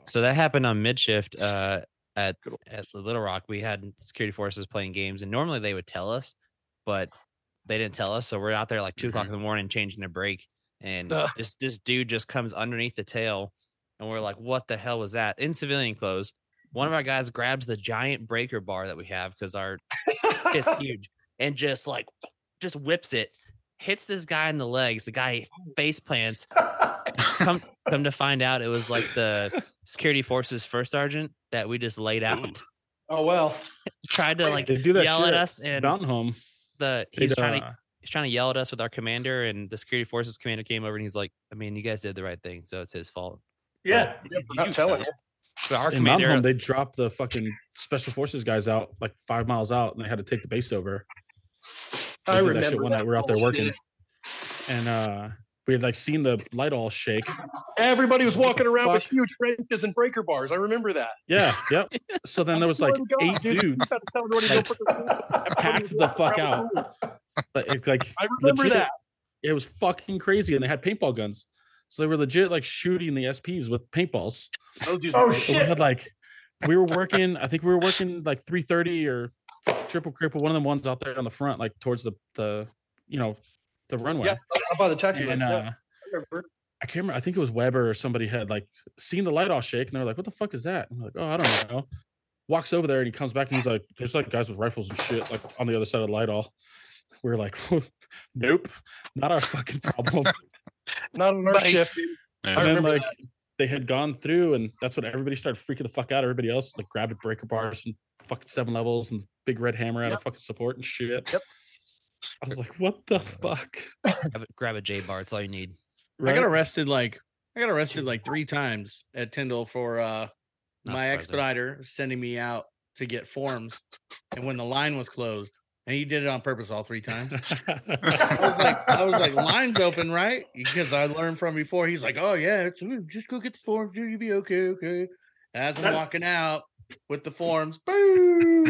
Speaker 4: So that happened on mid shift uh, at at Little Rock. We had security forces playing games, and normally they would tell us, but they didn't tell us. So we're out there like 2 o'clock in the morning changing a brake, and
Speaker 7: Ugh.
Speaker 4: this this dude just comes underneath the tail, and we're like, "What the hell was that?" In civilian clothes, one of our guys grabs the giant breaker bar that we have because our it's huge, and just like just whips it, hits this guy in the legs. The guy face plants. Come come to find out, it was like the security forces first sergeant that we just laid out
Speaker 7: Oh well.
Speaker 4: tried to like
Speaker 3: They do that
Speaker 4: yell at
Speaker 3: shit
Speaker 4: us and
Speaker 3: Mountain Home. uh,
Speaker 4: the
Speaker 3: They
Speaker 4: he's
Speaker 3: do-
Speaker 4: trying to he's trying to yell at us with our commander and the security forces commander came over and he's like i mean you guys did the right thing so it's his fault
Speaker 6: Yeah.
Speaker 7: Yeah, for not telling her.
Speaker 4: but our
Speaker 3: in Mountain
Speaker 4: commander
Speaker 3: Home, they dropped the fucking special forces guys out like five miles out, and they had to take the base over. They
Speaker 7: I
Speaker 3: did
Speaker 7: remember
Speaker 3: that shit one
Speaker 7: that
Speaker 3: night. We were out there
Speaker 7: bullshit.
Speaker 3: working, and uh we had like seen the light all shake.
Speaker 7: Everybody was
Speaker 3: What
Speaker 7: walking
Speaker 3: the
Speaker 7: around with
Speaker 3: fuck?
Speaker 7: huge wrenches and breaker bars. I remember that.
Speaker 3: Yeah, yep. So then there was like
Speaker 7: Swear to God,
Speaker 3: eight
Speaker 7: dude, you
Speaker 3: dudes
Speaker 7: gotta tell everybody to go
Speaker 3: like,
Speaker 7: put their- everybody was
Speaker 3: packed the
Speaker 7: walking
Speaker 3: fuck
Speaker 7: around
Speaker 3: out.
Speaker 7: with-
Speaker 6: Oh,
Speaker 3: Like, it- like
Speaker 7: I remember
Speaker 3: legit-
Speaker 7: that.
Speaker 3: It was fucking crazy, and they had paintball guns, so they were legit like shooting the SPs with paintballs.
Speaker 7: Those dudes
Speaker 6: Oh
Speaker 7: were-
Speaker 3: But we
Speaker 6: shit!
Speaker 3: had like we were working. I think we were working like three thirty or triple cripple. One of them ones out there on the front, like towards the the you know the runway.
Speaker 7: Yeah, up by the taxi.
Speaker 3: and
Speaker 7: line. Yeah,
Speaker 3: uh,
Speaker 7: I remember.
Speaker 3: I can't remember. I think it was Weber or somebody had like seen the light all shake, and they're like, "What the fuck is that?" And we're like, "Oh, I don't know." Walks over there and he comes back and he's like, "There's like guys with rifles and shit like on the other side of the light all." We are like, "Nope, not our fucking problem."
Speaker 7: Not on our
Speaker 1: Bye.
Speaker 7: shift. dude.
Speaker 3: and then
Speaker 7: remember
Speaker 3: like they had gone through, and that's when everybody started freaking the fuck out. Everybody else like grabbed breaker bars and fucking seven levels and big red hammer out of fucking support and shit.
Speaker 7: Yep.
Speaker 3: I was like, "What the fuck?"
Speaker 4: grab, a- grab a j bar it's all you need
Speaker 2: I
Speaker 3: Right?
Speaker 2: got arrested like I got arrested like three times at Tyndall for uh
Speaker 4: Not
Speaker 2: my
Speaker 4: surprising.
Speaker 2: expediter sending me out to get forms and when the line was closed and he did it on purpose all three times. I was like, I
Speaker 6: oh,
Speaker 2: was like, line's open, right? Because I learned from before. He's like, oh yeah, it's, mm, just go get the forms, dude. You'll be okay, okay. As I'm walking out with the forms, boo,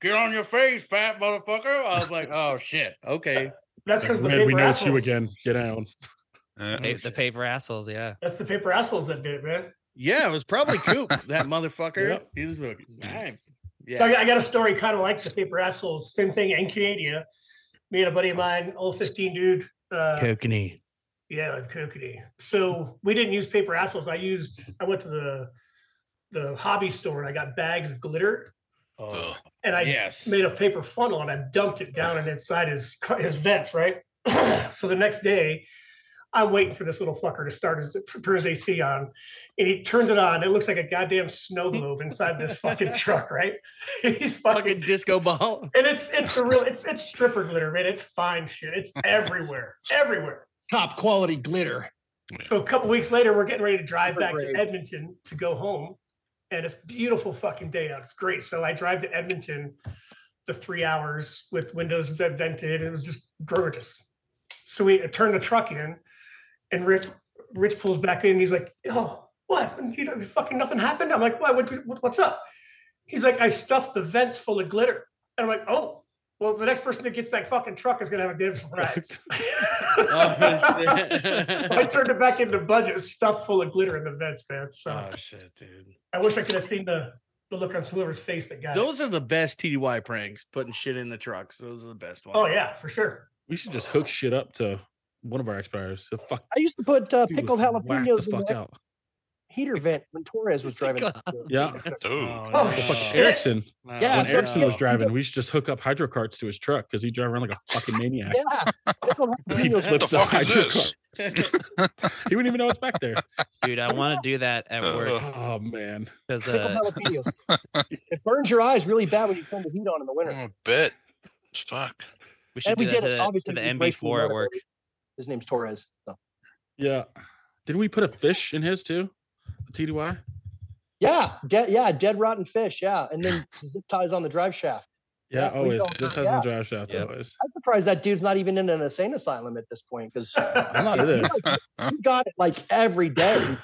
Speaker 2: get on your face, fat motherfucker. I was like, oh shit, okay.
Speaker 6: That's because the
Speaker 3: Red,
Speaker 6: paper
Speaker 3: we know it's you
Speaker 6: assholes.
Speaker 3: again. Get out.
Speaker 1: Uh,
Speaker 4: Pa- the paper assholes yeah
Speaker 6: That's the paper assholes that did it, man.
Speaker 2: Yeah, it was probably Coop, that motherfucker.
Speaker 3: Yep.
Speaker 2: He's like, I- yeah.
Speaker 6: So I got, I got a story kind of like the paper assholes. Same thing in Canada. Me and a buddy of mine, old 15 dude. Uh,
Speaker 2: Kokanee.
Speaker 6: Yeah, it's kokanee. So we didn't use paper assholes. I used I went to the the hobby store and I got bags of glitter
Speaker 1: oh,
Speaker 6: and I
Speaker 2: yes.
Speaker 6: made a paper funnel and I dumped it down and inside his cu- his vents, right? so the next day, I'm waiting for this little fucker to start his turn his AC on, and he turns it on. It looks like a goddamn snow globe inside this fucking truck, right? He's
Speaker 2: Fucking
Speaker 6: fucking
Speaker 2: disco ball.
Speaker 6: and it's it's a real it's it's stripper glitter, man. It's fine shit. It's everywhere, everywhere.
Speaker 7: Top quality glitter.
Speaker 6: So a couple weeks later, we're getting ready to drive back
Speaker 7: Great.
Speaker 6: to Edmonton to go home, and it's beautiful fucking day out. It's great. So I drive to Edmonton, the three hours with windows ve- vented. It was just gorgeous. So we turn the truck in, and Rich Rich pulls back in. He's like, "Oh, what? You know, fucking nothing happened." I'm like, "Why? What, what, what's up?" He's like, "I stuffed the vents full of glitter," and I'm like, "Oh." Well, the next person that gets that fucking truck is gonna have a damn surprise. I
Speaker 2: oh, shit.
Speaker 6: turned it back into budget stuff full of glitter in the vents, man. So
Speaker 2: oh, shit, dude.
Speaker 6: I wish I could have seen the, the look on whoever's face that got it.
Speaker 2: Those are the best TDY pranks, putting shit in the trucks. Those are the best ones.
Speaker 6: Oh yeah, for sure.
Speaker 3: We should just hook shit up to one of our expediters. So fuck,
Speaker 9: I used to put uh,
Speaker 3: dude,
Speaker 9: pickled
Speaker 3: just whack the
Speaker 9: jalapenos in
Speaker 3: fuck
Speaker 9: that
Speaker 3: out.
Speaker 9: heater vent when Torres was driving.
Speaker 3: Yeah.
Speaker 1: oh,
Speaker 6: Oh,
Speaker 2: no.
Speaker 3: Well, fuck,
Speaker 6: shit.
Speaker 3: Erickson.
Speaker 2: No,
Speaker 9: Yeah,
Speaker 3: When
Speaker 2: no.
Speaker 9: so-
Speaker 3: Erickson was
Speaker 9: yeah.
Speaker 3: driving, we should just hook up hydrocarts to his truck because he drive around like a fucking maniac.
Speaker 9: Yeah, pickled
Speaker 3: He
Speaker 9: jalapenos.
Speaker 1: What
Speaker 3: flipped
Speaker 1: the
Speaker 3: the,
Speaker 1: fuck is
Speaker 3: hydrocart.
Speaker 1: this?
Speaker 3: He wouldn't even know it's back there.
Speaker 4: dude i want to do that at work
Speaker 1: Uh,
Speaker 3: Oh man,
Speaker 4: because uh,
Speaker 9: Pickled
Speaker 4: the
Speaker 9: jalapenos. it burns your eyes really bad when you turn the heat on in the winter.
Speaker 1: Oh, I bet. Fuck.
Speaker 4: we should
Speaker 9: and
Speaker 4: do
Speaker 9: we
Speaker 4: that
Speaker 9: did
Speaker 4: to
Speaker 9: it.
Speaker 4: the,
Speaker 9: Obviously,
Speaker 4: to the
Speaker 9: he's way from
Speaker 4: mb4 at
Speaker 9: Florida.
Speaker 4: work
Speaker 9: His name's Torres. So.
Speaker 3: yeah. Didn't we put a fish in his too? A TDY?
Speaker 9: Yeah, dead. Yeah, dead rotten fish. Yeah, and then zip ties on the drive shaft.
Speaker 3: Yeah,
Speaker 9: we
Speaker 3: always.
Speaker 9: don't-
Speaker 3: Zip ties
Speaker 9: yeah.
Speaker 3: and drive shaft.
Speaker 4: Yep.
Speaker 3: Always.
Speaker 9: I'm surprised that dude's not even in an insane asylum at this point because
Speaker 3: I'm not either.
Speaker 9: he got it like every day,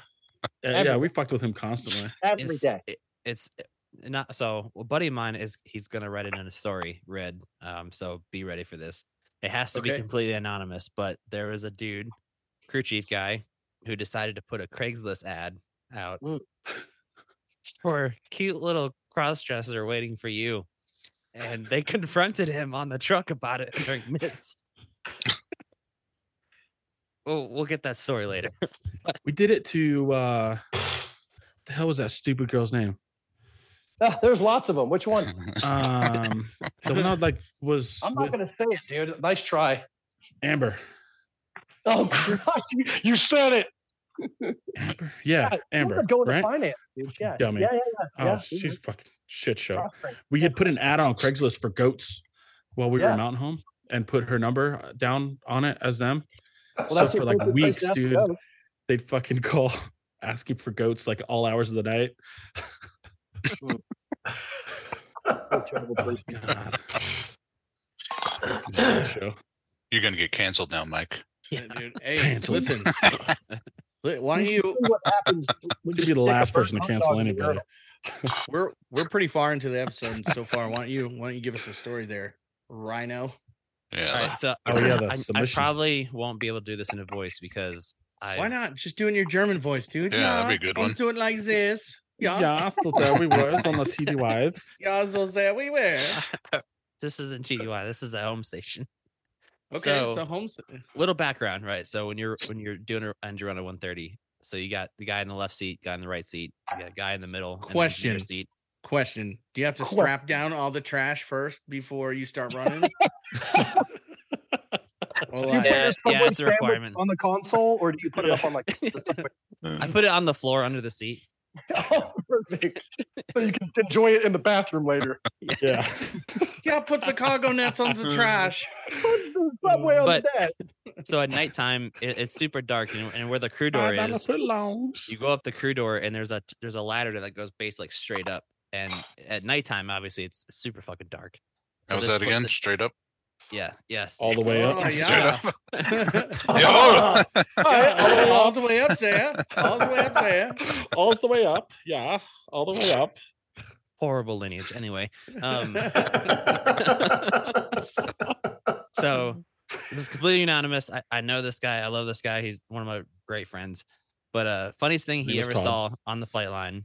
Speaker 3: Yeah, yeah, we fucked with him constantly.
Speaker 9: every
Speaker 4: it's,
Speaker 9: day.
Speaker 4: it- it's eh, not so. A buddy of mine is he's gonna write it in a story, red. Um, so be ready for this. It has to be
Speaker 7: Okay.
Speaker 4: completely anonymous, but there was a dude, crew chief guy, who decided to put a Craigslist ad out
Speaker 9: Mm.
Speaker 4: for cute little cross dresser waiting for you. And they confronted him on the truck about it during minutes. We'll, we'll get that story later.
Speaker 3: We did it to uh the hell was that stupid girl's name?
Speaker 9: Ah, there's lots of them. Which one?
Speaker 3: Um the one I like was
Speaker 7: I'm not
Speaker 3: with
Speaker 7: gonna say it, dude. Nice try.
Speaker 3: Amber.
Speaker 9: Oh God, you-
Speaker 7: You said it.
Speaker 3: Amber. Yeah,
Speaker 9: yeah, you
Speaker 3: Amber.
Speaker 9: were Going
Speaker 3: right?
Speaker 9: to finance, dude. Yeah,
Speaker 3: Dummy.
Speaker 9: yeah, yeah, yeah.
Speaker 3: oh,
Speaker 9: yeah. you
Speaker 3: she's fucking shit
Speaker 9: were
Speaker 3: show.
Speaker 9: cross-trained.
Speaker 3: We had put an ad on Craigslist for goats while we were
Speaker 9: Yeah.
Speaker 3: in Mountain Home and put her number uh, down on it as them.
Speaker 9: Well, that's
Speaker 3: so
Speaker 9: the
Speaker 3: for like
Speaker 9: appropriate place
Speaker 3: weeks,
Speaker 9: to ask
Speaker 3: dude,
Speaker 9: about it.
Speaker 3: they'd fucking call asking for goats like all hours of the night.
Speaker 9: What a terrible
Speaker 3: Oh,
Speaker 9: person.
Speaker 3: God. Fucking shit show.
Speaker 1: You're gonna get canceled now, Mike.
Speaker 2: Yeah, dude. Hey,
Speaker 3: Canceled.
Speaker 2: listen. li- Why don't
Speaker 9: You should
Speaker 2: you?
Speaker 9: see what happens when
Speaker 3: Could
Speaker 9: you
Speaker 3: be the
Speaker 9: stick a
Speaker 3: last
Speaker 9: burnt
Speaker 3: person to
Speaker 9: hot
Speaker 3: cancel
Speaker 9: dog in the
Speaker 3: anybody.
Speaker 9: urinal.
Speaker 2: We're we're pretty far into the episode so far. Why don't you? Why don't you give us a story there, Rhino?
Speaker 1: Yeah.
Speaker 4: All right, Uh, so
Speaker 3: Oh, yeah, the
Speaker 4: I- I,
Speaker 3: submission.
Speaker 4: probably won't be able to do this in a voice because I
Speaker 2: Why not? Just doing your German voice, dude.
Speaker 1: Yeah, that'd be a good
Speaker 2: I'm
Speaker 1: one.
Speaker 2: doing like this. Yeah. Yeah.
Speaker 3: Yeah, so there we was on the TDYs.
Speaker 2: so there we were.
Speaker 4: this isn't TUI. This is a home station.
Speaker 2: Okay. So,
Speaker 4: So-
Speaker 2: home.
Speaker 4: Little background, right? So when you're when you're doing a end run at 130, so you got the guy in the left seat, guy in the right seat, you got a guy in the middle, and the engineer
Speaker 2: Question.
Speaker 4: seat.
Speaker 2: Question: Do you have to
Speaker 9: Cool.
Speaker 2: strap down all the trash first before you start running?
Speaker 9: Do you
Speaker 2: Or like-
Speaker 9: put your Subway
Speaker 4: Yeah, yeah, it's a
Speaker 9: sandwich
Speaker 4: requirement.
Speaker 9: on the console, or do you put it up on like?
Speaker 4: I put it on the floor under the seat.
Speaker 9: Oh, perfect. so you can enjoy it in the bathroom later.
Speaker 3: Yeah.
Speaker 2: yeah, put the cargo nets on the trash.
Speaker 9: What's the Subway on
Speaker 4: But-
Speaker 9: that?
Speaker 4: So at nighttime, it, it's super dark, and, and where the crew door
Speaker 3: Five dollar
Speaker 4: is,
Speaker 3: foot longs.
Speaker 4: you go up the crew door, and there's a there's a ladder that goes base like straight up. And at nighttime, obviously, it's super fucking dark.
Speaker 1: How was
Speaker 4: this
Speaker 1: that
Speaker 4: put
Speaker 1: again?
Speaker 4: the-
Speaker 1: Straight up.
Speaker 4: yeah. Yes.
Speaker 3: All the way up.
Speaker 2: Oh
Speaker 1: Straight
Speaker 2: yeah.
Speaker 1: up.
Speaker 7: Oh,
Speaker 2: Yeah, all, the way, all the way up there. All the way up there.
Speaker 3: All the way up. Yeah. All the way up.
Speaker 4: horrible lineage. Anyway, um, so this is completely anonymous. I, I know this guy. I love this guy. He's one of my great friends. But uh, funniest thing
Speaker 3: His
Speaker 4: he
Speaker 3: name was
Speaker 4: ever
Speaker 3: Tom.
Speaker 4: saw on the flight line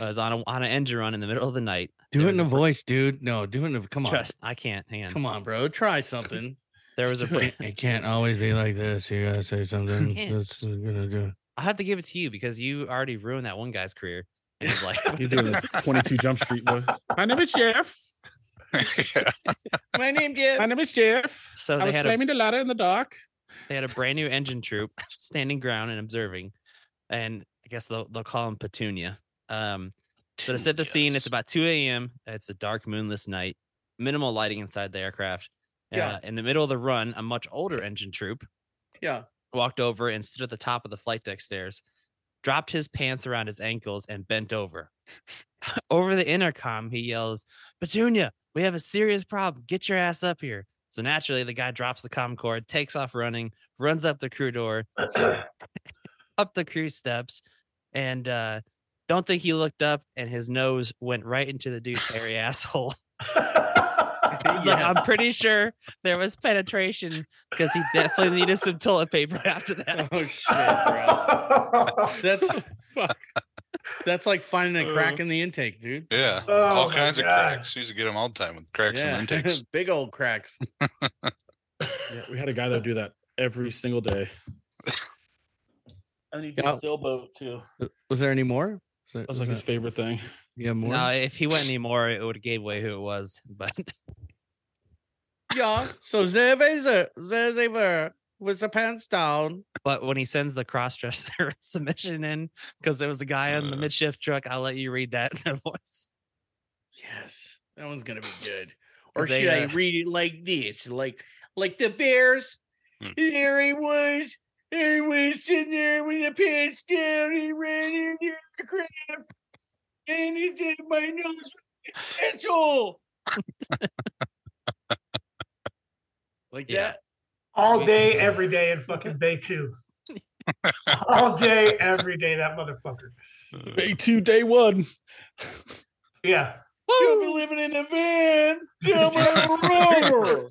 Speaker 4: was on a, on an engine run in the middle of the night.
Speaker 2: Do
Speaker 4: There
Speaker 2: it
Speaker 4: was
Speaker 2: in a
Speaker 4: a fr-
Speaker 2: voice, dude. No, do it in a come on.
Speaker 4: Trust, I can't. Hang on.
Speaker 2: Come on, bro. Try something.
Speaker 4: There was a.
Speaker 3: do
Speaker 4: Pre-
Speaker 3: it.
Speaker 2: It can't always be like this. You gotta say something.
Speaker 4: Can't.
Speaker 2: That's uh, gonna do.
Speaker 4: I have to give it to you because you already ruined that one guy's career. And he's like,
Speaker 3: He's doing this 22 Jump Street. Boy. My name is Jeff.
Speaker 1: yeah.
Speaker 2: My name Jeff.
Speaker 3: My name is Jeff.
Speaker 4: so
Speaker 3: I
Speaker 4: they
Speaker 3: was
Speaker 4: had a
Speaker 3: climbing the ladder in the dark.
Speaker 4: they had a brand new engine troop standing ground and observing, and I guess they'll they'll call him Petunia. Um, so to set the scene, it's
Speaker 1: Petunias.
Speaker 4: about 2 a.m. It's a dark, moonless night. Minimal lighting inside the aircraft.
Speaker 2: Yeah.
Speaker 4: Uh, in the middle of the run, a much older engine troop
Speaker 2: Yeah.
Speaker 4: walked over and stood at the top of the flight deck stairs, dropped his pants around his ankles, and bent over. over the intercom, he yells, Petunia, we have a serious problem. Get your ass up here. So naturally, the guy drops the comm cord, takes off running, runs up the crew door, up the crew steps, and uh, don't think he looked up, and his nose went right into the dude's hairy asshole. He's like, I'm pretty sure there was penetration because he definitely needed some toilet paper after that.
Speaker 2: Oh shit, bro. That's
Speaker 3: Fuck.
Speaker 2: that's like finding a
Speaker 1: Uh,
Speaker 2: crack in the intake, dude.
Speaker 1: Yeah.
Speaker 6: Oh
Speaker 1: all
Speaker 6: my
Speaker 1: kinds of
Speaker 6: God.
Speaker 1: cracks. You used to get them all the time with cracks
Speaker 2: Yeah.
Speaker 1: and intakes.
Speaker 2: Big old cracks.
Speaker 3: Yeah, we had a guy that would do that every single day. And he did
Speaker 2: Yeah.
Speaker 3: sailboat too.
Speaker 2: Was there any more? Was there-
Speaker 3: That was
Speaker 2: was
Speaker 3: like his
Speaker 2: that-
Speaker 3: favorite thing.
Speaker 2: you have more?
Speaker 4: Now, if he went anymore, it would have gave away who it was. But
Speaker 2: yeah. So there they were- there they were with the pants down.
Speaker 4: but when he sends the cross dresser submission in, because there was a guy on the
Speaker 1: Uh.
Speaker 4: midshift truck, I'll let you read that in a voice.
Speaker 2: Yes. That one's gonna be good. Or
Speaker 4: They,
Speaker 2: should I
Speaker 4: uh,
Speaker 2: read it like this? Like like the bears.
Speaker 1: Hmm.
Speaker 2: There he was. He was sitting there with the pants down. He ran into the crowd. And it's in my nose. Asshole. like
Speaker 4: Yeah.
Speaker 2: that.
Speaker 6: All
Speaker 4: We-
Speaker 6: day, every day, and fucking day two. All day, every day, that motherfucker.
Speaker 3: Day two, day one.
Speaker 6: Yeah.
Speaker 2: You've been living in a van. You're my rover.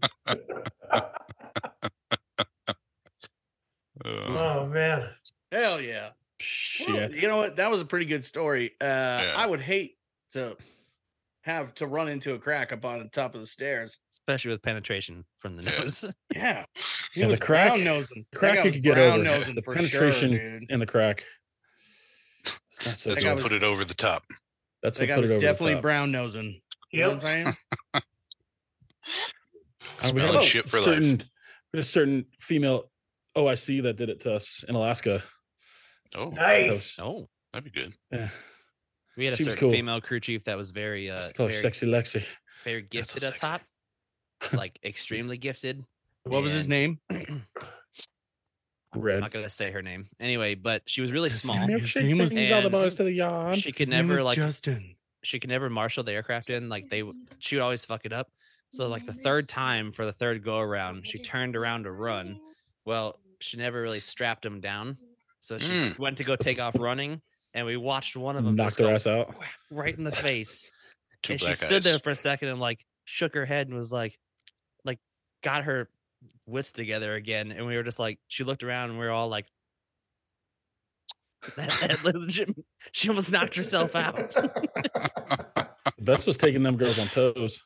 Speaker 1: Uh,
Speaker 6: Oh man.
Speaker 2: Hell yeah. Well,
Speaker 3: Shit.
Speaker 2: you know what? That was a pretty good story. Uh,
Speaker 1: Yeah.
Speaker 2: I would hate to have to run into a crack up on the top of the stairs.
Speaker 4: especially with penetration from the
Speaker 1: Yeah.
Speaker 4: nose.
Speaker 2: Yeah, he
Speaker 3: Yeah, the
Speaker 2: was
Speaker 3: crack-
Speaker 2: brown nosing. That
Speaker 3: crack
Speaker 2: guy
Speaker 3: you
Speaker 2: was
Speaker 3: could get
Speaker 2: brown
Speaker 3: over.
Speaker 2: nosing
Speaker 3: The
Speaker 2: for
Speaker 3: penetration-
Speaker 2: sure, dude.
Speaker 3: In the crack. It's not so
Speaker 1: That's
Speaker 2: I
Speaker 1: what
Speaker 3: good.
Speaker 2: was-
Speaker 1: put it over the top.
Speaker 3: That's
Speaker 2: That
Speaker 3: what
Speaker 2: guy
Speaker 3: put
Speaker 2: was
Speaker 3: it over
Speaker 2: definitely
Speaker 3: the top.
Speaker 2: brown nosing. You know what
Speaker 6: Yep.
Speaker 2: I'm saying?
Speaker 3: Uh, we had
Speaker 1: Smelling
Speaker 3: a
Speaker 1: shit for life.
Speaker 3: certain, we had A certain female OIC that did it to us in Alaska.
Speaker 1: Oh,
Speaker 3: That
Speaker 6: Nice.
Speaker 3: was-
Speaker 4: Oh,
Speaker 1: that'd be good.
Speaker 3: yeah,
Speaker 4: we had a
Speaker 3: She was
Speaker 4: certain
Speaker 3: cool.
Speaker 4: female crew chief that was very, uh,
Speaker 3: let's call her
Speaker 4: very,
Speaker 3: sexy Lexi.
Speaker 4: very gifted up
Speaker 3: sexy.
Speaker 4: top, like extremely gifted.
Speaker 2: What was his
Speaker 4: and-
Speaker 2: name?
Speaker 4: I'm
Speaker 3: Red.
Speaker 4: not gonna say her name anyway, but she was really
Speaker 3: It's the
Speaker 4: small.
Speaker 3: milkshake
Speaker 2: name was-
Speaker 3: that he's all
Speaker 4: and
Speaker 3: about is to the yard.
Speaker 4: She could never like
Speaker 2: Justin.
Speaker 4: she could never marshal the aircraft in. Like they w- she would always fuck it up. So like the third time for the third go around, she turned around to run. Well, she never really strapped him down. So she
Speaker 1: Mm.
Speaker 4: went to go take off running, and we watched one of them
Speaker 3: Knocked
Speaker 4: just
Speaker 3: her
Speaker 4: go
Speaker 3: ass out.
Speaker 4: whack right in the face.
Speaker 1: Two
Speaker 4: and she
Speaker 1: black
Speaker 4: stood
Speaker 1: eyes.
Speaker 4: there for a second and like shook her head and was like, like got her wits together again. And we were just like, she looked around and we were all like, that, that legit, she almost knocked herself out.
Speaker 3: The best was taking them girls on toes.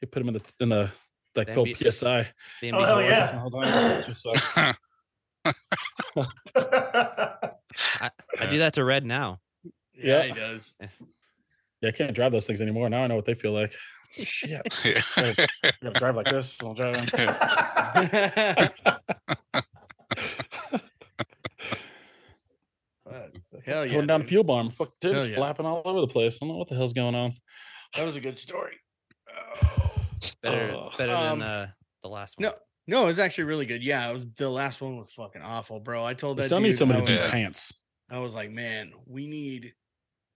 Speaker 3: He put them in the in the like
Speaker 4: The
Speaker 3: go
Speaker 4: NBA
Speaker 3: PSI.
Speaker 4: The
Speaker 6: Oh,
Speaker 4: NBA
Speaker 3: Working
Speaker 6: hell yeah.
Speaker 3: the whole time. It's just like-
Speaker 4: I do that to Red now.
Speaker 2: Yeah,
Speaker 3: Yeah.
Speaker 2: he does.
Speaker 3: yeah, I can't drive those things anymore. Now I know what they feel like. Shit,
Speaker 1: Yeah.
Speaker 3: I gotta drive like this. I'll drive them.
Speaker 2: Hell yeah.
Speaker 3: Going down a
Speaker 2: dude.
Speaker 3: fuel bomb. Fuck, dude,
Speaker 2: Hell
Speaker 3: it's
Speaker 2: yeah.
Speaker 3: flapping all over the place. I don't know what the hell's going on.
Speaker 2: That was a good story.
Speaker 4: Better,
Speaker 3: Oh.
Speaker 4: better than
Speaker 2: Um,
Speaker 4: uh, the last one.
Speaker 2: No, no, it was actually really good. Yeah, it was, the last one was fucking awful, bro. I told
Speaker 3: They
Speaker 2: that
Speaker 3: still need
Speaker 2: dude. I
Speaker 3: somebody in
Speaker 2: was,
Speaker 3: these
Speaker 1: Yeah.
Speaker 2: like,
Speaker 3: pants.
Speaker 2: I was like, man, we need.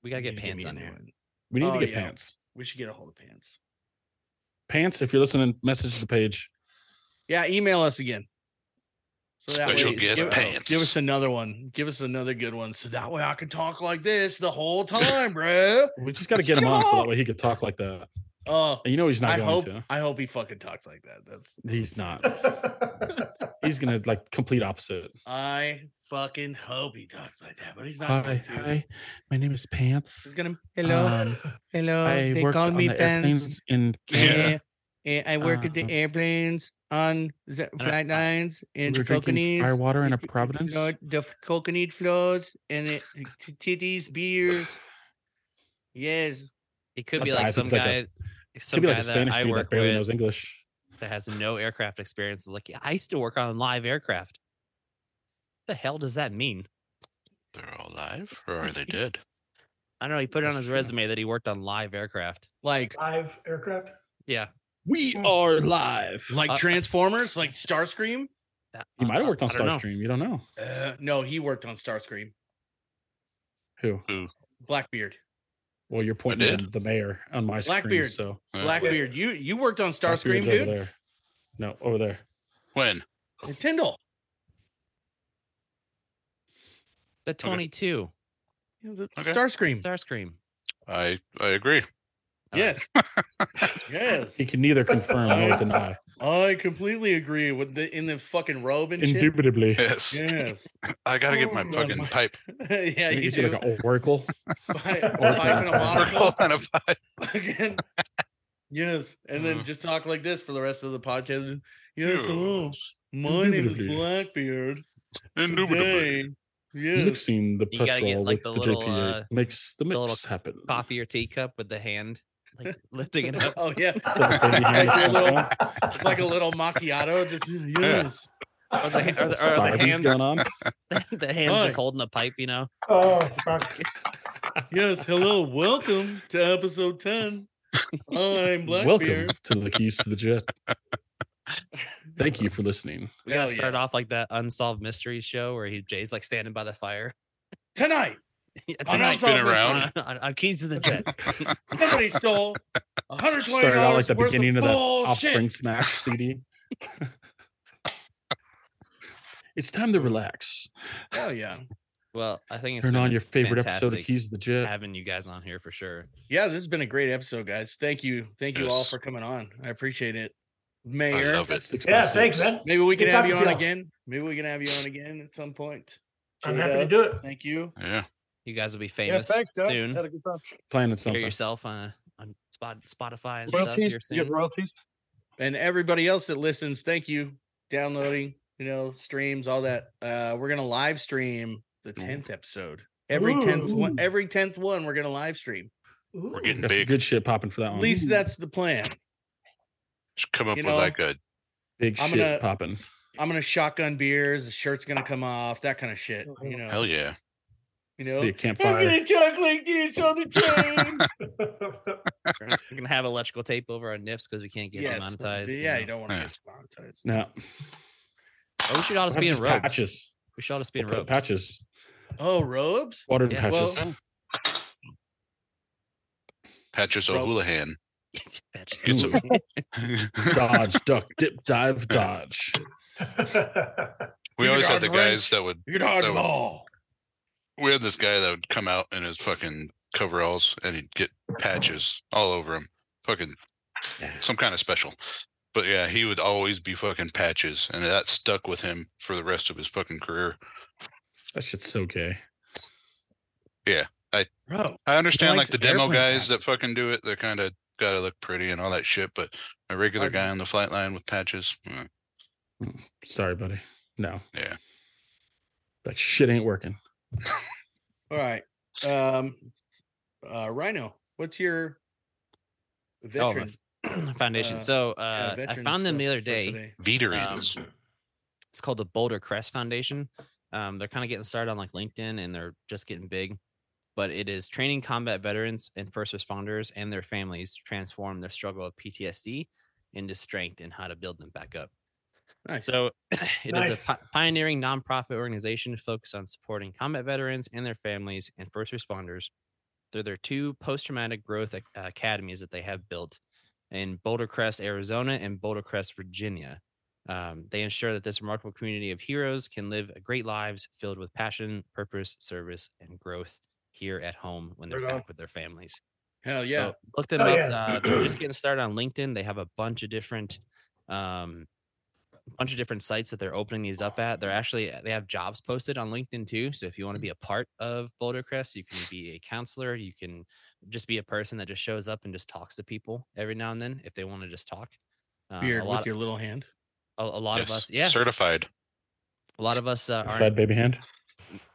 Speaker 4: we gotta
Speaker 2: we
Speaker 4: get
Speaker 2: need to
Speaker 4: pants
Speaker 2: me a
Speaker 4: on
Speaker 2: new
Speaker 4: here.
Speaker 2: one.
Speaker 3: We need
Speaker 2: Oh,
Speaker 3: to get
Speaker 2: yeah.
Speaker 3: pants.
Speaker 2: We should get a hold of pants.
Speaker 3: Pants. If you're listening, message the page.
Speaker 2: Yeah, email us again. So that
Speaker 1: Special
Speaker 2: way,
Speaker 1: guest
Speaker 2: give, oh,
Speaker 1: pants.
Speaker 2: Give us another one. Give us another good one. So that way I can talk like this the whole time, bro.
Speaker 3: We just got to get him on so that way he could talk like that.
Speaker 2: Oh,
Speaker 3: And you know he's not
Speaker 2: I
Speaker 3: going
Speaker 2: hope
Speaker 3: to.
Speaker 2: I hope he fucking talks like that. That's
Speaker 3: He's not. He's gonna like complete opposite.
Speaker 2: I fucking hope he talks like that, but he's not.
Speaker 3: Hi,
Speaker 2: going to.
Speaker 3: hi. My name is Pants.
Speaker 2: He's gonna hello,
Speaker 3: Um,
Speaker 2: hello.
Speaker 4: Uh,
Speaker 3: I
Speaker 2: they
Speaker 3: work
Speaker 2: call
Speaker 3: on
Speaker 2: me
Speaker 3: the
Speaker 2: Pants.
Speaker 3: airplanes in
Speaker 1: Yeah.
Speaker 3: Canada.
Speaker 2: Eh, I work at
Speaker 3: Um,
Speaker 2: the airplanes on the
Speaker 4: I-
Speaker 2: flight lines and
Speaker 3: we
Speaker 2: the
Speaker 3: were drinking
Speaker 2: coconuts.
Speaker 3: fire water in
Speaker 2: the
Speaker 3: a
Speaker 2: c- you
Speaker 3: Providence.
Speaker 2: know, the f- coconut floors and the t- titties, beers. Yes.
Speaker 4: It could
Speaker 3: That's
Speaker 4: be
Speaker 3: right,
Speaker 4: like
Speaker 3: it's
Speaker 4: some
Speaker 3: like
Speaker 4: guy,
Speaker 3: a-
Speaker 4: some
Speaker 3: Could be
Speaker 4: guy
Speaker 3: like a
Speaker 4: that
Speaker 3: Spanish
Speaker 4: I
Speaker 3: dude that
Speaker 4: work
Speaker 3: barely knows
Speaker 4: with
Speaker 3: English.
Speaker 4: that has no aircraft experience is like, yeah, I used to work on live aircraft. The hell does that mean?
Speaker 1: They're all alive, or are they dead?
Speaker 4: I don't know. He put it on
Speaker 3: That's
Speaker 4: his
Speaker 3: true.
Speaker 4: resume that he worked on live aircraft.
Speaker 2: Like
Speaker 6: Live aircraft.
Speaker 4: Yeah,
Speaker 3: We are live.
Speaker 2: like
Speaker 4: Uh,
Speaker 2: Transformers, like Starscream?
Speaker 4: that-
Speaker 3: He
Speaker 4: uh,
Speaker 3: might have
Speaker 4: uh,
Speaker 3: worked on
Speaker 4: I don't know.
Speaker 3: Starstream. You don't know
Speaker 2: Uh, no, he worked on Starscream.
Speaker 3: who.
Speaker 2: Blackbeard.
Speaker 3: Well, you're pointing at
Speaker 1: did.
Speaker 3: the mayor on my
Speaker 2: Blackbeard.
Speaker 3: screen. So
Speaker 1: Uh,
Speaker 2: Blackbeard. You you worked on Starscream,
Speaker 3: Blackbeard's over
Speaker 2: dude?
Speaker 3: there. No, over there.
Speaker 1: When?
Speaker 2: And Tyndall.
Speaker 4: The twenty-two
Speaker 2: you know, the
Speaker 1: Okay.
Speaker 2: Starscream.
Speaker 4: Starscream.
Speaker 1: I I agree.
Speaker 4: All right.
Speaker 2: yes. yes.
Speaker 3: He can neither confirm nor
Speaker 2: Alright.
Speaker 3: deny.
Speaker 2: I completely agree with the in the fucking robe and shit.
Speaker 3: Indubitably.
Speaker 1: Yes.
Speaker 2: Yes.
Speaker 1: I gotta get
Speaker 2: Oh,
Speaker 1: my
Speaker 2: God,
Speaker 1: fucking
Speaker 2: my-
Speaker 1: pipe.
Speaker 2: yeah,
Speaker 3: You
Speaker 2: you
Speaker 3: see,
Speaker 2: do.
Speaker 3: like an oracle.
Speaker 2: Pipe-
Speaker 3: or
Speaker 2: pipe and a
Speaker 3: like-
Speaker 2: monocle.
Speaker 1: Roll on a pipe.
Speaker 2: Again. Yes, and
Speaker 1: Uh.
Speaker 3: Uh-huh.
Speaker 2: then just talk like this for the rest of the podcast. Yes, hello. "Oh, My name is
Speaker 3: Indubitably.
Speaker 2: Blackbeard.
Speaker 1: Indubitably.
Speaker 2: Today, yes,
Speaker 3: Mixing the
Speaker 4: You gotta get,
Speaker 3: petrol
Speaker 4: like,
Speaker 3: with
Speaker 4: the
Speaker 3: the,
Speaker 4: little,
Speaker 3: JP8
Speaker 4: uh,
Speaker 3: makes the
Speaker 4: the
Speaker 3: mix
Speaker 4: little
Speaker 3: happen.
Speaker 4: Coffee or teacup with the hand, like lifting it up.
Speaker 2: Oh yeah,
Speaker 3: Put the baby hand
Speaker 2: Like a
Speaker 3: in the
Speaker 2: little-
Speaker 3: hand.
Speaker 2: it's like a little macchiato. Just yes,
Speaker 4: Or the, ha- or the, or the
Speaker 3: Starbucks
Speaker 4: hands,
Speaker 3: going on.
Speaker 4: the hands
Speaker 2: Hi.
Speaker 4: just holding a pipe. You know,
Speaker 6: Oh fuck.
Speaker 2: yes. Hello, welcome to episode ten. I'm
Speaker 3: Welcome
Speaker 2: Blackbeard.
Speaker 3: to the keys to the jet. Thank you for listening.
Speaker 4: we gotta
Speaker 2: Hell
Speaker 4: start
Speaker 2: yeah.
Speaker 4: off like that unsolved mysteries show where he Jay's like standing by the fire.
Speaker 2: tonight
Speaker 4: It's
Speaker 2: I'm
Speaker 4: a
Speaker 2: not
Speaker 4: spin
Speaker 2: solving
Speaker 1: around.
Speaker 4: on, on keys to the jet.
Speaker 2: Somebody stole $120
Speaker 3: Started out like the
Speaker 2: worth
Speaker 3: beginning of the
Speaker 2: bullshit.
Speaker 3: Offspring Smash CD. it's time to relax.
Speaker 2: Hell yeah.
Speaker 4: Well, I think it's
Speaker 3: Turn
Speaker 4: been
Speaker 3: on your favorite episode of
Speaker 4: fantastic
Speaker 3: Keys to the Jet.
Speaker 4: having you guys on here for sure.
Speaker 2: Yeah, this has been a great episode, guys. Thank you. Thank you all
Speaker 1: Yes.
Speaker 2: for coming on. I appreciate it. Mayor.
Speaker 1: love it.
Speaker 3: Six by
Speaker 6: Yeah, thanks,
Speaker 3: six.
Speaker 6: man.
Speaker 2: Maybe we can
Speaker 6: Good
Speaker 2: have
Speaker 6: talking
Speaker 2: you on
Speaker 6: to y'all.
Speaker 2: again. Maybe we can have you on again at some point.
Speaker 6: I'm
Speaker 2: J
Speaker 6: happy to
Speaker 2: Dub,
Speaker 6: do it.
Speaker 2: Thank you.
Speaker 1: Yeah.
Speaker 4: You guys will be
Speaker 7: Yeah,
Speaker 4: famous
Speaker 7: thanks, Doug.
Speaker 4: soon.
Speaker 7: Had a good time.
Speaker 3: Planning
Speaker 4: Hear
Speaker 3: something.
Speaker 4: yourself on on spot Spotify and stuff
Speaker 7: Royalties?
Speaker 4: here
Speaker 7: You get
Speaker 4: soon.
Speaker 7: royalties?
Speaker 2: And everybody else that listens, thank you. Downloading, you know, streams, all that. Uh we're gonna live stream the
Speaker 1: Ooh.
Speaker 2: tenth episode. Every tenth one
Speaker 6: Ooh.
Speaker 2: every tenth one we're gonna live stream.
Speaker 1: We're
Speaker 6: Ooh.
Speaker 1: getting
Speaker 3: Got some
Speaker 1: big.
Speaker 3: good shit popping for that
Speaker 2: At
Speaker 3: one.
Speaker 2: least that's the plan.
Speaker 1: Just come up
Speaker 2: you
Speaker 1: with
Speaker 2: know, uh,
Speaker 1: like a
Speaker 3: Big
Speaker 2: I'm gonna-
Speaker 3: shit popping.
Speaker 2: I'm gonna shotgun beers, the shirt's gonna come off, that kind of shit.
Speaker 6: Oh,
Speaker 2: You know,
Speaker 1: hell yeah.
Speaker 2: you know. Oh,
Speaker 3: Be a
Speaker 2: I'm
Speaker 3: campfire.
Speaker 2: gonna talk like this on the train.
Speaker 4: We're gonna- we're gonna have electrical tape over our nips because we can't get
Speaker 2: Yes.
Speaker 4: demonetized. you
Speaker 2: Yeah, you
Speaker 4: know.
Speaker 2: don't want to
Speaker 1: Yeah.
Speaker 2: get monetized.
Speaker 3: No.
Speaker 4: Oh, we should all just
Speaker 3: Have
Speaker 4: be in
Speaker 3: just
Speaker 4: robes.
Speaker 3: patches.
Speaker 4: We should all just be in
Speaker 3: We'll put
Speaker 4: robes.
Speaker 3: Patches.
Speaker 2: Oh, robes?
Speaker 3: Watered
Speaker 4: Yeah.
Speaker 3: patches.
Speaker 2: Well,
Speaker 1: Patches
Speaker 2: Bro.
Speaker 1: O'Houlihan.
Speaker 4: Patches.
Speaker 1: Get some-
Speaker 3: dodge, duck, dip, dive, dodge.
Speaker 1: we
Speaker 2: You
Speaker 1: always had
Speaker 2: got
Speaker 1: the guys that would
Speaker 2: You can dodge
Speaker 1: That
Speaker 2: them
Speaker 1: would-
Speaker 2: all.
Speaker 1: we had this guy that would come out in his fucking coveralls and he'd get patches all over him. Fucking some kind of special. But yeah, he would always be fucking patches and that stuck with him for the rest of his fucking career.
Speaker 3: That shit's so gay.
Speaker 2: Bro,
Speaker 1: I understand
Speaker 2: likes
Speaker 1: like the demo
Speaker 2: airplane
Speaker 1: guys that
Speaker 2: patches.
Speaker 1: fucking do it. They're kind of got to look pretty and all that shit, but a regular
Speaker 2: Pardon?
Speaker 1: guy on the flight line with patches. eh,
Speaker 3: Sorry, buddy. No.
Speaker 1: Yeah.
Speaker 3: That shit ain't working.
Speaker 2: all right. Um uh Rhino, what's your
Speaker 4: Oh, my
Speaker 2: veteran?
Speaker 4: Foundation.
Speaker 2: uh,
Speaker 4: so
Speaker 2: yeah,
Speaker 4: uh, I
Speaker 2: veteran
Speaker 4: found them
Speaker 2: stuff
Speaker 4: the other
Speaker 2: for
Speaker 4: day.
Speaker 2: today?
Speaker 1: Veterans.
Speaker 4: it's called the Boulder Crest Foundation. Um, they're kind of getting started on like LinkedIn and they're just getting big, but it is training combat veterans and first responders and their families to transform their struggle of PTSD into strength and how to build them back up.
Speaker 2: Nice.
Speaker 4: So it is
Speaker 6: Nice.
Speaker 4: a pi- pioneering nonprofit organization focused on supporting combat veterans and their families and first responders through their two post traumatic growth ac- uh, academies that they have built in Boulder Crest, Arizona, and Boulder Crest, Virginia. Um, they ensure that this remarkable community of heroes can live great lives filled with passion, purpose, service, and growth here at home when they're
Speaker 6: Right on.
Speaker 4: back with their families.
Speaker 2: Hell yeah.
Speaker 4: So, look them
Speaker 6: Oh,
Speaker 4: up.
Speaker 6: yeah.
Speaker 4: Uh, they're just getting started on LinkedIn. They have a bunch of different, um, bunch of different sites that they're opening these up at. They're actually they have jobs posted on LinkedIn too. So if you want to be a part of Boulder Crest, you can be a counselor. You can just be a person that just shows up and just talks to people every now and then if they want to just talk. Uh,
Speaker 2: Beard
Speaker 4: a lot,
Speaker 2: with your little hand.
Speaker 4: a, a lot of
Speaker 1: Yes,
Speaker 4: us, yeah,
Speaker 1: Certified.
Speaker 4: a lot of us uh, aren't
Speaker 3: Fed baby hand.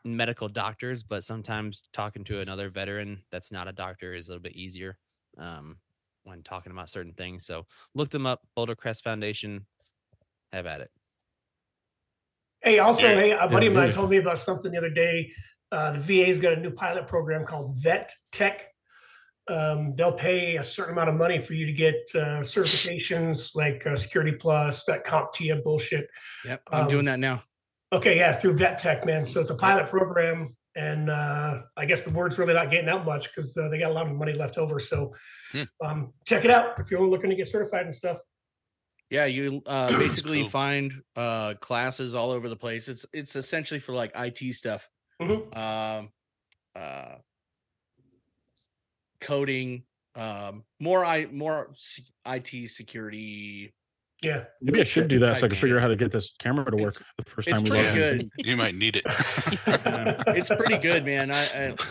Speaker 4: medical doctors, but sometimes talking to another veteran that's not a doctor is a little bit easier um, when talking about certain things. So look them up, Boulder Crest Foundation. Have at it.
Speaker 6: Hey, also,
Speaker 1: Yeah.
Speaker 6: hey, a buddy of mine
Speaker 3: yeah.
Speaker 6: told me about something the other day. Uh, the VA's got a new pilot program called Vet Tech. Um, they'll pay a certain amount of money for you to get uh, certifications like uh, Security Plus, that CompTIA bullshit.
Speaker 2: Yep. I'm
Speaker 4: Oh.
Speaker 6: Um,
Speaker 2: doing that now.
Speaker 6: Okay, yeah, through Vet Tech, man. So it's a pilot program, and uh, I guess the word's really not getting out much because uh, they got a lot of money left over. So
Speaker 1: Hmm.
Speaker 6: um, check it out if you're looking to get certified and stuff.
Speaker 2: Yeah, you uh
Speaker 1: That's
Speaker 2: basically
Speaker 1: cool.
Speaker 2: find uh classes all over the place. It's it's essentially for like IT stuff.
Speaker 6: Mhm.
Speaker 2: um, uh, coding, um, more I more se- IT security.
Speaker 6: Yeah,
Speaker 3: Maybe I should do that so I
Speaker 2: Type
Speaker 3: can figure
Speaker 2: shit.
Speaker 3: out how to get this camera to work the first
Speaker 2: it's
Speaker 3: time we
Speaker 2: pretty
Speaker 3: log in.
Speaker 2: good.
Speaker 1: You might need it.
Speaker 2: It's pretty good, man. I,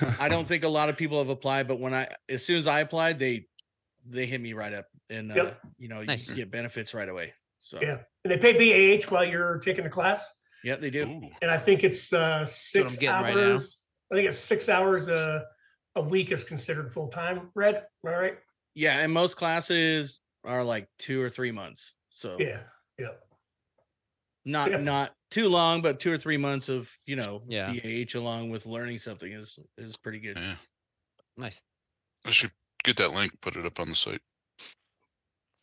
Speaker 2: I I don't think a lot of people have applied, but when I as soon as I applied, they they hit me right up, and uh,
Speaker 6: Yep.
Speaker 2: you know you
Speaker 4: Nice.
Speaker 2: can get benefits right away. So yeah,
Speaker 6: Yeah. And they pay BAH while you're taking the class.
Speaker 2: they
Speaker 7: Mm-hmm.
Speaker 2: do.
Speaker 1: Ooh,
Speaker 6: and I think it's uh, six
Speaker 4: getting right now.
Speaker 6: hours. I think it's six hours a a week is considered full time. Red, am I right?
Speaker 2: Yeah, and most classes are like two or three months.
Speaker 4: Oh.
Speaker 2: So
Speaker 6: Yeah, yeah.
Speaker 2: not
Speaker 6: Yeah.
Speaker 2: not too long, but two or three months of you know
Speaker 4: Yeah.
Speaker 2: BAH along with learning something is is pretty good.
Speaker 1: yeah.
Speaker 4: Nice
Speaker 1: I should get that link, put it up on the site.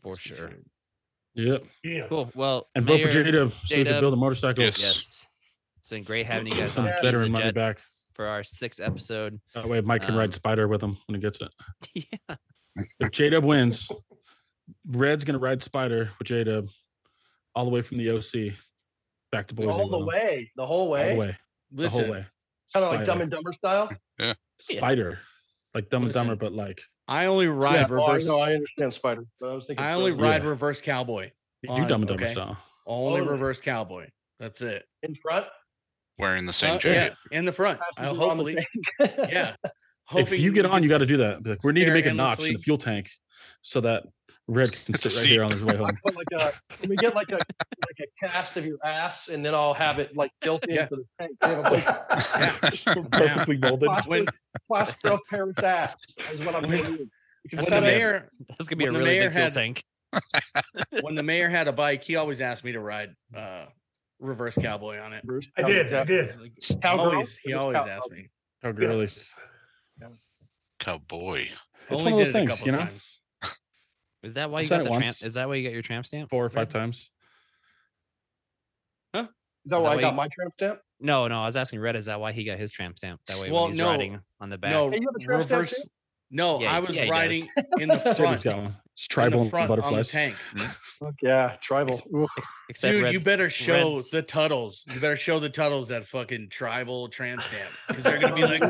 Speaker 4: for
Speaker 2: That's
Speaker 4: sure.
Speaker 3: Yeah.
Speaker 6: Yeah.
Speaker 4: Cool. Well,
Speaker 3: And vote for
Speaker 4: Mayor-
Speaker 3: J-Dub so we
Speaker 4: J-Dub.
Speaker 3: can build a motorcycle.
Speaker 1: Yes.
Speaker 4: Yes. It's been great having you guys
Speaker 3: Some
Speaker 4: on.
Speaker 6: Yeah,
Speaker 4: Keys
Speaker 3: veteran
Speaker 4: and
Speaker 3: money
Speaker 4: Jet.
Speaker 3: back.
Speaker 4: for our sixth episode.
Speaker 3: That way, Mike can
Speaker 4: Um,
Speaker 3: ride Spider with him when he gets it.
Speaker 4: yeah.
Speaker 3: If J Dub wins, Red's gonna ride Spider with J Dub all the way from the OC back to Boise.
Speaker 7: all the
Speaker 3: with him.
Speaker 7: way, the whole
Speaker 3: all
Speaker 7: way,
Speaker 3: the way, the whole
Speaker 2: Listen,
Speaker 3: way.
Speaker 7: kind of like Dumb
Speaker 3: Spider.
Speaker 7: and Dumber style.
Speaker 4: Yeah.
Speaker 3: Spider, like Dumb and
Speaker 2: Listen.
Speaker 3: Dumber, but like
Speaker 2: I only
Speaker 7: Yeah,
Speaker 2: ride
Speaker 7: oh, I
Speaker 2: reverse.
Speaker 7: know, I understand Spider, but I was thinking
Speaker 2: I only
Speaker 7: Frozen.
Speaker 2: ride
Speaker 3: Yeah.
Speaker 2: reverse cowboy.
Speaker 3: you
Speaker 2: Fine,
Speaker 3: Dumb and Dumber
Speaker 2: okay.
Speaker 3: style.
Speaker 2: Only
Speaker 7: Only.
Speaker 2: reverse cowboy. That's it.
Speaker 7: in front.
Speaker 1: wearing the same
Speaker 2: Uh,
Speaker 1: jacket.
Speaker 2: Yeah, in the front.
Speaker 7: Have to
Speaker 2: I'll
Speaker 7: do it on the
Speaker 2: hopefully.
Speaker 7: thing.
Speaker 2: Yeah.
Speaker 3: If you get on, you got to do that. Be like, we need to
Speaker 2: stare
Speaker 3: make a notch in the
Speaker 2: endlessly.
Speaker 3: fuel tank so that Red can
Speaker 1: At the
Speaker 3: sit right here on his way
Speaker 7: I
Speaker 3: home.
Speaker 7: put like a, can we get like a like a cast of your ass, and then I'll have it like built
Speaker 2: Yeah.
Speaker 7: into the tank. They have a big
Speaker 3: Perfectly molded.
Speaker 7: plastic,
Speaker 2: When-
Speaker 7: plastic of parents' ass is what I'm
Speaker 2: When-
Speaker 7: doing.
Speaker 4: That's
Speaker 2: when
Speaker 4: gonna
Speaker 2: the
Speaker 4: be a-
Speaker 2: mayor
Speaker 4: That's gonna be
Speaker 2: When
Speaker 4: a
Speaker 2: the
Speaker 4: really
Speaker 2: mayor
Speaker 4: big fuel
Speaker 2: had-
Speaker 4: tank.
Speaker 2: when the mayor had a bike, he always asked me to ride uh reverse cowboy on it.
Speaker 6: I did. I did.
Speaker 2: It's like,
Speaker 7: Cowgirl?
Speaker 2: always, he
Speaker 7: Is it
Speaker 2: always
Speaker 7: cow-
Speaker 2: asked me.
Speaker 3: How girlies.
Speaker 1: Cowboy.
Speaker 3: It's
Speaker 2: Only
Speaker 3: one
Speaker 2: did
Speaker 3: of those
Speaker 2: it a
Speaker 3: things,
Speaker 2: couple
Speaker 3: you know?
Speaker 2: times.
Speaker 4: Is that why
Speaker 3: I've
Speaker 4: you
Speaker 3: said
Speaker 4: got
Speaker 3: it
Speaker 4: the tramp?
Speaker 3: once.
Speaker 4: Is that why you got your tramp stamp?
Speaker 3: Four or five times.
Speaker 7: Is that
Speaker 4: Is that
Speaker 7: why I
Speaker 4: why
Speaker 7: got
Speaker 4: you-
Speaker 7: my tramp stamp?
Speaker 4: No, no. I was asking Red. Is that why he got his tramp stamp? That way,
Speaker 2: Well,
Speaker 4: when he's
Speaker 2: no.
Speaker 4: riding on the back.
Speaker 2: No,
Speaker 7: Hey, you have a tramp stamp
Speaker 2: reverse.
Speaker 7: too?
Speaker 2: No,
Speaker 4: Yeah,
Speaker 2: I was
Speaker 4: yeah, he does.
Speaker 2: riding in the
Speaker 3: Jacob's
Speaker 2: front,
Speaker 3: got one. It's
Speaker 2: in
Speaker 3: tribal
Speaker 2: the
Speaker 3: and
Speaker 2: front on the
Speaker 3: butterflies.
Speaker 2: tank.
Speaker 7: Fuck yeah, tribal. Oof.
Speaker 4: Ex- except
Speaker 2: Dude, you
Speaker 4: Red's-
Speaker 2: better show
Speaker 4: Red's-
Speaker 2: the Tuttles. You better show the Tuttles that fucking tribal tramp stamp because they're gonna be like,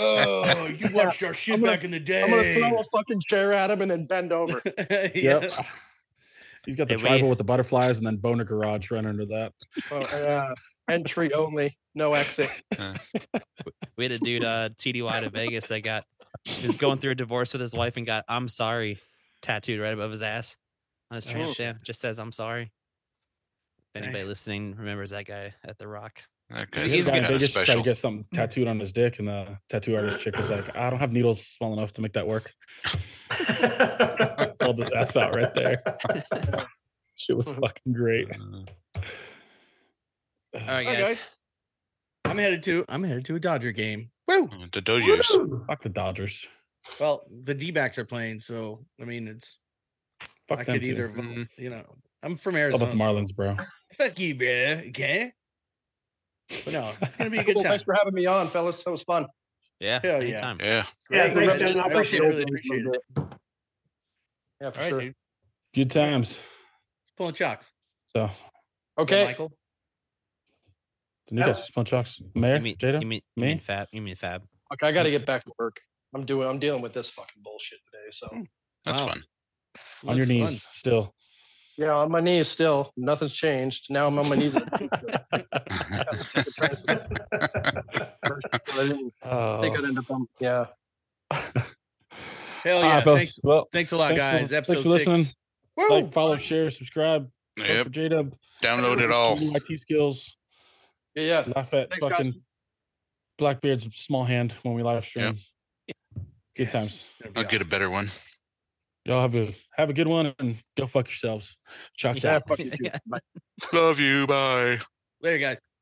Speaker 2: "Oh, you watched our shit
Speaker 7: I'm gonna-
Speaker 2: back in the
Speaker 7: I'm gonna
Speaker 2: day."
Speaker 7: throw a fucking chair at him and then bend over.
Speaker 2: Yeah.
Speaker 3: Yep. He's got the
Speaker 4: Hey, we-
Speaker 3: tribal with the butterflies and then Boner Garage right under that.
Speaker 7: Oh, yeah. Entry only, no exit.
Speaker 4: We had a dude uh TDY to Vegas that got he was going through a divorce with his wife and got I'm sorry tattooed right above his ass on his tramp
Speaker 7: Oh.
Speaker 4: stamp. Just says I'm sorry. If anybody
Speaker 2: Damn.
Speaker 4: listening remembers that guy at the Rock.
Speaker 1: That
Speaker 4: He's
Speaker 1: guy's
Speaker 3: This
Speaker 4: He's
Speaker 3: guy in
Speaker 1: kinda
Speaker 3: Vegas tried to
Speaker 1: special.
Speaker 3: get something tattooed on his dick, and the tattoo artist chick was like, "I don't have needles small enough to make that work." Pulled his ass out right there. Shit was fucking great.
Speaker 1: Mm,
Speaker 4: All right,
Speaker 7: Hi,
Speaker 4: guys.
Speaker 7: guys.
Speaker 2: I'm headed to I'm headed to a Dodger game. Woo!
Speaker 1: Uh, the Dojos.
Speaker 3: Fuck the Dodgers.
Speaker 2: Well, the D backs are playing, so I mean it's
Speaker 3: Fuck
Speaker 2: I
Speaker 3: them
Speaker 2: could
Speaker 3: too.
Speaker 2: either vote,
Speaker 1: Mhm.
Speaker 2: you know, I'm from
Speaker 3: It's all
Speaker 2: Arizona.
Speaker 3: about the Marlins, bro.
Speaker 2: so Fuck you, bro. Okay. But no, it's gonna be a good
Speaker 7: Cool,
Speaker 2: time.
Speaker 7: thanks for having me on, fellas. That was fun.
Speaker 4: Yeah.
Speaker 2: Hell yeah.
Speaker 4: anytime.
Speaker 1: Yeah.
Speaker 6: Yeah,
Speaker 2: Great.
Speaker 6: thanks,
Speaker 2: I
Speaker 6: gentlemen. I
Speaker 2: really-
Speaker 6: appreciate
Speaker 2: I
Speaker 6: it.
Speaker 2: really appreciate it.
Speaker 7: Yeah, for
Speaker 2: All right,
Speaker 7: sure.
Speaker 2: dude.
Speaker 3: Good times.
Speaker 2: Pulling chocks.
Speaker 3: So
Speaker 7: Okay.
Speaker 2: Michael.
Speaker 3: the new guys, Sponge Socks, Mayor,
Speaker 4: You mean, you
Speaker 3: Jada.
Speaker 4: mean, you mean
Speaker 3: Me?
Speaker 4: Fab? You mean Fab?
Speaker 7: Fuck, I got to get back to work. I'm doing. I'm dealing with this fucking bullshit today. So
Speaker 1: That's
Speaker 2: Wow.
Speaker 1: fun.
Speaker 3: On your
Speaker 2: Looks fun.
Speaker 3: knees, still.
Speaker 7: yeah, on my knees still. Nothing's changed. Now I'm on my knees. I didn't think I'd
Speaker 3: Oh.
Speaker 7: end up on. Yeah.
Speaker 2: Hell
Speaker 3: All right,
Speaker 2: yeah.
Speaker 3: fellas.
Speaker 2: thanks.
Speaker 3: Well,
Speaker 2: Thanks a lot,
Speaker 3: thanks for-
Speaker 2: guys.
Speaker 3: thanks
Speaker 2: Episode
Speaker 3: for
Speaker 2: six.
Speaker 3: listening.
Speaker 2: Woo!
Speaker 3: like, follow, share, subscribe. Vote
Speaker 1: Yep.
Speaker 3: For Jada.
Speaker 1: Download it all.
Speaker 3: IT skills.
Speaker 7: Yeah. Yeah.
Speaker 3: laugh at
Speaker 7: Thanks, guys.
Speaker 3: fucking Blackbeard's small hand when we live stream.
Speaker 2: Yes,
Speaker 3: Good times.
Speaker 2: it's gonna be
Speaker 1: I'll get a
Speaker 2: awesome.
Speaker 1: better one.
Speaker 3: Y'all have a have a good one and go fuck yourselves. Chalks out.
Speaker 7: fuck you too. Bye.
Speaker 1: Love you. Bye.
Speaker 2: Later, guys.